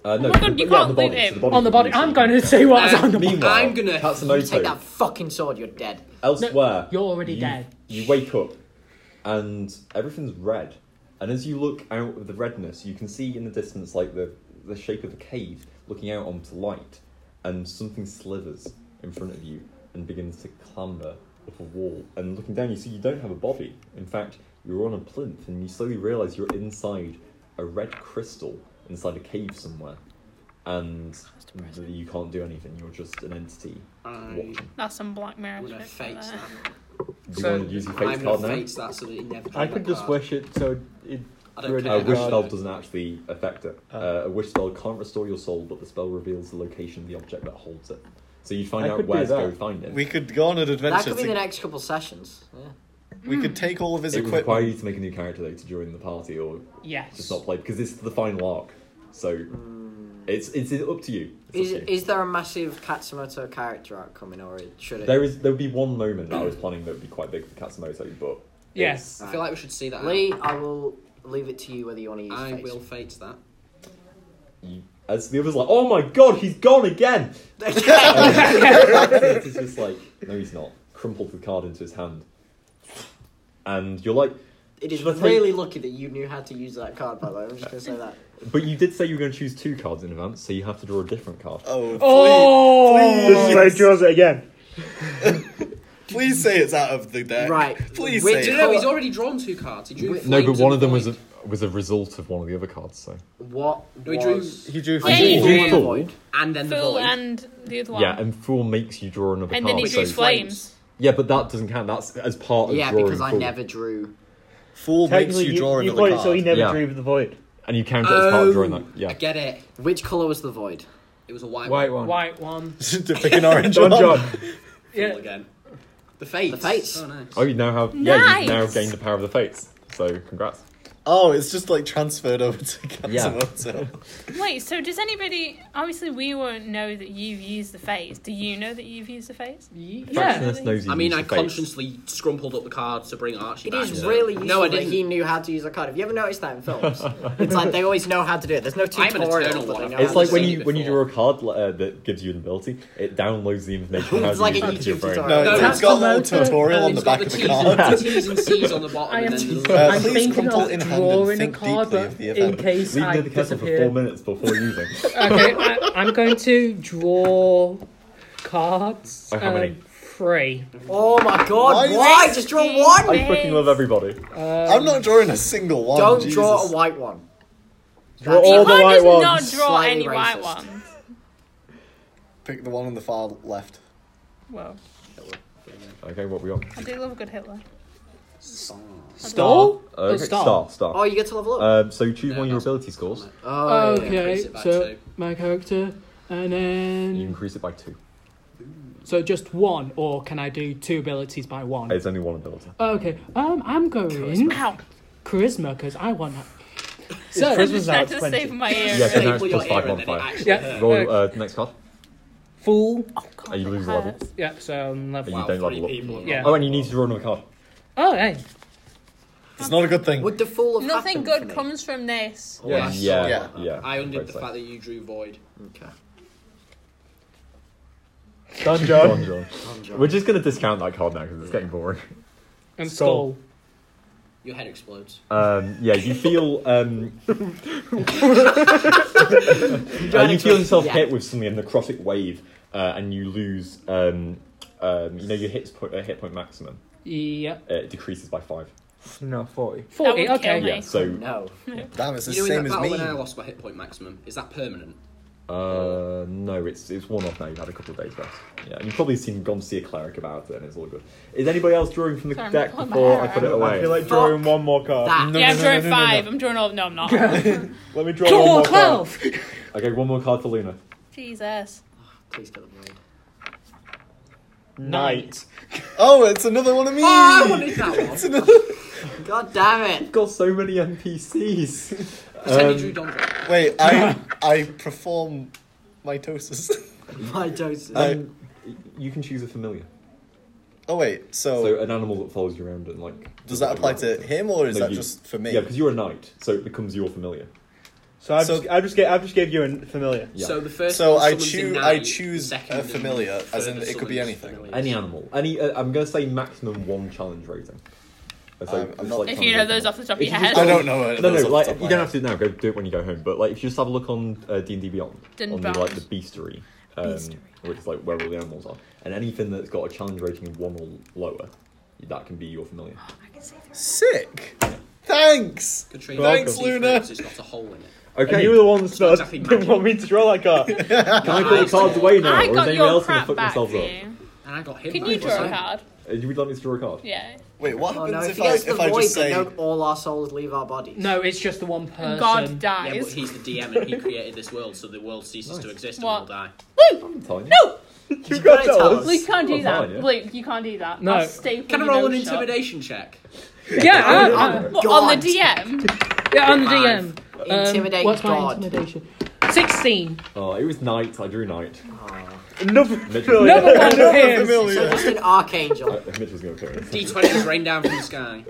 Speaker 4: Uh,
Speaker 2: Oh my
Speaker 4: no,
Speaker 2: God,
Speaker 4: the-
Speaker 2: you
Speaker 4: yeah,
Speaker 2: can't
Speaker 4: the body,
Speaker 2: leave him.
Speaker 4: so
Speaker 5: On the
Speaker 4: can
Speaker 5: body.
Speaker 4: be
Speaker 5: I'm
Speaker 4: seen.
Speaker 5: going to see what's
Speaker 1: Uh,
Speaker 5: on the body.
Speaker 4: Meanwhile,
Speaker 1: I'm gonna-
Speaker 4: Katsumoto,
Speaker 3: You take that fucking sword, you're dead.
Speaker 4: Elsewhere,
Speaker 5: you're already
Speaker 4: you-
Speaker 5: dead.
Speaker 4: You wake up, and everything's red. And as you look out of the redness, you can see in the distance, like the the shape of a cave, looking out onto light. And something slithers in front of you and begins to clamber up a wall. And looking down, you see you don't have a body. In fact, you're on a plinth, and you slowly realise you're inside a red crystal inside a cave somewhere. And you can't do anything. You're just an entity
Speaker 1: I,
Speaker 4: watching.
Speaker 2: That's some Black Mirror.
Speaker 1: I'm
Speaker 2: shit
Speaker 1: gonna
Speaker 2: right
Speaker 1: fakes
Speaker 2: there.
Speaker 1: that.
Speaker 4: Do
Speaker 5: So-
Speaker 4: you want to use your face
Speaker 1: I'm gonna
Speaker 4: card now?
Speaker 1: fakes that so that it never.
Speaker 7: I
Speaker 3: Oh
Speaker 1: drew
Speaker 7: could
Speaker 1: that
Speaker 7: just
Speaker 1: card.
Speaker 7: wish it so it.
Speaker 1: I don't
Speaker 7: drew a
Speaker 1: care.
Speaker 4: Uh,
Speaker 7: card.
Speaker 4: wish
Speaker 1: Uh,
Speaker 4: spell doesn't actually affect it.
Speaker 7: Oh.
Speaker 4: Uh, a wish spell can't restore your soul, but the spell reveals the location of the object that holds it. So you find
Speaker 7: I
Speaker 4: out
Speaker 7: could do
Speaker 4: where to go
Speaker 7: that.
Speaker 4: find it.
Speaker 6: We could go on an adventure.
Speaker 3: That could be
Speaker 6: to-
Speaker 3: the next couple sessions. Yeah.
Speaker 6: We could take all of his
Speaker 4: it would require
Speaker 6: equipment.
Speaker 4: you to make a new character though to join the party or
Speaker 5: Yes.
Speaker 4: just not play because it's the final arc. So it's it's up to you. It's up
Speaker 3: Is,
Speaker 4: to you.
Speaker 3: is there a massive Katsumoto character arc coming, or should it?
Speaker 4: there is there would be one moment that I was planning that would be quite big for Katsumoto, but
Speaker 5: Yes.
Speaker 1: I feel like we should see that. out.
Speaker 3: Lee, I will leave it to you whether you want to use.
Speaker 1: I
Speaker 3: face.
Speaker 1: will fakes that.
Speaker 4: you, as the others are like, oh my god, he's gone again. it's just like no, he's not. Crumpled the card into his hand, and you're like,
Speaker 3: It is
Speaker 4: Should I take-
Speaker 3: really lucky that you knew how to use that card, by the way. I'm just gonna say that.
Speaker 4: But you did say you were going to choose two cards in advance, so you have to draw a different card.
Speaker 6: Oh,
Speaker 7: This is
Speaker 5: Oh.
Speaker 7: where it draws it again.
Speaker 6: please, please say it's out of the deck.
Speaker 3: Right.
Speaker 6: Please
Speaker 3: Which-
Speaker 6: say
Speaker 1: Do
Speaker 6: it.
Speaker 1: you know he's already drawn two cards? He drew.
Speaker 4: no, but
Speaker 1: flames and
Speaker 4: one of them
Speaker 1: void.
Speaker 4: was a, was a result of one of the other cards. So
Speaker 3: What
Speaker 1: We drew-
Speaker 3: was?
Speaker 6: He drew.
Speaker 2: Yeah, you
Speaker 4: Fool.
Speaker 2: drew
Speaker 4: Fool.
Speaker 3: void.
Speaker 1: and then the
Speaker 2: Fool
Speaker 1: void.
Speaker 2: and the other one.
Speaker 4: yeah, and fool makes you draw another
Speaker 2: And
Speaker 4: card.
Speaker 2: then he
Speaker 4: so-
Speaker 2: drew flames.
Speaker 4: Yeah, but that doesn't count. That's as part of
Speaker 3: Yeah,
Speaker 4: drawing
Speaker 3: because I
Speaker 4: fool.
Speaker 3: never drew.
Speaker 6: Fool makes
Speaker 7: Technically,
Speaker 6: you draw
Speaker 7: you
Speaker 6: another
Speaker 7: got it, so he
Speaker 6: card.
Speaker 7: never
Speaker 4: Yeah.
Speaker 7: drew the void.
Speaker 4: and you count it as part of drawing that.
Speaker 1: Oh, I
Speaker 4: Yeah,
Speaker 1: get it.
Speaker 3: Which color was the void?
Speaker 1: It was a white,
Speaker 7: White
Speaker 1: one.
Speaker 7: one.
Speaker 5: White one.
Speaker 6: to pick an orange
Speaker 7: John,
Speaker 6: one.
Speaker 7: John.
Speaker 1: Fool again. The fates.
Speaker 3: The fates.
Speaker 1: Oh, nice.
Speaker 4: oh, you now have yeah,
Speaker 2: Nice.
Speaker 4: you've now gained the power of the fates. So congrats.
Speaker 6: Oh, it's just like transferred over to
Speaker 4: Yeah.
Speaker 6: Katsumoto.
Speaker 2: Wait, so does anybody? Obviously, we won't know that you've used the phase. Do you know that you've used the phase?
Speaker 5: Yeah.
Speaker 4: Fractionless knows you
Speaker 1: I mean,
Speaker 4: use
Speaker 1: I
Speaker 4: the fates.
Speaker 1: consciously scrumpled up the cards to bring Archie
Speaker 3: It
Speaker 1: back.
Speaker 3: is
Speaker 1: so-
Speaker 3: really useful
Speaker 1: No, I
Speaker 3: that
Speaker 1: didn't.
Speaker 3: he knew how to use a card. Have you ever noticed that in films? it's like they always know how to do it. There's no
Speaker 1: I'm an
Speaker 3: tutorial,
Speaker 1: eternal
Speaker 3: but they
Speaker 1: one.
Speaker 3: know
Speaker 1: I've
Speaker 4: It's
Speaker 3: how
Speaker 4: like
Speaker 3: to
Speaker 4: when
Speaker 3: do
Speaker 1: seen
Speaker 4: you
Speaker 1: it
Speaker 4: when you draw
Speaker 1: before.
Speaker 4: a card uh, that gives you an ability, it downloads the information.
Speaker 3: It's
Speaker 4: how to
Speaker 3: like
Speaker 4: use
Speaker 3: a
Speaker 4: it into your
Speaker 3: YouTube
Speaker 4: brain.
Speaker 3: tutorial.
Speaker 6: No,
Speaker 1: No,
Speaker 6: it's got a little
Speaker 5: Katsumoto.
Speaker 6: tutorial
Speaker 5: Oh,
Speaker 6: on the
Speaker 5: it's
Speaker 1: Got
Speaker 6: back
Speaker 1: the
Speaker 6: of the
Speaker 1: T's
Speaker 6: card.
Speaker 1: and- the T's and C's on the bottom.
Speaker 5: I am
Speaker 1: and then the-
Speaker 6: Uh,
Speaker 5: I'm
Speaker 6: please
Speaker 5: thinking
Speaker 6: crumple
Speaker 5: of
Speaker 6: in hand and
Speaker 5: drawing a
Speaker 6: think
Speaker 5: card,
Speaker 6: deeply of
Speaker 5: but
Speaker 6: the
Speaker 5: in
Speaker 6: event.
Speaker 5: case
Speaker 4: Leave
Speaker 5: I
Speaker 4: near the kettle for
Speaker 5: disappear.
Speaker 4: four minutes before using.
Speaker 5: okay, I, I'm going to draw cards.
Speaker 4: Oh, how many?
Speaker 5: um, Three.
Speaker 3: Oh my god!
Speaker 6: Why
Speaker 3: Why?
Speaker 6: is it-
Speaker 3: Just draw one.
Speaker 4: I fucking love everybody.
Speaker 6: I'm not drawing a single one.
Speaker 3: Don't
Speaker 6: Oh, Jesus.
Speaker 3: draw a white one.
Speaker 7: Draw
Speaker 2: You
Speaker 7: all the
Speaker 2: can't
Speaker 7: white
Speaker 2: just
Speaker 7: ones.
Speaker 2: not draw
Speaker 3: Slightly
Speaker 2: any white
Speaker 3: racist.
Speaker 2: ones.
Speaker 6: Pick the one on the far left.
Speaker 2: Well,
Speaker 4: Okay, what we got?
Speaker 2: I do love a good Hitler.
Speaker 5: Stall?
Speaker 4: Oh, Okay, star, star.
Speaker 3: Oh, you get to level up.
Speaker 4: Um, so choose
Speaker 1: No,
Speaker 4: one of your
Speaker 1: that's-
Speaker 4: ability scores.
Speaker 3: oh, yeah.
Speaker 5: Okay,
Speaker 1: Increase it by
Speaker 5: so
Speaker 1: two.
Speaker 5: my character, and
Speaker 4: You
Speaker 5: then.
Speaker 4: increase it by two.
Speaker 5: So just one, or can I do two abilities by one?
Speaker 4: It's only one ability.
Speaker 5: Okay, um, I'm going
Speaker 2: Ow!
Speaker 5: charisma because I want that. So,
Speaker 2: Just had to save my ear.
Speaker 4: Yeah, so
Speaker 2: really.
Speaker 4: now it's
Speaker 1: Pull your
Speaker 4: plus five
Speaker 1: ear and
Speaker 4: on
Speaker 1: then it
Speaker 4: five.
Speaker 1: actually
Speaker 5: Yeah.
Speaker 4: Roll uh, next card.
Speaker 5: Fool.
Speaker 2: Oh, God,
Speaker 4: Are you
Speaker 2: it
Speaker 4: losing level?
Speaker 2: hurts.
Speaker 5: Yeah, so I'm level.
Speaker 4: You
Speaker 1: Wow,
Speaker 4: don't
Speaker 1: three
Speaker 4: level up.
Speaker 1: people have
Speaker 5: Yeah.
Speaker 1: got-
Speaker 4: Oh, and you need to draw another card.
Speaker 5: Oh, hey.
Speaker 6: It's not a good thing.
Speaker 3: Would the fall have
Speaker 2: Nothing
Speaker 3: happened
Speaker 2: good
Speaker 3: for me?
Speaker 2: comes from this.
Speaker 3: Oh,
Speaker 4: Yeah,
Speaker 3: I saw
Speaker 4: yeah, yeah.
Speaker 3: that.
Speaker 1: I undid the
Speaker 4: Both
Speaker 1: fact that you drew void.
Speaker 3: Okay.
Speaker 4: sides.
Speaker 7: John.
Speaker 4: Done, John. We're just gonna discount that card now because it's getting boring.
Speaker 5: And
Speaker 7: Stall.
Speaker 5: stall.
Speaker 1: Your head explodes.
Speaker 4: Um, yeah, you feel um, uh, you feel yourself
Speaker 3: Yeah.
Speaker 4: hit with something a necrotic wave, uh, and you lose. Um, um, you know your hits point, uh, hit point maximum.
Speaker 5: Yeah.
Speaker 4: Uh, it decreases by five.
Speaker 7: No, 40.
Speaker 2: That
Speaker 5: Forty.
Speaker 2: would
Speaker 5: Okay.
Speaker 2: kill me.
Speaker 4: Yeah. So
Speaker 3: No.
Speaker 6: Damn, it's the
Speaker 1: You know, in
Speaker 6: same
Speaker 1: that
Speaker 6: as
Speaker 1: battle
Speaker 6: me.
Speaker 1: when I lost my hit point maximum, is that permanent?
Speaker 2: Oh,
Speaker 4: Uh, no, it's it's one off now. You've had a couple of days rest. Yeah, and you've probably seen gone see a cleric about it, and it's all good. Is anybody else drawing from the
Speaker 2: Sorry, I'm
Speaker 4: deck
Speaker 2: pulling my
Speaker 4: before I
Speaker 2: hair
Speaker 4: put it
Speaker 2: out.
Speaker 4: away?
Speaker 7: I feel like drawing one more card.
Speaker 3: That.
Speaker 2: yeah, I'm
Speaker 6: no,
Speaker 2: drawing
Speaker 6: no, no, no,
Speaker 2: five. I'm drawing all. No, I'm not.
Speaker 7: Let me draw one
Speaker 5: Draw
Speaker 7: more card.
Speaker 5: twelve.
Speaker 4: okay, one more card for Luna.
Speaker 2: Jesus.
Speaker 3: Please get the blade.
Speaker 7: Knight.
Speaker 6: Oh, it's another one of me.
Speaker 3: Ah!
Speaker 1: Oh, I wanted that one.
Speaker 6: It's another-
Speaker 3: God damn it.
Speaker 4: Got so many NPCs.
Speaker 1: Pretend you drew Dondra.
Speaker 6: Wait, I I perform mitosis.
Speaker 3: Mitosis.
Speaker 6: I-
Speaker 4: Um, you can choose a familiar,
Speaker 6: oh wait, so,
Speaker 4: so an animal that follows you around and like.
Speaker 6: does that apply to him or is
Speaker 4: No,
Speaker 6: that
Speaker 4: you-
Speaker 6: just for me?
Speaker 4: Yeah, because you're a knight, so it becomes your familiar.
Speaker 7: So I
Speaker 6: So-
Speaker 7: just, I just gave, I just gave you a familiar.
Speaker 4: Yeah.
Speaker 1: So the first.
Speaker 6: So
Speaker 1: one
Speaker 6: I
Speaker 1: summons
Speaker 6: choo-
Speaker 1: in
Speaker 6: I
Speaker 1: nine,
Speaker 6: choose
Speaker 1: the
Speaker 6: a
Speaker 1: second and
Speaker 6: familiar, as in
Speaker 1: further
Speaker 6: it could be
Speaker 1: summons
Speaker 6: anything.
Speaker 1: familiars.
Speaker 4: Any animal. Any. Uh, I'm gonna say maximum one challenge rating. Uh, So
Speaker 6: Um, I'm- I'm
Speaker 4: it's
Speaker 6: not-
Speaker 4: like
Speaker 2: If
Speaker 4: challenge
Speaker 2: you know
Speaker 4: rating.
Speaker 2: those off the top of
Speaker 4: Oh If
Speaker 2: your
Speaker 4: you just
Speaker 2: head.
Speaker 6: I don't know. it.
Speaker 4: No,
Speaker 6: Those
Speaker 4: no,
Speaker 6: off
Speaker 4: like
Speaker 6: the
Speaker 4: you
Speaker 6: top of my
Speaker 4: don't have to now. Go do it when you go home. But like, if you just have a look on uh, D and D Beyond,
Speaker 2: Din
Speaker 4: on
Speaker 2: Beyond.
Speaker 4: the, like the beastery, um,
Speaker 2: Beastery.
Speaker 4: which is like where all the animals are, and anything that's got a challenge rating of one or lower, that can be your familiar.
Speaker 6: head. Sick. Thanks.
Speaker 1: Good training.
Speaker 6: Thanks,
Speaker 1: It's different,
Speaker 6: Luna.
Speaker 1: It's got a hole in it.
Speaker 7: And
Speaker 4: Okay,
Speaker 7: you were the ones that
Speaker 1: exactly
Speaker 7: didn't want me to draw that card.
Speaker 4: can I put the cards away now,
Speaker 2: I
Speaker 4: or is
Speaker 2: got
Speaker 4: anyone
Speaker 2: your
Speaker 4: else gonna
Speaker 2: crap
Speaker 4: fuck
Speaker 2: back.
Speaker 4: themselves
Speaker 2: For
Speaker 4: up?
Speaker 2: you.
Speaker 1: And I got him.
Speaker 2: Can you
Speaker 1: back.
Speaker 2: draw a card?
Speaker 4: Uh, You would like me to draw a card?
Speaker 2: Yeah.
Speaker 6: Wait, what
Speaker 3: Oh
Speaker 6: happens
Speaker 3: no, if
Speaker 6: if
Speaker 3: he
Speaker 6: I
Speaker 3: gets the
Speaker 6: if I
Speaker 3: void,
Speaker 6: just say
Speaker 3: then no, all our souls leave our bodies.
Speaker 5: No, it's just the one person.
Speaker 2: God
Speaker 1: Yeah, but
Speaker 2: dies.
Speaker 1: he's the DM and he created this world, so the world ceases
Speaker 4: Nice.
Speaker 1: to exist and
Speaker 2: What?
Speaker 1: we'll die.
Speaker 4: I'm telling you.
Speaker 2: No,
Speaker 7: you got
Speaker 3: tell
Speaker 6: "Oh,
Speaker 7: those.
Speaker 3: us.
Speaker 2: Luke can't do
Speaker 4: Well,
Speaker 2: that.
Speaker 4: fine, yeah.
Speaker 2: Luke, you can't do that.
Speaker 5: No.
Speaker 2: I'll staple
Speaker 1: Can I
Speaker 2: your
Speaker 1: roll an
Speaker 2: nose shut.
Speaker 1: intimidation check?
Speaker 5: Yeah, I, I,
Speaker 4: God.
Speaker 2: What, on the DM?
Speaker 5: yeah, I'm the
Speaker 1: Five.
Speaker 5: DM. Um,
Speaker 3: Intimidate
Speaker 5: what's my
Speaker 3: God.
Speaker 5: intimidation? Sixteen.
Speaker 4: Oh, it was knight. I drew knight.
Speaker 1: Ah.
Speaker 7: Another
Speaker 4: Literally.
Speaker 7: familiar.
Speaker 5: Another one
Speaker 6: another
Speaker 5: of his.
Speaker 3: So
Speaker 6: familiar?
Speaker 3: just an archangel.
Speaker 4: Mitchell's gonna kill me.
Speaker 1: D20 is rain down from the sky.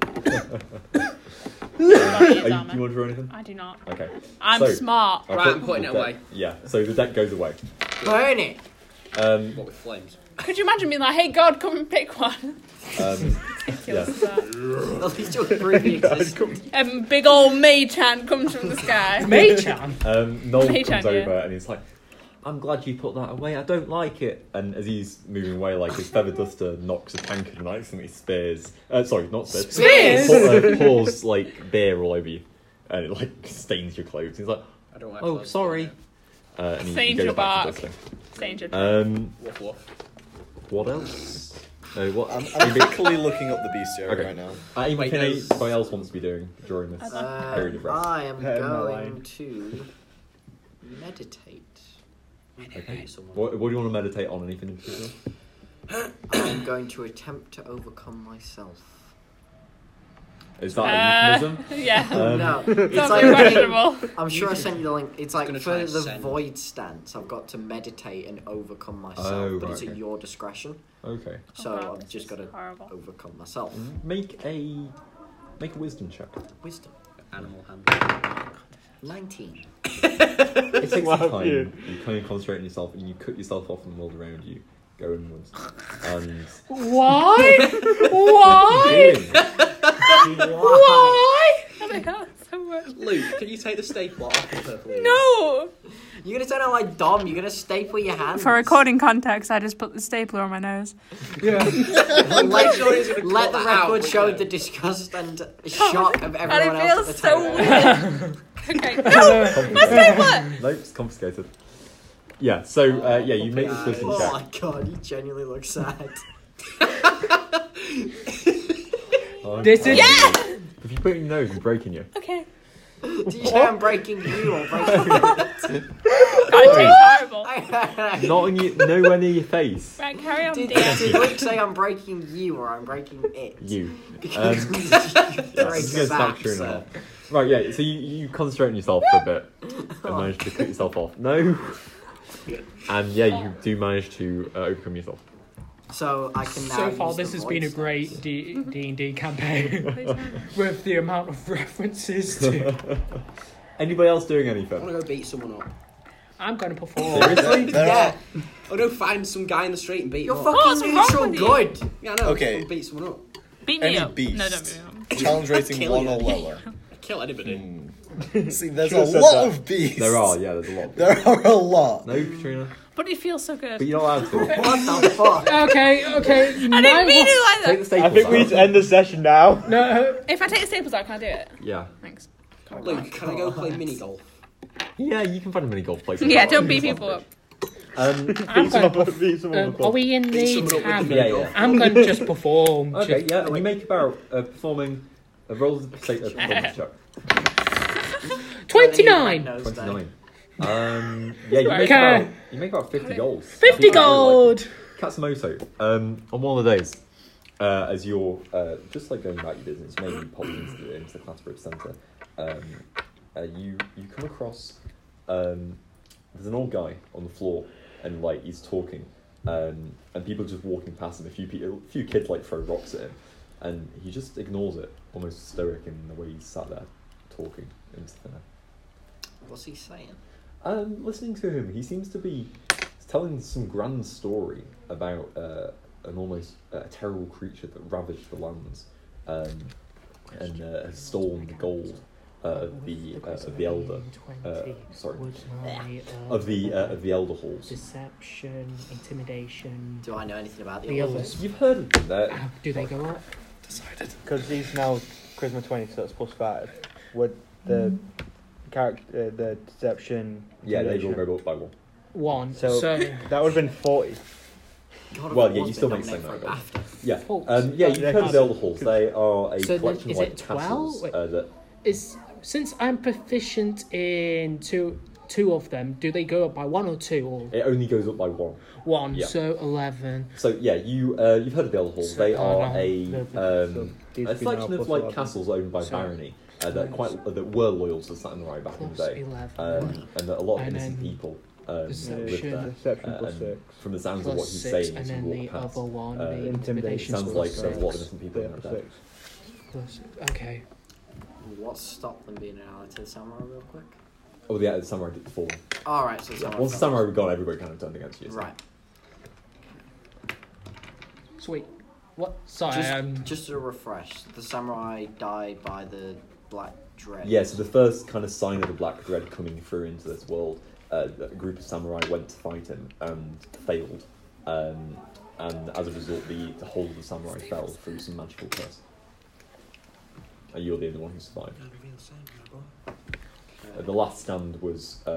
Speaker 4: Are you, do you want to draw anything?
Speaker 2: I do not.
Speaker 4: Okay.
Speaker 2: I'm
Speaker 4: So-
Speaker 2: smart.
Speaker 4: I'll
Speaker 1: Right,
Speaker 4: put
Speaker 1: I'm putting
Speaker 4: the
Speaker 1: it
Speaker 4: deck-
Speaker 1: away.
Speaker 4: Yeah. So the deck goes away.
Speaker 3: Burn it.
Speaker 4: Um,
Speaker 1: What with flames?
Speaker 2: Could you imagine being like, "Hey God, come and pick one"?
Speaker 4: um, yeah.
Speaker 3: At least you'll prove the existence.
Speaker 2: And Um, big old May chant comes from the sky.
Speaker 5: Mei-chan.
Speaker 4: Um, Noel
Speaker 2: Hey,
Speaker 4: comes
Speaker 2: Tanya.
Speaker 4: over and he's like, "I'm glad you put that away. I don't like it." And as he's moving away, like his feather duster knocks a tankard and accidentally spears. Uh, sorry, not spears.
Speaker 5: Spears?
Speaker 4: Pour- uh, pours like beer all over you, and it like stains your clothes. He's like,
Speaker 1: I don't like
Speaker 4: "Oh,
Speaker 1: clothes.
Speaker 4: sorry." Uh, and he, he
Speaker 2: Stains
Speaker 4: goes
Speaker 2: your
Speaker 4: back to
Speaker 2: bark.
Speaker 4: dusting.
Speaker 2: Danger.
Speaker 4: Um,
Speaker 1: Woof woof.
Speaker 4: what else? No, what? um,
Speaker 6: I'm, I'm
Speaker 4: Anybody-
Speaker 6: quickly looking up the bestiary
Speaker 4: Okay.
Speaker 6: right now.
Speaker 1: Wait,
Speaker 4: anything
Speaker 1: no.
Speaker 4: anybody else wants to be doing during this period of
Speaker 3: Uh,
Speaker 4: rest?
Speaker 3: I am
Speaker 7: Head in the
Speaker 3: going
Speaker 7: line.
Speaker 3: to meditate.
Speaker 4: Okay.
Speaker 1: Someone.
Speaker 4: What, what do you want to meditate on? Anything in particular?
Speaker 3: I'm going to attempt to overcome myself.
Speaker 4: Is that a
Speaker 2: Uh,
Speaker 4: euphemism?
Speaker 2: yeah.
Speaker 4: Um,
Speaker 3: no, it's
Speaker 2: Sounds
Speaker 3: like
Speaker 2: questionable.
Speaker 3: I'm sure I sent you the link. It's like
Speaker 1: gonna try
Speaker 3: for
Speaker 1: and
Speaker 3: the
Speaker 1: send.
Speaker 3: void stance, I've got to meditate and overcome myself,
Speaker 4: Oh,
Speaker 3: but
Speaker 4: right,
Speaker 3: it's at
Speaker 4: okay.
Speaker 3: your discretion.
Speaker 4: Okay.
Speaker 3: So
Speaker 2: Oh, wow,
Speaker 3: I've
Speaker 2: this
Speaker 3: just
Speaker 2: is
Speaker 3: got to
Speaker 2: horrible.
Speaker 3: overcome myself.
Speaker 4: Make a make a wisdom check.
Speaker 3: Wisdom,
Speaker 1: Animal handling.
Speaker 3: nineteen.
Speaker 4: It takes
Speaker 7: Wow,
Speaker 4: time.
Speaker 7: you.
Speaker 4: You. kind of concentrate on yourself, and you cut yourself off from the world around you. Go inwards. And
Speaker 5: Why? Why?
Speaker 3: Why?
Speaker 2: Why? Oh my God, so much.
Speaker 1: Luke, can you take the staple off the purple?
Speaker 2: No.
Speaker 3: You're gonna turn out like Dom. You're gonna staple your hand.
Speaker 2: context, I just put the stapler on my nose.
Speaker 3: Let,
Speaker 1: sure he's gonna cut
Speaker 3: let the
Speaker 1: that out,
Speaker 3: record
Speaker 1: wouldn't
Speaker 3: show
Speaker 1: you?
Speaker 3: the disgust and shock of everyone
Speaker 2: and it
Speaker 3: else.
Speaker 2: feels
Speaker 3: at
Speaker 2: so
Speaker 3: the table.
Speaker 2: weird. Okay. No! That's not what!
Speaker 4: Nope, it's confiscated. Yeah, so uh, yeah, you make this wisdom
Speaker 3: Oh my
Speaker 4: check.
Speaker 3: god, you genuinely look sad.
Speaker 5: This is.
Speaker 4: If you put in your nose, I'm breaking you.
Speaker 2: Okay.
Speaker 3: Do you say I'm breaking you or breaking
Speaker 2: That tastes horrible.
Speaker 4: Not on your, nowhere near your face.
Speaker 2: Right, carry on,
Speaker 3: Did,
Speaker 2: dear.
Speaker 3: did Luke say I'm breaking you or I'm breaking it?
Speaker 4: You. Um,
Speaker 3: Because you break
Speaker 4: this
Speaker 3: us
Speaker 4: is gonna
Speaker 3: up,
Speaker 4: start true
Speaker 3: so-
Speaker 4: now. Right, yeah, so you, you concentrate on yourself for a bit and
Speaker 3: Oh.
Speaker 4: manage to cut yourself off. No! And yeah, you do manage to uh, overcome yourself.
Speaker 3: So I can now.
Speaker 5: So far,
Speaker 3: use the
Speaker 5: this has been a
Speaker 3: voice.
Speaker 5: great D and D campaign
Speaker 2: Please, no.
Speaker 5: with the amount of references to.
Speaker 4: Anybody else doing
Speaker 1: I want
Speaker 4: anything?
Speaker 1: to go beat someone up.
Speaker 5: I'm gonna perform.
Speaker 4: Seriously?
Speaker 6: There
Speaker 3: Yeah,
Speaker 1: I'll go find some guy in the street and beat
Speaker 3: you're
Speaker 1: him up.
Speaker 2: what's
Speaker 3: fucking
Speaker 2: wrong
Speaker 3: neutral
Speaker 2: with you?
Speaker 3: good.
Speaker 1: Yeah, I know.
Speaker 6: Okay.
Speaker 1: I'll beat someone up.
Speaker 2: Beat
Speaker 6: Any
Speaker 2: me up.
Speaker 6: beast.
Speaker 2: No, don't beat me up.
Speaker 6: are challenge rating
Speaker 1: Kill
Speaker 6: one
Speaker 1: you.
Speaker 6: or lower.
Speaker 1: Kill anybody.
Speaker 4: Hmm.
Speaker 6: See, there's a
Speaker 4: Should've said
Speaker 6: lot
Speaker 4: that.
Speaker 6: of beasts.
Speaker 4: There are, yeah, there's a lot.
Speaker 6: There are a lot.
Speaker 4: No, Katrina?
Speaker 2: But it feels so good.
Speaker 4: But you're not allowed to.
Speaker 3: What the fuck?
Speaker 5: okay, okay.
Speaker 2: I didn't mean it like
Speaker 4: Take the
Speaker 2: that.
Speaker 4: staples
Speaker 7: I think we
Speaker 4: out.
Speaker 7: need to end the session now.
Speaker 5: No,
Speaker 2: If I take the staples out, can I do it?
Speaker 4: Yeah.
Speaker 2: Thanks.
Speaker 1: Luke, can I go play mini golf?
Speaker 4: Yeah, you can find a mini golf place.
Speaker 2: Yeah, don't beat people up.
Speaker 4: Um,
Speaker 5: I'm gonna.
Speaker 7: Someone-
Speaker 5: perf-
Speaker 7: someone
Speaker 5: Um,
Speaker 7: will
Speaker 5: are we in the
Speaker 1: someone up with the
Speaker 5: tavern?
Speaker 4: yeah, yeah.
Speaker 5: I'm gonna just perform.
Speaker 4: Okay,
Speaker 5: just-
Speaker 4: yeah, you make about uh, performing a roll of the potato performance check.
Speaker 5: Twenty-nine.
Speaker 3: Nose day.
Speaker 4: 29. Um, yeah, you make,
Speaker 5: Okay.
Speaker 4: about, you make about 50 goals.
Speaker 5: 50
Speaker 4: That's really
Speaker 5: gold!
Speaker 4: likely. Katsumoto, um, on one of the days, uh, as you're uh, just like going about your business, maybe popping into the, into the Plattsburgh Centre, um, uh, you, you come across um, there's an old guy on the floor and like he's talking um, and people are just walking past him a few people a few kids like throw rocks at him and he just ignores it almost stoic in the way he's sat there talking into thin air
Speaker 3: What's he saying?
Speaker 4: um, listening to him, he seems to be telling some grand story about uh, an almost uh, terrible creature that ravaged the lands um, and uh, has stolen the gold uh, of the uh, of the elder. Uh, sorry. Of the uh, of the elder halls.
Speaker 5: Deception, intimidation.
Speaker 3: Do I know anything about the
Speaker 5: The
Speaker 3: others?
Speaker 5: others.
Speaker 4: You've heard of them. There,
Speaker 5: Do they go up?
Speaker 7: Because he's now charisma twenty, so that's plus five. Would the character, uh, the deception,
Speaker 4: yeah, they all
Speaker 7: intimidation-
Speaker 4: go up by one.
Speaker 5: One. So,
Speaker 7: So- that would have been forty.
Speaker 3: God,
Speaker 4: Well,
Speaker 3: I've
Speaker 4: yeah, you
Speaker 3: always
Speaker 4: still
Speaker 3: been
Speaker 4: make sense
Speaker 3: nominated
Speaker 4: out
Speaker 3: for
Speaker 4: of Yeah,
Speaker 5: Halls.
Speaker 4: um, yeah, you've
Speaker 7: Yeah,
Speaker 4: heard of the
Speaker 7: castles.
Speaker 4: elder halls. They are a
Speaker 5: So then,
Speaker 4: collection of
Speaker 5: is
Speaker 4: like
Speaker 5: it 12?
Speaker 4: castles
Speaker 5: Wait.
Speaker 4: uh, that
Speaker 5: is since I'm proficient in two two of them, do they go up by one or two or
Speaker 4: it only goes up by one.
Speaker 5: one?
Speaker 4: Yeah.
Speaker 5: So eleven.
Speaker 4: So yeah, you uh, you've heard of the Elder Halls. They are a
Speaker 7: So
Speaker 4: um,
Speaker 7: these
Speaker 4: a
Speaker 7: be now
Speaker 4: selection of
Speaker 7: plus
Speaker 4: like
Speaker 7: 11.
Speaker 4: castles owned by
Speaker 5: So-
Speaker 4: barony uh, that quite uh, that were loyal to the samurai back in the
Speaker 5: Plus
Speaker 4: day,
Speaker 5: 11.
Speaker 4: um, and that a lot of
Speaker 5: And
Speaker 4: innocent
Speaker 5: then
Speaker 4: people um, lived
Speaker 5: deception.
Speaker 4: there.
Speaker 7: Deception
Speaker 4: Uh,
Speaker 7: plus
Speaker 4: and
Speaker 7: six.
Speaker 4: from the sounds of what
Speaker 5: Plus
Speaker 4: he's
Speaker 5: six,
Speaker 4: saying,
Speaker 5: and
Speaker 4: as you
Speaker 5: then the
Speaker 4: walk past,
Speaker 5: other one,
Speaker 4: uh,
Speaker 5: the
Speaker 4: it
Speaker 5: intimidation
Speaker 7: Intimidation
Speaker 4: sounds
Speaker 7: plus
Speaker 4: like
Speaker 5: score
Speaker 4: there's a lot of
Speaker 5: six.
Speaker 4: innocent people
Speaker 7: Yeah,
Speaker 4: in
Speaker 7: plus
Speaker 4: there.
Speaker 7: six.
Speaker 5: Plus- Okay.
Speaker 3: that. What stopped them being an ally to the samurai real quick?
Speaker 4: Oh yeah, the samurai did fall.
Speaker 3: All right, so the samurai.
Speaker 4: Once the
Speaker 3: fell.
Speaker 4: samurai were gone, everybody kind of turned against you. so-
Speaker 3: Right.
Speaker 5: Sweet. What? Sorry.
Speaker 3: Just,
Speaker 5: um,
Speaker 3: just to refresh, the samurai died by the black dread.
Speaker 4: Yeah, so the first kind of sign of the Black Dread coming through into this world, uh, a group of samurai went to fight him and failed. Um, and as a result, the, the whole of the samurai fell through some magical curse. And you're the only one who survived. Uh, the last stand was. Um,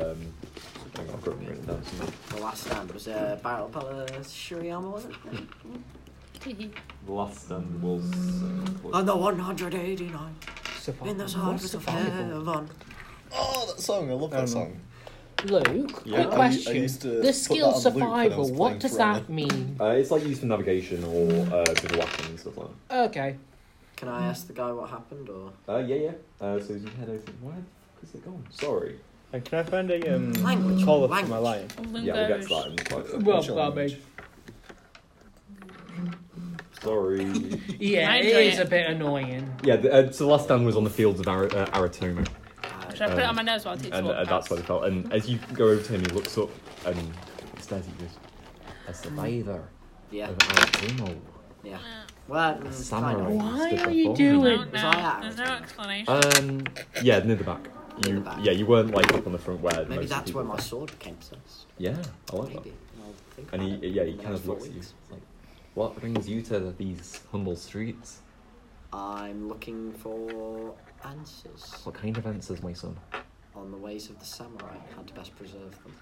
Speaker 4: hang on, I've got it written down somewhere.
Speaker 3: The last stand was uh, Battle Palace Shuriyama, wasn't it?
Speaker 4: The last stand was. uh,
Speaker 5: Oh,
Speaker 3: On the 189,
Speaker 5: survival.
Speaker 3: in the
Speaker 5: What's
Speaker 3: service of
Speaker 5: survival?
Speaker 3: heaven.
Speaker 6: Oh, that song! I love that song.
Speaker 5: Luke,
Speaker 6: Yeah,
Speaker 5: quick
Speaker 6: I- I
Speaker 5: question.
Speaker 6: used to
Speaker 5: the
Speaker 6: put
Speaker 5: skill
Speaker 6: that on loop when I was
Speaker 5: survival,
Speaker 6: playing
Speaker 5: what does
Speaker 6: Piranha.
Speaker 5: that mean?
Speaker 4: uh, it's like used for navigation or uh, bivouacking and stuff like that.
Speaker 5: Okay.
Speaker 3: Can I ask the guy what happened, or?
Speaker 4: Uh, yeah, yeah. Uh, so you head over. Where the fuck is it gone? Sorry.
Speaker 7: And can I find a um,
Speaker 3: Language,
Speaker 7: collar for my
Speaker 3: language.
Speaker 7: lion?
Speaker 4: Yeah, we'll get to that in quite a second.
Speaker 5: Well,
Speaker 6: Challenge.
Speaker 5: well, mate,
Speaker 4: Sorry.
Speaker 5: yeah,
Speaker 2: I
Speaker 5: it
Speaker 2: enjoy
Speaker 5: is
Speaker 2: it.
Speaker 5: a bit annoying.
Speaker 4: yeah, the, uh, so the last stand was on the fields of Ar- uh, Aratomo,
Speaker 3: uh,
Speaker 2: Should I put it on my nose while I teach
Speaker 4: and uh, that's where they fell. And as you go over to him, he looks up and stares at you. A survivor
Speaker 3: Yeah,
Speaker 4: of Aratomo.
Speaker 3: yeah. Well, mm, kind
Speaker 4: Samurai.
Speaker 3: of.
Speaker 5: Why
Speaker 4: Stuff
Speaker 5: are
Speaker 4: I
Speaker 5: you
Speaker 4: thought.
Speaker 5: doing?
Speaker 2: don't
Speaker 3: Was
Speaker 2: know.
Speaker 3: I out?
Speaker 2: There's no explanation.
Speaker 4: Um, yeah, near the back. You,
Speaker 3: the back.
Speaker 4: yeah, you weren't like up on the front where most
Speaker 3: Maybe
Speaker 4: of
Speaker 3: that's
Speaker 4: people
Speaker 3: where my
Speaker 4: were.
Speaker 3: sword became possessed.
Speaker 4: Yeah, I like
Speaker 3: Maybe. I'll think
Speaker 4: that. And
Speaker 3: about
Speaker 4: he,
Speaker 3: it
Speaker 4: yeah, he
Speaker 3: in the
Speaker 4: kind
Speaker 3: next
Speaker 4: of
Speaker 3: four
Speaker 4: looks at you.
Speaker 3: weeks.
Speaker 4: It's like, what brings you to these humble streets?
Speaker 3: I'm looking for answers.
Speaker 4: What kind of answers, my son?
Speaker 3: on the ways of the samurai, how to best preserve them.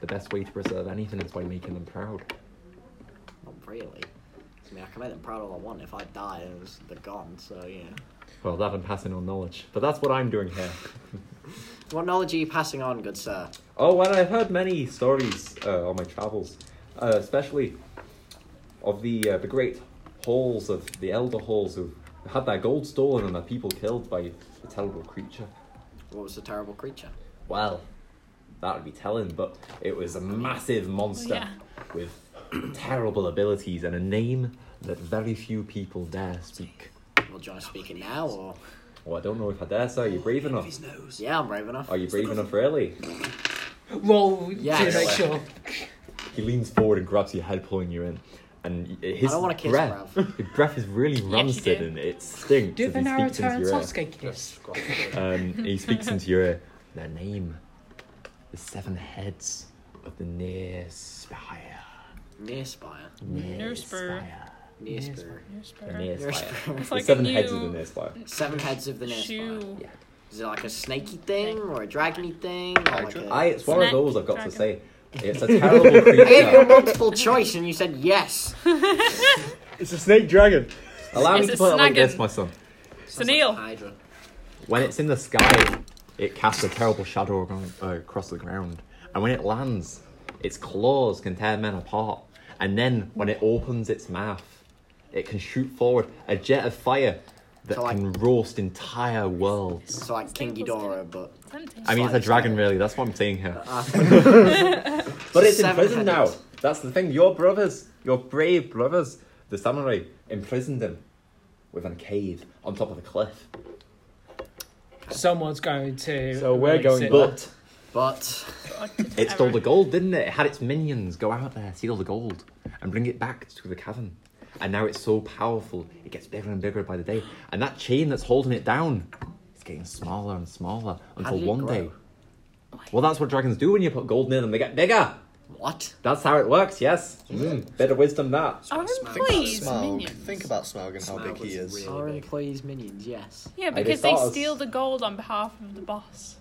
Speaker 4: The best way to preserve anything is by making them proud.
Speaker 3: Not really. I mean, I can make them proud all I want. If I die, it was, they're gone. So yeah.
Speaker 4: Well, that and passing on knowledge. But that's what I'm doing here.
Speaker 3: What knowledge are you passing on, good sir?
Speaker 4: Oh, and I've heard many stories uh, on my travels, uh, especially of the uh, the great halls of the elder halls who had their gold stolen and their people killed by a terrible creature.
Speaker 3: What was the terrible creature?
Speaker 4: Well, that would be telling, but it was a massive monster
Speaker 2: yeah.
Speaker 4: with terrible abilities and a name that very few people dare speak.
Speaker 3: Well, do you want to speak it now, or
Speaker 4: Oh, I don't know if I dare say. Are you brave enough?
Speaker 9: His nose.
Speaker 3: yeah, I'm brave enough.
Speaker 4: Are you brave enough, really?
Speaker 10: Roll
Speaker 3: Yes.
Speaker 10: to make sure.
Speaker 4: He leans forward and grabs your head, pulling you in. And y- his
Speaker 3: I don't wanna kiss
Speaker 4: breath,
Speaker 3: Brav.
Speaker 4: his breath is really rancid
Speaker 2: do.
Speaker 4: and it stinks.
Speaker 10: Do
Speaker 4: as
Speaker 10: the
Speaker 4: he speaks
Speaker 10: Naruto
Speaker 4: into
Speaker 10: and
Speaker 4: your ear.
Speaker 10: Sasuke kiss.
Speaker 4: Um, he speaks into your ear. Their name, the seven heads of the near spire.
Speaker 3: Near spire.
Speaker 4: Near
Speaker 2: Nerspire.
Speaker 4: spire.
Speaker 3: Near
Speaker 10: Near
Speaker 3: spire.
Speaker 4: The near
Speaker 3: Near
Speaker 4: spire.
Speaker 3: spire.
Speaker 2: It's
Speaker 4: The
Speaker 2: like
Speaker 4: seven
Speaker 2: a new
Speaker 4: heads of the near spire.
Speaker 3: Seven heads of the near spire.
Speaker 2: shoe.
Speaker 4: Yeah.
Speaker 3: Is it like a snaky thing or a dragony thing? Or like a...
Speaker 4: I, it's one of
Speaker 2: Snack
Speaker 4: those I've got to
Speaker 2: dragon.
Speaker 4: say. It's a terrible
Speaker 3: gave you a
Speaker 4: creature.
Speaker 3: multiple choice and you said yes.
Speaker 7: It's a snake dragon.
Speaker 4: Allow me
Speaker 2: It's
Speaker 4: to
Speaker 2: a
Speaker 4: put it like this,
Speaker 2: snaggin.
Speaker 4: my son.
Speaker 2: So Neil,
Speaker 3: Hydra.
Speaker 4: When it's in the sky, it casts a terrible shadow around, uh, across the ground. And when it lands, its claws can tear men apart. And then when it opens its mouth, it can shoot forward a jet of fire that
Speaker 3: So, like-
Speaker 4: can roast entire worlds.
Speaker 3: So like King Ghidorah, but uh,
Speaker 2: tempting.
Speaker 4: I mean, it's a
Speaker 3: like-
Speaker 4: dragon, really. That's what I'm saying here. but it's in prison
Speaker 3: Seven-headed.
Speaker 4: now. That's the thing. Your brothers, your brave brothers, the samurai, imprisoned him within a cave on top of a cliff.
Speaker 10: Someone's going to.
Speaker 7: So we're going
Speaker 10: sit-
Speaker 7: back.
Speaker 4: But
Speaker 3: but
Speaker 4: It stole the gold, didn't it? It had its minions go out there, steal the gold, and bring it back to the cavern. And now it's so powerful, it gets bigger and bigger by the day. And that chain that's holding it down, it's getting smaller and smaller until
Speaker 3: did it
Speaker 4: one
Speaker 3: grow?
Speaker 4: day. Well, that's what dragons do when you put gold near them, they get bigger.
Speaker 3: what?
Speaker 4: That's how it works, yes. Mm, bit of wisdom that.
Speaker 2: Our
Speaker 6: Think about
Speaker 2: employees,
Speaker 6: Smaug.
Speaker 2: Oh, minions.
Speaker 6: Think about Smaug and how
Speaker 9: Smaug
Speaker 6: big he
Speaker 9: was
Speaker 6: is.
Speaker 9: really
Speaker 3: Our
Speaker 9: big.
Speaker 3: employees minions, yes.
Speaker 2: Yeah,
Speaker 4: they
Speaker 2: because they
Speaker 4: thought us-
Speaker 2: steal the gold on behalf of the boss.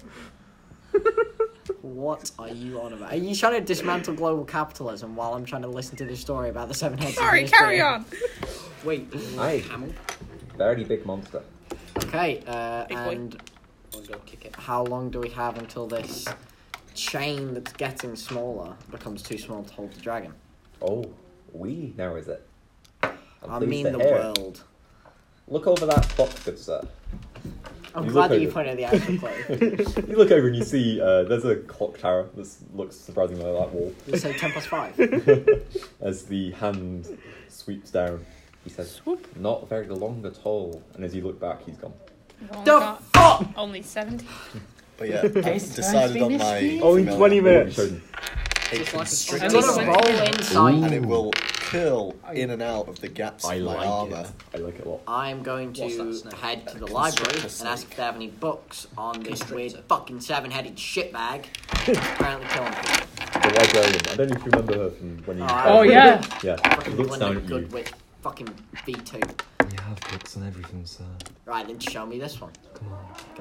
Speaker 3: What are you on about? Are you trying to dismantle global capitalism while I'm trying to listen to this story about the seven heads? of
Speaker 2: Sorry,
Speaker 3: Nisbet?
Speaker 2: carry on.
Speaker 9: Wait,
Speaker 4: Aye.
Speaker 9: camel.
Speaker 4: Very big monster.
Speaker 3: Okay, uh,
Speaker 2: Big boy.
Speaker 3: and
Speaker 9: I'll go kick it.
Speaker 3: how long do we have until this chain that's getting smaller becomes too small to hold the dragon?
Speaker 4: Oh, we now is it? I'm
Speaker 3: I
Speaker 4: pleased
Speaker 3: mean
Speaker 4: to
Speaker 3: the
Speaker 4: hear it.
Speaker 3: world.
Speaker 4: Look over that box, good sir.
Speaker 3: I'm
Speaker 4: You
Speaker 3: glad
Speaker 4: look
Speaker 3: that you
Speaker 4: over.
Speaker 3: pointed out the actual quote.
Speaker 4: you look over and you see uh, there's a clock tower that looks surprisingly like that wall.
Speaker 3: You say ten plus five.
Speaker 4: as the hand sweeps down. He says, Not very long at all. And as you look back, he's gone.
Speaker 2: We've only
Speaker 3: the
Speaker 2: got
Speaker 3: fuck?
Speaker 2: only 70.
Speaker 6: But yeah, I've decided on my.
Speaker 7: Oh, in 20
Speaker 6: familiar
Speaker 7: minutes.
Speaker 4: Chosen.
Speaker 6: A
Speaker 3: I'm
Speaker 6: constrictor
Speaker 3: gonna
Speaker 6: snake,
Speaker 3: roll insight.
Speaker 6: and it will curl in and out of the gaps
Speaker 4: I
Speaker 6: of my
Speaker 4: like
Speaker 6: armor.
Speaker 4: it. I like it a lot.
Speaker 3: I'm going
Speaker 9: What's that
Speaker 3: to
Speaker 9: snake?
Speaker 3: head to the
Speaker 6: Constrictor
Speaker 3: library and
Speaker 6: snake.
Speaker 3: ask if they have any books on this weird
Speaker 9: Constrictor.
Speaker 3: fucking seven-headed shitbag. Apparently killing people.
Speaker 4: The librarian. I don't know if you remember her from when you.
Speaker 3: Oh,
Speaker 10: Oh, yeah.
Speaker 4: Yeah. She
Speaker 3: Fucking
Speaker 4: looks down
Speaker 3: Linda
Speaker 4: at you.
Speaker 3: Goodwin, fucking V2.
Speaker 4: You have books and everything, sir.
Speaker 3: Right, then show me this one.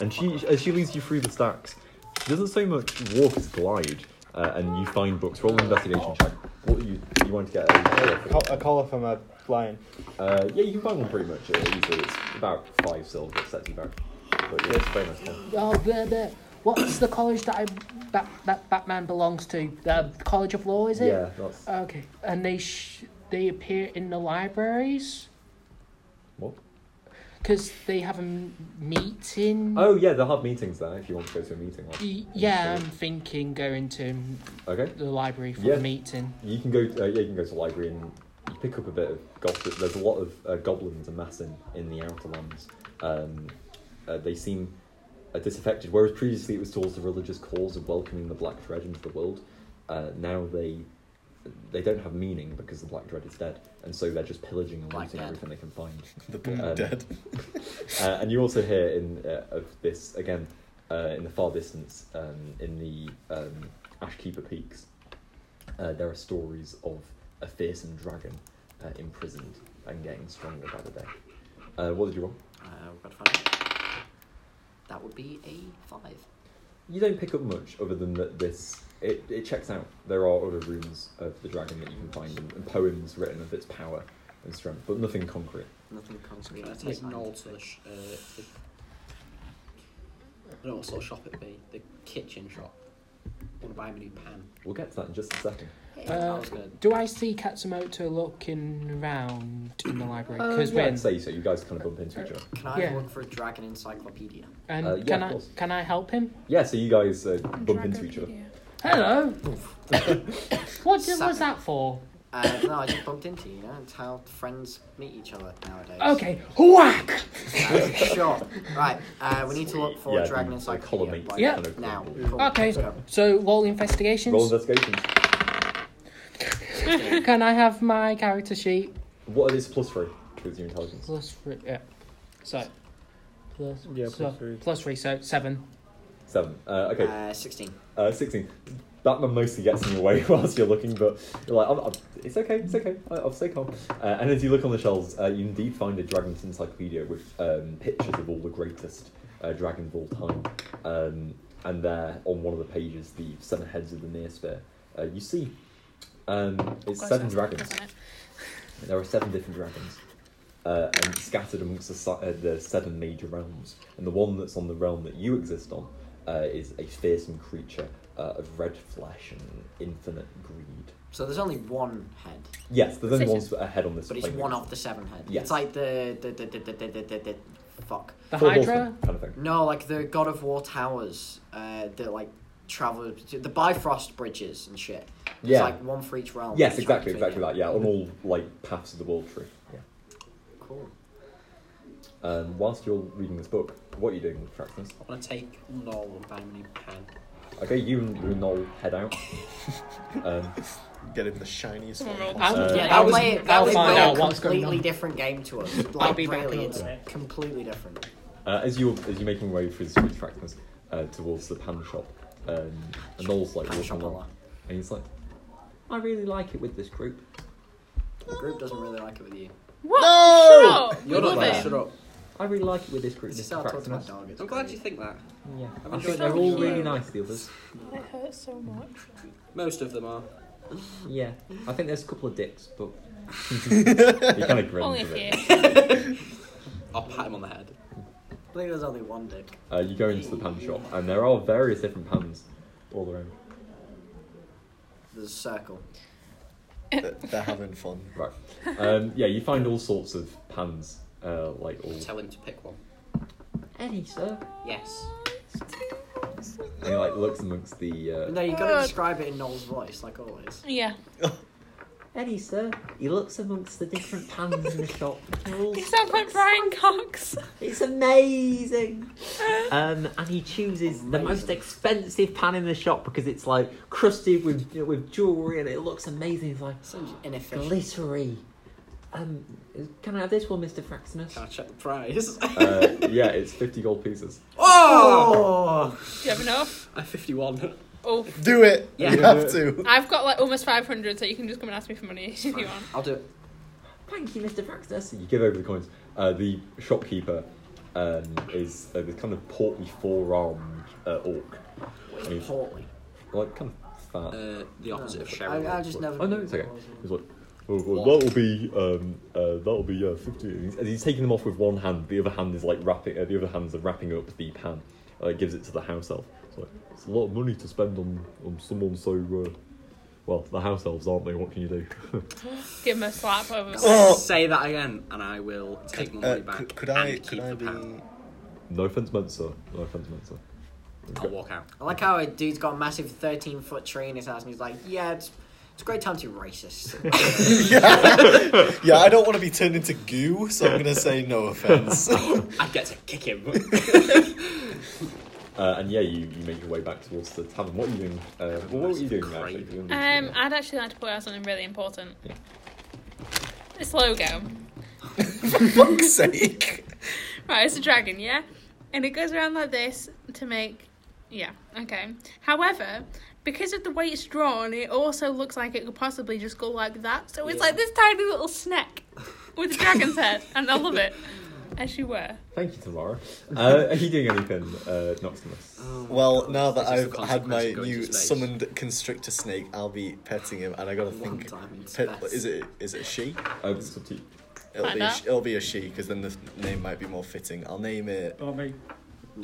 Speaker 4: And she, as she leads you through the stacks, she doesn't so much walk as glide. Uh, and you find books. Roll an investigation check. What you you want to get?
Speaker 7: Co-
Speaker 4: A,
Speaker 7: A collar from a lion.
Speaker 4: Uh, yeah, you can find one pretty much uh, easily. It's about five silver, sets you back. But yeah, it's very nice. one.
Speaker 5: Oh, the, the, what's the college that I that, that Batman belongs to? The College of Law, is it?
Speaker 4: Yeah, that's
Speaker 5: Okay, and they sh- they appear in the libraries
Speaker 4: what.
Speaker 5: because they have a m- meeting.
Speaker 4: Oh yeah, they'll have meetings there if you want to go to a meeting. Like,
Speaker 5: Y- Yeah, I'm thinking going to
Speaker 4: okay,
Speaker 5: the library for
Speaker 4: Yeah.
Speaker 5: a meeting.
Speaker 4: you can go. Uh, yeah, you can go to the library and you pick up a bit of gossip. There's a lot of uh, goblins amassing in the outer lands. Um, uh, they seem uh, disaffected, whereas previously it was towards the religious cause of welcoming the Black Dread into the world. Uh, now they they don't have meaning because the Black Dread is dead, and so they're just pillaging and
Speaker 3: Black
Speaker 4: looting
Speaker 3: Dead.
Speaker 4: everything they can find.
Speaker 6: The book
Speaker 4: Um,
Speaker 6: dead.
Speaker 4: Uh, and you also hear in uh, of this again uh, in the far distance um, in the um, Ashkeeper Peaks. Uh, there are stories of a fearsome dragon uh, imprisoned and getting stronger by the day. Uh, what did you want?
Speaker 3: Uh, we've got to find it. That would be a five.
Speaker 4: you don't pick up much other than that this it, it checks out. There are other runes of the dragon that you can find and, and poems written of its power and strength, but nothing concrete.
Speaker 3: Nothing concrete.
Speaker 1: Can I
Speaker 3: at
Speaker 1: take
Speaker 3: this
Speaker 1: Noel
Speaker 3: moment.
Speaker 1: to the, sh- uh, the. I don't know what sort of shop it'd be. The kitchen shop. want to buy him a new pan.
Speaker 4: We'll get to that in just a second.
Speaker 1: I
Speaker 5: Uh,
Speaker 1: was gonna.
Speaker 5: do I see Katsumoto looking around in the library?
Speaker 4: Uh,
Speaker 5: Because
Speaker 4: yeah,
Speaker 5: when
Speaker 4: I'd say so. You guys kind of bump into each other.
Speaker 3: Can I
Speaker 5: Yeah.
Speaker 3: look for a dragon encyclopedia?
Speaker 5: and
Speaker 4: Uh, yeah,
Speaker 5: can
Speaker 4: of
Speaker 5: I
Speaker 4: course.
Speaker 5: can I help him?
Speaker 4: Yeah, so you guys uh, bump into each other.
Speaker 2: Dragopedia.
Speaker 5: Hello. what the- was that for?
Speaker 3: Uh, no, I just bumped into you. You know, it's how friends meet each other nowadays.
Speaker 5: Okay, whack.
Speaker 3: Uh, sure. Right. Uh, we need to look for
Speaker 4: Yeah,
Speaker 3: a dragon
Speaker 4: the- the
Speaker 3: encyclopedia.
Speaker 4: column
Speaker 3: right
Speaker 5: Yeah.
Speaker 4: kind of-
Speaker 3: Now. Cool,
Speaker 5: Okay,
Speaker 3: let's go.
Speaker 5: so roll investigations.
Speaker 4: Roll investigations.
Speaker 5: Can I have my character sheet
Speaker 4: What are these plus three? Because your intelligence.
Speaker 5: plus three? Yeah. So plus
Speaker 11: Yeah,
Speaker 5: so,
Speaker 11: plus three.
Speaker 5: plus three, so seven.
Speaker 4: Seven. Uh, okay.
Speaker 3: Uh, Sixteen.
Speaker 4: Uh, 16. Batman mostly gets in your way whilst you're looking, but you're like, I'm, I'm, it's okay, it's okay, I, I'll stay calm. Uh, and as you look on the shelves, uh, you indeed find a Dragon's Encyclopedia with um, pictures of all the greatest uh, dragons of all time. Um, and there, on one of the pages, the seven heads of the Near Sphere, uh, you see um, it's
Speaker 2: Gosh,
Speaker 4: seven
Speaker 2: that's
Speaker 4: dragons.
Speaker 2: isn't it?
Speaker 4: There are seven different dragons, uh, and scattered amongst the, si- uh, the seven major realms. And the one that's on the realm that you exist on uh, is a fearsome creature uh, of red flesh and infinite greed.
Speaker 3: So there's only one head,
Speaker 4: Yes, there's only
Speaker 2: Satan.
Speaker 4: one sp- ahead on this.
Speaker 3: but it's
Speaker 4: plane.
Speaker 3: one of the seven heads.
Speaker 4: Yes.
Speaker 3: It's like the the the the the the, the, the, the fuck.
Speaker 5: The
Speaker 4: Four
Speaker 5: Hydra.
Speaker 4: horsemen kind of thing.
Speaker 3: No, like the God of War towers uh, that like travel the Bifrost bridges and shit. There's
Speaker 4: Yeah.
Speaker 3: like one for each realm.
Speaker 4: Yes,
Speaker 3: It's
Speaker 4: exactly,
Speaker 3: right
Speaker 4: exactly
Speaker 3: between
Speaker 4: that. Yeah, on all like paths of the world tree. Yeah.
Speaker 3: you. Cool.
Speaker 4: Um, whilst you're reading this book, what are you doing, Fraxnus?
Speaker 1: I want to take Noel and buy him a new pan.
Speaker 4: Okay, you and Runol head out. um,
Speaker 6: Get him the shiniest
Speaker 2: Come on,
Speaker 6: one
Speaker 2: roll.
Speaker 6: possible.
Speaker 4: Uh,
Speaker 5: I'll-
Speaker 3: Yeah,
Speaker 5: I'll
Speaker 3: that was, play, that
Speaker 5: I'll
Speaker 3: was
Speaker 5: find
Speaker 3: play a
Speaker 5: out what's going
Speaker 3: completely
Speaker 5: on.
Speaker 3: different game to us. Like,
Speaker 5: I'll be back in
Speaker 3: really,
Speaker 5: a
Speaker 3: it's
Speaker 5: little bit.
Speaker 3: completely different.
Speaker 4: Uh, as you're as you're making way through the street tractors uh, towards the pan shop, um, and Noel's like
Speaker 3: Pan
Speaker 4: walking
Speaker 3: shop
Speaker 4: along,
Speaker 3: Allah.
Speaker 4: and he's like, "I really like it with this group."
Speaker 3: The group doesn't really like it with you.
Speaker 2: What?
Speaker 4: No!
Speaker 2: Shut up. We love
Speaker 4: there.
Speaker 2: it.
Speaker 1: Shut up.
Speaker 4: I really like it with this group.
Speaker 3: This is
Speaker 4: Mr.
Speaker 3: how I talk to my
Speaker 4: Fraxinus."
Speaker 3: dog. It's
Speaker 1: I'm glad
Speaker 3: great.
Speaker 1: you think that.
Speaker 4: Yeah,
Speaker 1: I've
Speaker 4: I
Speaker 1: enjoyed
Speaker 4: think they're
Speaker 1: that.
Speaker 4: all
Speaker 2: Thank
Speaker 4: really
Speaker 2: you.
Speaker 4: nice. The others.
Speaker 2: It hurts so much.
Speaker 1: Most of them are.
Speaker 4: Yeah, I think there's a couple of dicks, but he kind of grins
Speaker 2: Only
Speaker 4: a
Speaker 2: a
Speaker 4: bit.
Speaker 2: few.
Speaker 1: I'll pat him on the head.
Speaker 3: I think there's only one dick.
Speaker 4: Uh, you go into the pan shop, and there are various different pans all around.
Speaker 3: There's a circle.
Speaker 6: They're, they're having fun.
Speaker 4: Right. Um, yeah, you find all sorts of pans, uh, like all.
Speaker 1: Tell him to pick one.
Speaker 4: Any sir.
Speaker 1: Yes.
Speaker 4: And he like looks amongst the. Uh,
Speaker 3: No, you gotta
Speaker 2: Uh,
Speaker 3: describe it in Noel's voice, like always.
Speaker 2: Yeah.
Speaker 4: Eddie, sir, he looks amongst the different pans in the shop. They're all-
Speaker 2: You sound like Brian Cox.
Speaker 4: It's amazing. Um, and he chooses the most expensive pan in the shop because it's like crusted with with jewelry and it looks amazing. It's like
Speaker 3: Seems inefficient.
Speaker 4: glittery. Um, can I have this one, Mister Fraxinus?
Speaker 1: Can I check the price?
Speaker 4: Uh, yeah, it's fifty gold pieces.
Speaker 1: oh!
Speaker 3: Oh!
Speaker 2: Do you have enough?
Speaker 1: I'm 51.
Speaker 2: Oh,
Speaker 6: Do it.
Speaker 1: Yeah.
Speaker 6: You have to.
Speaker 2: I've got like almost 500, so you can just come and ask me for money if you want.
Speaker 1: I'll do it.
Speaker 4: Thank you, Mister Fraxinus. You give over the coins. Uh, the shopkeeper um, is uh, the kind of portly four-armed uh, orc. And he's
Speaker 3: Portly.
Speaker 4: like kind of fat.
Speaker 1: Uh, the opposite of
Speaker 3: I,
Speaker 1: Cheryl.
Speaker 3: I just never.
Speaker 4: Oh no, it's okay. He's like, oh, well, that'll be um, uh, that'll be yeah, fifty. And he's, and he's taking them off with one hand. The other hand is like wrapping. Uh, the other hand's wrapping up the pan. Uh, gives it to the house elf. It's like it's a lot of money to spend on on someone so. Uh, well, the house elves aren't they? What can you do?
Speaker 2: Give him a slap over.
Speaker 1: Say that again, and I will take my
Speaker 6: Oh. Uh,
Speaker 1: money back.
Speaker 6: could, could I?
Speaker 1: and keep
Speaker 6: Could I
Speaker 1: the
Speaker 6: be?
Speaker 1: pan.
Speaker 4: no offense meant, sir. No offense meant, sir.
Speaker 1: I'll walk out.
Speaker 3: I
Speaker 6: Oh.
Speaker 3: like how a dude's got a massive 13 foot tree in his house and he's like, yeah, it's, it's a great time to be racist.
Speaker 6: yeah. yeah, I don't want to be turned into goo, so I'm gonna say no offense.
Speaker 1: I get to kick him.
Speaker 4: Uh, and yeah, you, you make your way back towards the tavern. What are you doing? Uh, well, what were you doing actually?
Speaker 1: Crazy.
Speaker 4: You were doing
Speaker 2: Um, I'd actually like to point out something really important.
Speaker 4: Yeah.
Speaker 2: This logo.
Speaker 6: fuck's sake.
Speaker 2: Right, it's a dragon, yeah? And it goes around like this to make. Yeah, okay. However, because of the way it's drawn, it also looks like it could possibly just go like that. So it's like this tiny little snack with a dragon's head, and I love it. As you were.
Speaker 4: Thank you, Tamara. Uh, are you doing anything, uh, Noximus?
Speaker 6: Oh. Well, now that
Speaker 1: This is
Speaker 6: I've
Speaker 1: the
Speaker 6: had my
Speaker 1: consequence of going
Speaker 6: new
Speaker 1: to space.
Speaker 6: summoned constrictor snake, I'll be petting him, and I gotta
Speaker 1: One
Speaker 6: think.
Speaker 1: time in
Speaker 6: Pet,
Speaker 1: space.
Speaker 6: is it is it a she?
Speaker 4: Uh, it's up to you.
Speaker 6: It'll
Speaker 2: Find
Speaker 6: be a,
Speaker 2: out.
Speaker 6: sh- it'll be a she because then the f- name might be more fitting. I'll name it.
Speaker 5: Or me.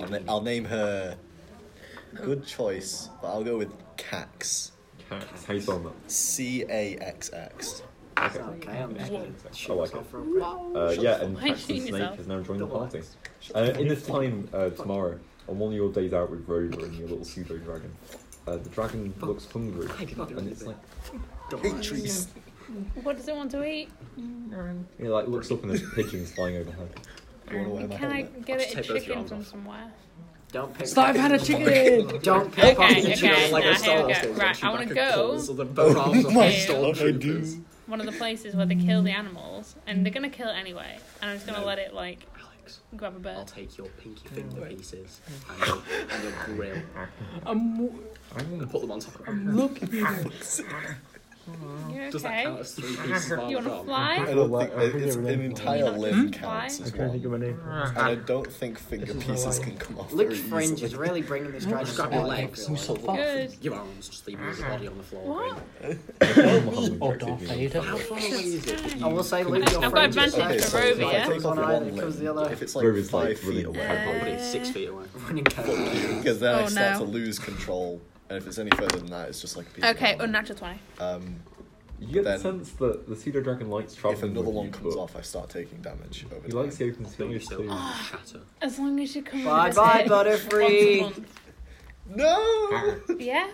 Speaker 6: I'll, na- I'll name her. Good choice, but I'll go with Cax.
Speaker 4: Cax. How you spelling that?
Speaker 6: C A X X.
Speaker 3: Okay, I'm just gonna
Speaker 4: I
Speaker 3: shoot
Speaker 4: like
Speaker 3: myself for a break.
Speaker 4: Uh, yeah, and
Speaker 2: Why are you
Speaker 4: Paxton
Speaker 2: doing
Speaker 4: Snake
Speaker 2: yourself?
Speaker 4: has now joined the
Speaker 3: Double
Speaker 4: party.
Speaker 3: X.
Speaker 4: Uh, in this time uh, tomorrow, on one of your days out with Rover and your little pseudo dragon, uh, the dragon looks hungry, and it's like
Speaker 6: Increase.
Speaker 2: What does it want to eat?
Speaker 4: it like looks up and there's pigeons flying overhead.
Speaker 6: You wanna wear my
Speaker 2: Um, Can I
Speaker 6: helmet?
Speaker 2: get
Speaker 1: Just
Speaker 2: it a
Speaker 1: take both your arms
Speaker 2: chicken from
Speaker 1: off.
Speaker 2: somewhere?
Speaker 3: Don't pick
Speaker 12: Stop, I've had a chicken!
Speaker 3: Don't pick up
Speaker 2: Okay,
Speaker 3: the
Speaker 2: okay.
Speaker 3: chicken.
Speaker 1: like
Speaker 2: nah,
Speaker 1: a Star
Speaker 2: here we
Speaker 1: Wars
Speaker 2: go.
Speaker 1: thing,
Speaker 2: Right, I want to
Speaker 6: Oh.
Speaker 2: go
Speaker 1: Pulls the bow arms off the
Speaker 2: God,
Speaker 1: stormtroopers.
Speaker 2: one of the places where they kill the animals, and they're gonna kill it anyway. And I'm just gonna
Speaker 1: No.
Speaker 2: let it like
Speaker 1: Alex,
Speaker 2: grab a
Speaker 1: I'll
Speaker 2: bird.
Speaker 1: take your pinky finger pieces and your, and your grill
Speaker 5: I'm w-
Speaker 1: and put them on top of
Speaker 5: I'm looking.
Speaker 2: You're
Speaker 1: Does that
Speaker 2: okay.
Speaker 1: count as three pieces of
Speaker 2: You
Speaker 1: arm
Speaker 2: wanna
Speaker 1: wrong?
Speaker 6: I
Speaker 2: fly?
Speaker 6: don't
Speaker 7: Like,
Speaker 6: think
Speaker 7: I think
Speaker 6: it's
Speaker 7: it
Speaker 6: an
Speaker 7: would end
Speaker 6: entire
Speaker 2: like-
Speaker 6: limb
Speaker 2: Hmm?
Speaker 6: counts
Speaker 2: Why?
Speaker 7: I
Speaker 6: as
Speaker 7: can't
Speaker 6: well.
Speaker 7: think of my name.
Speaker 6: And I don't think finger pieces can come off.
Speaker 3: Look,
Speaker 6: very
Speaker 3: Fringe is
Speaker 6: easily.
Speaker 3: really bringing this dragon
Speaker 1: Just grab your legs and sort of
Speaker 12: Fuck.
Speaker 2: Good.
Speaker 1: your arms, just leave them as a body on the floor.
Speaker 2: What?
Speaker 1: really.
Speaker 12: Or Darth Vader.
Speaker 3: How far away is it? I will say, leave
Speaker 2: I've
Speaker 3: your
Speaker 2: got
Speaker 3: fringes.
Speaker 2: advantage
Speaker 6: Okay,
Speaker 2: for
Speaker 6: so
Speaker 2: Rover,
Speaker 6: if I
Speaker 2: yeah?
Speaker 6: take off
Speaker 3: One
Speaker 6: your
Speaker 3: eye,
Speaker 6: one
Speaker 3: it comes
Speaker 6: limb,
Speaker 3: the other.
Speaker 6: if it's like
Speaker 4: Rover's
Speaker 6: five
Speaker 4: like
Speaker 6: feet
Speaker 4: really
Speaker 1: I'd
Speaker 6: away,
Speaker 1: probably be six feet away.
Speaker 3: Running code.
Speaker 6: because then I
Speaker 2: Oh,
Speaker 6: start
Speaker 2: no.
Speaker 6: to lose control, and if it's any further than that, it's just like. a piece of
Speaker 2: Okay, oh,
Speaker 6: armor.
Speaker 2: unnatural twenty.
Speaker 6: Um,
Speaker 4: You get the
Speaker 6: Then-
Speaker 4: sense that the pseudo dragon likes traveling.
Speaker 6: if another
Speaker 4: with
Speaker 6: one
Speaker 4: you,
Speaker 6: comes
Speaker 4: but
Speaker 6: off, I start taking damage. Over
Speaker 4: He
Speaker 6: time.
Speaker 4: likes the open
Speaker 1: But you
Speaker 4: space
Speaker 1: still
Speaker 4: too.
Speaker 1: shatter.
Speaker 2: As long as you come.
Speaker 3: Bye
Speaker 2: with
Speaker 3: bye,
Speaker 2: it once a
Speaker 3: Butterfree.
Speaker 2: month.
Speaker 6: No.
Speaker 2: Yeah.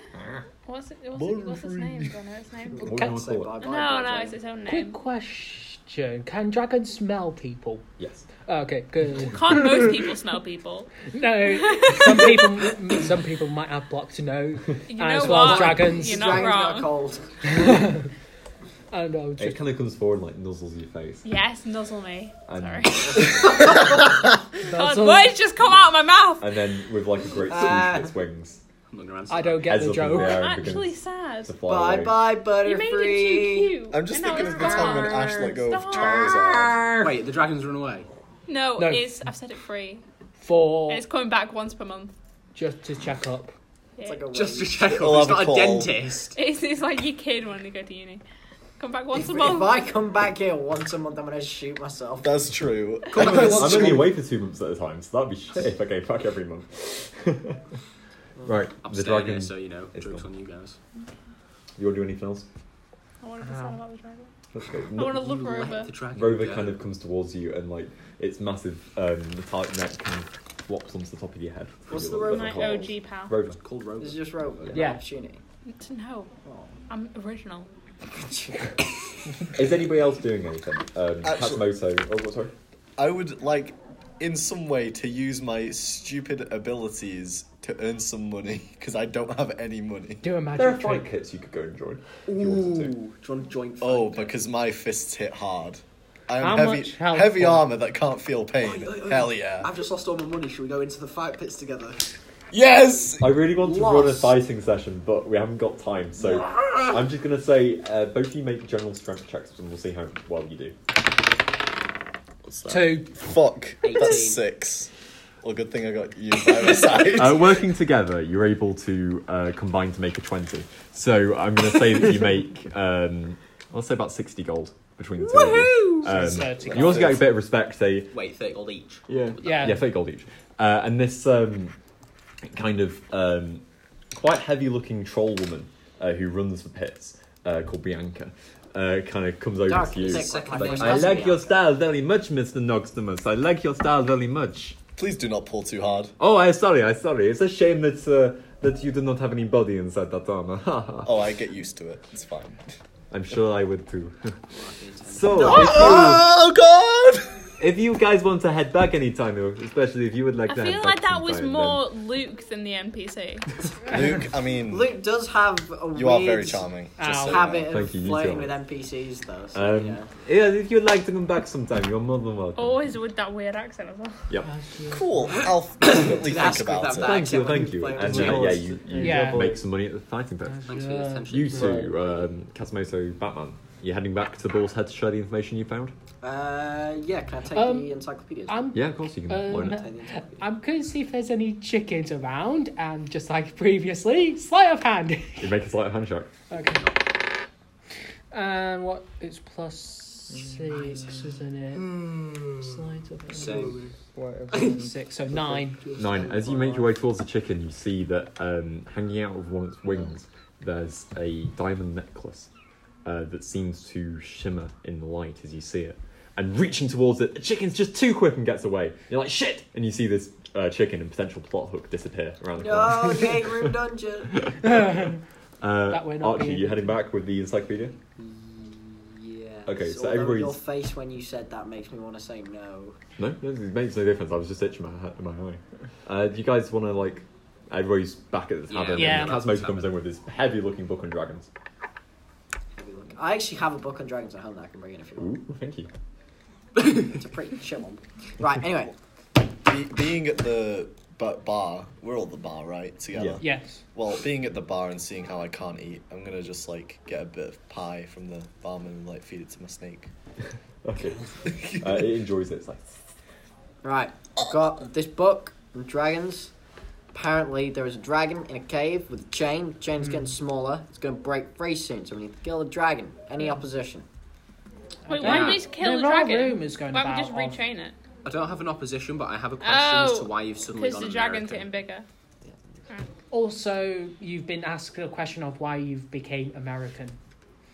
Speaker 2: What's it? What's, it, what's its name? Don't know its name.
Speaker 4: What do you
Speaker 12: Can't
Speaker 4: want to
Speaker 3: Say
Speaker 4: call
Speaker 3: bye
Speaker 4: it?
Speaker 2: No,
Speaker 3: bye.
Speaker 2: no, it's its own
Speaker 12: Quick
Speaker 2: name.
Speaker 12: question. Can dragons smell people? Oh,
Speaker 4: Yes.
Speaker 12: Okay, good.
Speaker 2: Can't most people smell people?
Speaker 12: No, some people some people might have blocked nose.
Speaker 2: You
Speaker 12: And
Speaker 2: know
Speaker 12: as well as
Speaker 2: what?
Speaker 12: dragons.
Speaker 2: You're
Speaker 3: Dragon's
Speaker 2: not
Speaker 3: got
Speaker 2: wrong.
Speaker 3: cold.
Speaker 12: I don't know.
Speaker 4: It
Speaker 12: Just,
Speaker 4: kind of comes forward and like nuzzles your face.
Speaker 2: Yes, nuzzle me.
Speaker 4: And,
Speaker 2: Sorry.
Speaker 12: that's
Speaker 2: God,
Speaker 12: all-
Speaker 2: words just come out of my mouth.
Speaker 4: and then with like a great swoosh
Speaker 3: Ah.
Speaker 4: of its wings,
Speaker 1: I'm not gonna answer
Speaker 12: I don't
Speaker 4: heads
Speaker 12: get the
Speaker 4: up in the
Speaker 12: joke.
Speaker 4: air and
Speaker 2: Actually,
Speaker 4: begins
Speaker 2: sad.
Speaker 4: to fly
Speaker 3: Bye
Speaker 4: away.
Speaker 3: bye,
Speaker 2: You made it
Speaker 3: Butterfree.
Speaker 2: too cute.
Speaker 6: I'm just
Speaker 2: And now
Speaker 6: thinking of
Speaker 2: it's
Speaker 6: the time when
Speaker 2: gone.
Speaker 6: Ash let go of
Speaker 2: Stop.
Speaker 6: Charizard.
Speaker 1: that. Wait, the dragon's run away.
Speaker 2: No,
Speaker 12: No.
Speaker 2: it's I've said it free,
Speaker 12: For
Speaker 2: and it's coming back once per month.
Speaker 12: just to check up.
Speaker 2: Yeah.
Speaker 3: Like a
Speaker 1: Just to
Speaker 3: wave.
Speaker 1: check
Speaker 6: We'll
Speaker 1: up, it's
Speaker 6: have a
Speaker 1: not a
Speaker 6: call.
Speaker 1: dentist.
Speaker 2: It's, it's like your kid when they go to uni. Come back once
Speaker 3: if,
Speaker 2: a
Speaker 3: if
Speaker 2: month.
Speaker 3: I come back here once a month, I'm gonna shoot myself.
Speaker 6: That's true.
Speaker 4: I'm
Speaker 6: That's
Speaker 4: only- I'm
Speaker 6: true.
Speaker 4: only away for two months at a time, so that'd be shit if I came back every month. right,
Speaker 1: I'm
Speaker 4: the
Speaker 1: staying
Speaker 4: dragon.
Speaker 1: here, so you know,
Speaker 4: is
Speaker 1: jokes
Speaker 4: gone.
Speaker 1: on you guys.
Speaker 4: You want to do anything else?
Speaker 2: I want to sound about the dragon.
Speaker 4: Let's go.
Speaker 2: I want to
Speaker 1: You
Speaker 2: look
Speaker 1: let
Speaker 2: over.
Speaker 1: the dragon
Speaker 4: Rover
Speaker 1: go.
Speaker 4: kind of comes towards you and like its massive um, metallic neck kind of flops onto the top of your head.
Speaker 3: What's the
Speaker 4: You're-
Speaker 3: rover
Speaker 2: My
Speaker 3: called?
Speaker 2: OG pal.
Speaker 4: Rover.
Speaker 1: It's called
Speaker 3: This is
Speaker 1: Rover.
Speaker 3: just rover.
Speaker 12: Yeah.
Speaker 3: Opportunity.
Speaker 2: No,
Speaker 3: Oh,
Speaker 2: I'm original.
Speaker 4: Is anybody else doing anything? Um,
Speaker 6: Actually-
Speaker 4: Katsumoto. Oh, what, sorry.
Speaker 6: I would like, in some way, to use my stupid abilities to earn some money because I don't have any money.
Speaker 12: Do a
Speaker 4: There are
Speaker 12: magic
Speaker 4: fight
Speaker 12: trick.
Speaker 4: kits you could go and join. If
Speaker 1: Ooh,
Speaker 4: you wanted to.
Speaker 1: do you want to join? fight?
Speaker 6: Oh, because my fists hit hard. I am
Speaker 12: How
Speaker 6: heavy,
Speaker 12: much health
Speaker 6: heavy
Speaker 12: for-
Speaker 6: armor that can't feel pain.
Speaker 1: Oi, oi, oi.
Speaker 6: Hell yeah!
Speaker 1: I've just lost all my money. Should we go into the fight pits together?
Speaker 6: Yes.
Speaker 4: I really want to
Speaker 3: Lost.
Speaker 4: run a fighting session, but we haven't got time, so I'm just gonna say uh, both of you make general strength checks, and we'll see how well you do.
Speaker 12: Two.
Speaker 6: Fuck.
Speaker 1: Eighteen.
Speaker 6: That's six. Well, good thing I got you by my side.
Speaker 4: Uh, working together, you're able to uh, combine to make a 20. So I'm going to say that you make, um, I'll say about 60 gold between the two.
Speaker 5: That's
Speaker 4: Woohoo! Um,
Speaker 5: 30
Speaker 4: you also get a bit of respect, say,
Speaker 1: Wait, thirty gold each.
Speaker 4: yeah,
Speaker 12: Yeah.
Speaker 4: yeah, 30 gold each. Uh, and this um, kind of um, quite heavy looking troll woman uh, who runs the pits uh, called Bianca. Uh, kind of comes over
Speaker 3: Dark
Speaker 4: to you.
Speaker 3: is
Speaker 1: second
Speaker 3: second.
Speaker 1: thing.
Speaker 4: I like your style very much, Mr. Noxtimus. I like your style very much.
Speaker 6: Please do not pull too hard.
Speaker 4: Oh, I'm sorry, I'm sorry. It's a shame that uh, that you do not have any body inside that armor. Ha, ha.
Speaker 6: Oh, I get used to it. It's fine.
Speaker 4: I'm sure I would too. so, if,
Speaker 6: Oh God!
Speaker 4: if you guys want to head back anytime, or especially if you would like
Speaker 2: I
Speaker 4: to
Speaker 2: feel
Speaker 4: head
Speaker 2: like
Speaker 4: back
Speaker 2: that was
Speaker 4: sometime,
Speaker 2: more Luke than the NPC.
Speaker 6: Luke, I mean,
Speaker 3: Luke does have a
Speaker 6: you are
Speaker 3: weird
Speaker 6: very charming. Just
Speaker 12: Ow.
Speaker 6: so you know.
Speaker 3: habit of
Speaker 4: Thank you, you
Speaker 3: flirting
Speaker 4: too.
Speaker 3: with NPCs, though. So,
Speaker 4: then. Um,
Speaker 3: yeah.
Speaker 4: yeah. if you'd like to come back sometime, you're more than welcome.
Speaker 2: Always with that weird accent as well.
Speaker 4: Yep.
Speaker 6: Cool. I'll definitely think
Speaker 3: Ask with
Speaker 6: about
Speaker 3: that
Speaker 6: it.
Speaker 3: back.
Speaker 4: Thank you,
Speaker 3: Yeah,
Speaker 4: thank
Speaker 3: we
Speaker 4: you.
Speaker 3: play
Speaker 4: And
Speaker 3: with
Speaker 4: uh, yeah,
Speaker 3: yours.
Speaker 4: you, you
Speaker 12: Yeah.
Speaker 4: make some money at the fighting bit.
Speaker 1: Thanks for your attention.
Speaker 4: You two, um, Katsumoto Batman, You heading back to the Boar's Head to share the information you found?
Speaker 3: Uh, yeah, can I take
Speaker 12: Um,
Speaker 3: the encyclopedia?
Speaker 12: I'm
Speaker 4: Yeah, of course you can loan it.
Speaker 12: Um, I'm going to see if there's any chickens around, and just like previously, sleight of hand.
Speaker 4: You make a slight hand check.
Speaker 12: okay. And what? It's plus
Speaker 3: Mm.
Speaker 12: six, isn't it? Sleight of hand.
Speaker 3: So,
Speaker 7: Whatever.
Speaker 12: Six, so nine.
Speaker 4: Nine. As you make your way towards the chicken, you see that um, hanging out of one of its wings, there's a diamond necklace uh, that seems to shimmer in the light as you see it. And reaching towards it, the chicken's just too quick and gets away. You're like, shit! And you see this uh, chicken and potential plot hook disappear around the corner.
Speaker 3: no, game Oh, room dungeon.
Speaker 4: Uh,
Speaker 12: That way not
Speaker 4: Archie,
Speaker 12: being-
Speaker 4: you heading back with the encyclopedia?
Speaker 3: Yeah.
Speaker 4: Okay, so
Speaker 3: your
Speaker 4: everybody's-
Speaker 3: face when you said that makes me want to say no.
Speaker 4: No, no, it makes no difference. I was just itching my, he- my eye. Uh, do you guys want to, like, everybody's back at the
Speaker 1: Yeah.
Speaker 4: tavern?
Speaker 12: Yeah.
Speaker 4: And Kazmo comes in with his heavy looking book on dragons.
Speaker 3: Have a look. I actually have a book on dragons at home that I can bring in if you want.
Speaker 4: Ooh, thank you.
Speaker 3: It's a pretty chill one. Right. Anyway,
Speaker 6: Be- being at the ba- bar, we're all at the bar, right? Together.
Speaker 4: Yeah.
Speaker 12: Yes.
Speaker 6: Well, being at the bar and seeing how I can't eat, I'm gonna just like get a bit of pie from the barman and like feed it to my snake.
Speaker 4: Okay. uh, it enjoys it. It's like,
Speaker 3: right. I've got this book on dragons. Apparently, there is a dragon in a cave with a chain. The chain's getting smaller. It's going to break free soon, so we need to kill the dragon. Any opposition?
Speaker 2: Wait, why do
Speaker 12: Yeah.
Speaker 2: we just kill
Speaker 12: there
Speaker 2: the
Speaker 12: are
Speaker 2: dragon?
Speaker 12: rumours going
Speaker 2: why don't we
Speaker 12: about
Speaker 2: just
Speaker 12: of-
Speaker 2: retrain it?
Speaker 1: I don't have an opposition, but I have a question as to
Speaker 2: Oh,
Speaker 1: why you've suddenly
Speaker 2: Because
Speaker 1: gone
Speaker 2: the dragon's
Speaker 1: American.
Speaker 2: getting bigger.
Speaker 12: Also, you've been asked the question of why you've became American.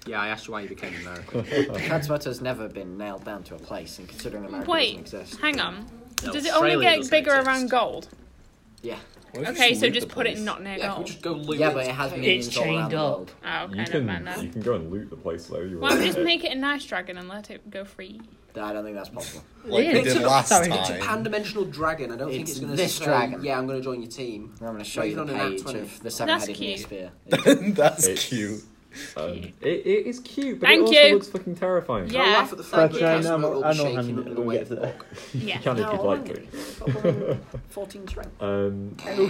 Speaker 1: Yeah, I asked you why you became American.
Speaker 3: Katsumoto's never been nailed down to a place, and considering America
Speaker 2: Wait.
Speaker 3: doesn't exist.
Speaker 2: Hang on.
Speaker 1: No,
Speaker 2: Does it only
Speaker 1: Australia
Speaker 2: get
Speaker 1: doesn't
Speaker 2: bigger
Speaker 1: exist.
Speaker 2: around gold?
Speaker 3: Yeah.
Speaker 2: Okay, so just put it not near
Speaker 1: Yeah, if we
Speaker 2: gold.
Speaker 1: just go loot
Speaker 3: Yeah,
Speaker 1: it.
Speaker 3: but it has been
Speaker 12: It's
Speaker 3: used all around
Speaker 12: chained
Speaker 3: the
Speaker 12: up.
Speaker 3: world.
Speaker 2: Oh, okay,
Speaker 4: you
Speaker 2: never
Speaker 4: can
Speaker 2: mind that.
Speaker 4: you can go and loot the place though. You
Speaker 2: Why don't we just
Speaker 4: want.
Speaker 2: make it a nice dragon and let it go free?
Speaker 3: I don't think that's possible.
Speaker 6: Like
Speaker 12: Yeah,
Speaker 6: we did
Speaker 12: it's-
Speaker 6: last
Speaker 12: sorry.
Speaker 1: It's a
Speaker 6: time.
Speaker 1: pan-dimensional dragon. I don't think
Speaker 3: It's
Speaker 1: it's going to
Speaker 3: this
Speaker 1: say,
Speaker 3: dragon.
Speaker 1: Yeah, I'm going to join your team.
Speaker 3: I'm going to show
Speaker 1: Not
Speaker 3: you
Speaker 1: even
Speaker 3: the
Speaker 1: on an
Speaker 3: page
Speaker 1: Atwenny.
Speaker 3: of the seven-headed
Speaker 2: cute.
Speaker 3: spear.
Speaker 6: That's
Speaker 4: It's-
Speaker 6: cute.
Speaker 4: Um, it, it is cute, but
Speaker 2: Thank
Speaker 4: it also
Speaker 2: you.
Speaker 4: looks fucking terrifying.
Speaker 1: I
Speaker 2: Yeah.
Speaker 1: laugh at the
Speaker 7: But
Speaker 1: fact
Speaker 2: Thank you.
Speaker 7: I
Speaker 1: that
Speaker 7: know,
Speaker 1: will
Speaker 7: I
Speaker 1: be
Speaker 7: know how
Speaker 1: shaking
Speaker 7: many-
Speaker 1: under the
Speaker 7: we'll
Speaker 1: weight
Speaker 7: get
Speaker 1: of
Speaker 7: to
Speaker 1: the
Speaker 7: that.
Speaker 1: book.
Speaker 4: You
Speaker 2: Yeah.
Speaker 4: can if you'd
Speaker 3: No,
Speaker 4: like to.
Speaker 3: 14 strength.
Speaker 4: Um, uh,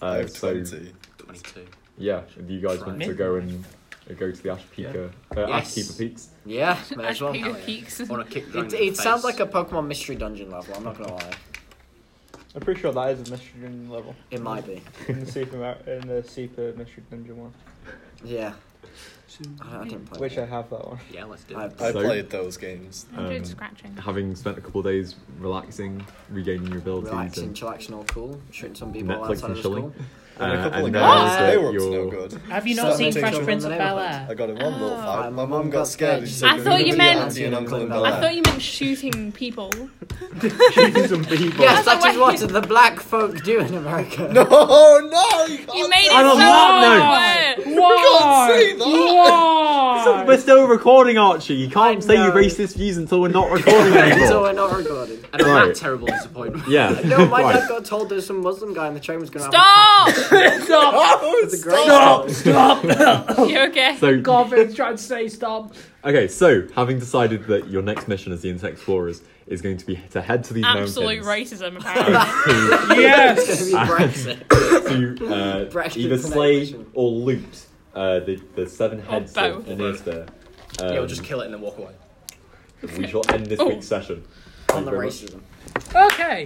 Speaker 6: I have
Speaker 4: so,
Speaker 6: twenty.
Speaker 1: 22.
Speaker 4: yeah, do you guys want to go and uh, go to the Ashpeaker, uh,
Speaker 3: Yes.
Speaker 4: Ashkeeper Peaks?
Speaker 3: Yeah, may as
Speaker 2: Ash
Speaker 3: well.
Speaker 2: Peter
Speaker 3: It,
Speaker 2: Peaks.
Speaker 1: I want to kick the dragon
Speaker 3: it,
Speaker 1: in the
Speaker 3: sounds
Speaker 1: face.
Speaker 3: like a Pokemon Mystery Dungeon level, I'm not going to lie.
Speaker 7: I'm pretty sure that is a mystery dungeon level
Speaker 3: It might be.
Speaker 7: in the super Mar- in the super mystery dungeon one,
Speaker 3: Yeah. I, I didn't play.
Speaker 7: which I
Speaker 3: that.
Speaker 7: have that one.
Speaker 1: Yeah, let's do
Speaker 3: I,
Speaker 1: it.
Speaker 6: I
Speaker 4: So-
Speaker 6: played those games.
Speaker 2: I'm doing
Speaker 4: Um,
Speaker 2: scratching.
Speaker 4: Having spent a couple of days relaxing, regaining your abilities,
Speaker 3: relaxing,
Speaker 4: and,
Speaker 3: chillaxing, all cool. Shooting some people
Speaker 4: Netflix
Speaker 3: outside
Speaker 4: and
Speaker 3: of the
Speaker 4: chilling. Uh,
Speaker 3: school.
Speaker 6: And a couple
Speaker 4: and
Speaker 6: of
Speaker 4: now
Speaker 6: guys,
Speaker 4: that
Speaker 6: they were up to no
Speaker 4: you're-
Speaker 6: good.
Speaker 12: Have you
Speaker 3: Stop
Speaker 12: not seen
Speaker 6: making
Speaker 12: Fresh
Speaker 6: trouble
Speaker 12: Prince
Speaker 3: in
Speaker 12: of
Speaker 3: the
Speaker 12: Bel
Speaker 3: neighborhood.
Speaker 12: Air?
Speaker 6: I got in one little
Speaker 3: My
Speaker 2: Ah,
Speaker 6: fight. My
Speaker 3: mum
Speaker 6: mum
Speaker 3: got
Speaker 6: got
Speaker 3: scared.
Speaker 6: scared. She said,
Speaker 2: I
Speaker 6: "Go
Speaker 2: thought
Speaker 6: to
Speaker 2: you
Speaker 6: the
Speaker 2: meant-
Speaker 6: auntie and uncle in Bel
Speaker 2: I
Speaker 6: Air."
Speaker 2: thought you meant shooting people.
Speaker 4: shooting some people.
Speaker 3: Yes, that
Speaker 2: That's
Speaker 3: is
Speaker 2: the way-
Speaker 3: what the black folk do in America.
Speaker 6: Oh no! You can't
Speaker 2: You made it
Speaker 4: On a
Speaker 2: so
Speaker 4: light
Speaker 2: awkward.
Speaker 12: Why?
Speaker 6: say that!
Speaker 4: We're
Speaker 12: Why?
Speaker 4: still recording, Archie. You can't
Speaker 3: I
Speaker 4: say your
Speaker 3: know.
Speaker 4: racist views until we're not recording
Speaker 3: so
Speaker 4: anymore.
Speaker 3: we're not recording.
Speaker 1: And I'm
Speaker 4: Right.
Speaker 1: a terrible disappointment.
Speaker 4: yeah.
Speaker 3: No, my
Speaker 4: right.
Speaker 3: dad got told there's some Muslim guy in the train was going to
Speaker 2: Stop!
Speaker 6: Oh,
Speaker 3: Have a
Speaker 6: stop.
Speaker 3: great
Speaker 2: you okay?
Speaker 4: So
Speaker 12: Garvin's trying to say stop.
Speaker 4: Okay, so having decided that your next mission as the Insect Explorers is going to be to head to these
Speaker 2: Absolute
Speaker 4: mountains
Speaker 2: racism, apparently.
Speaker 12: Yes.
Speaker 3: Brexit.
Speaker 4: to uh,
Speaker 3: Brexit
Speaker 4: either slay
Speaker 3: connection.
Speaker 4: or loot uh, the, the seven heads of
Speaker 2: both.
Speaker 4: Anista.
Speaker 1: Yeah,
Speaker 4: Um,
Speaker 1: we'll just kill it and then walk away.
Speaker 4: we shall end this
Speaker 2: Oh.
Speaker 4: week's session. Thank
Speaker 3: on
Speaker 4: you
Speaker 3: the
Speaker 4: very much.
Speaker 3: racism.
Speaker 12: Okay.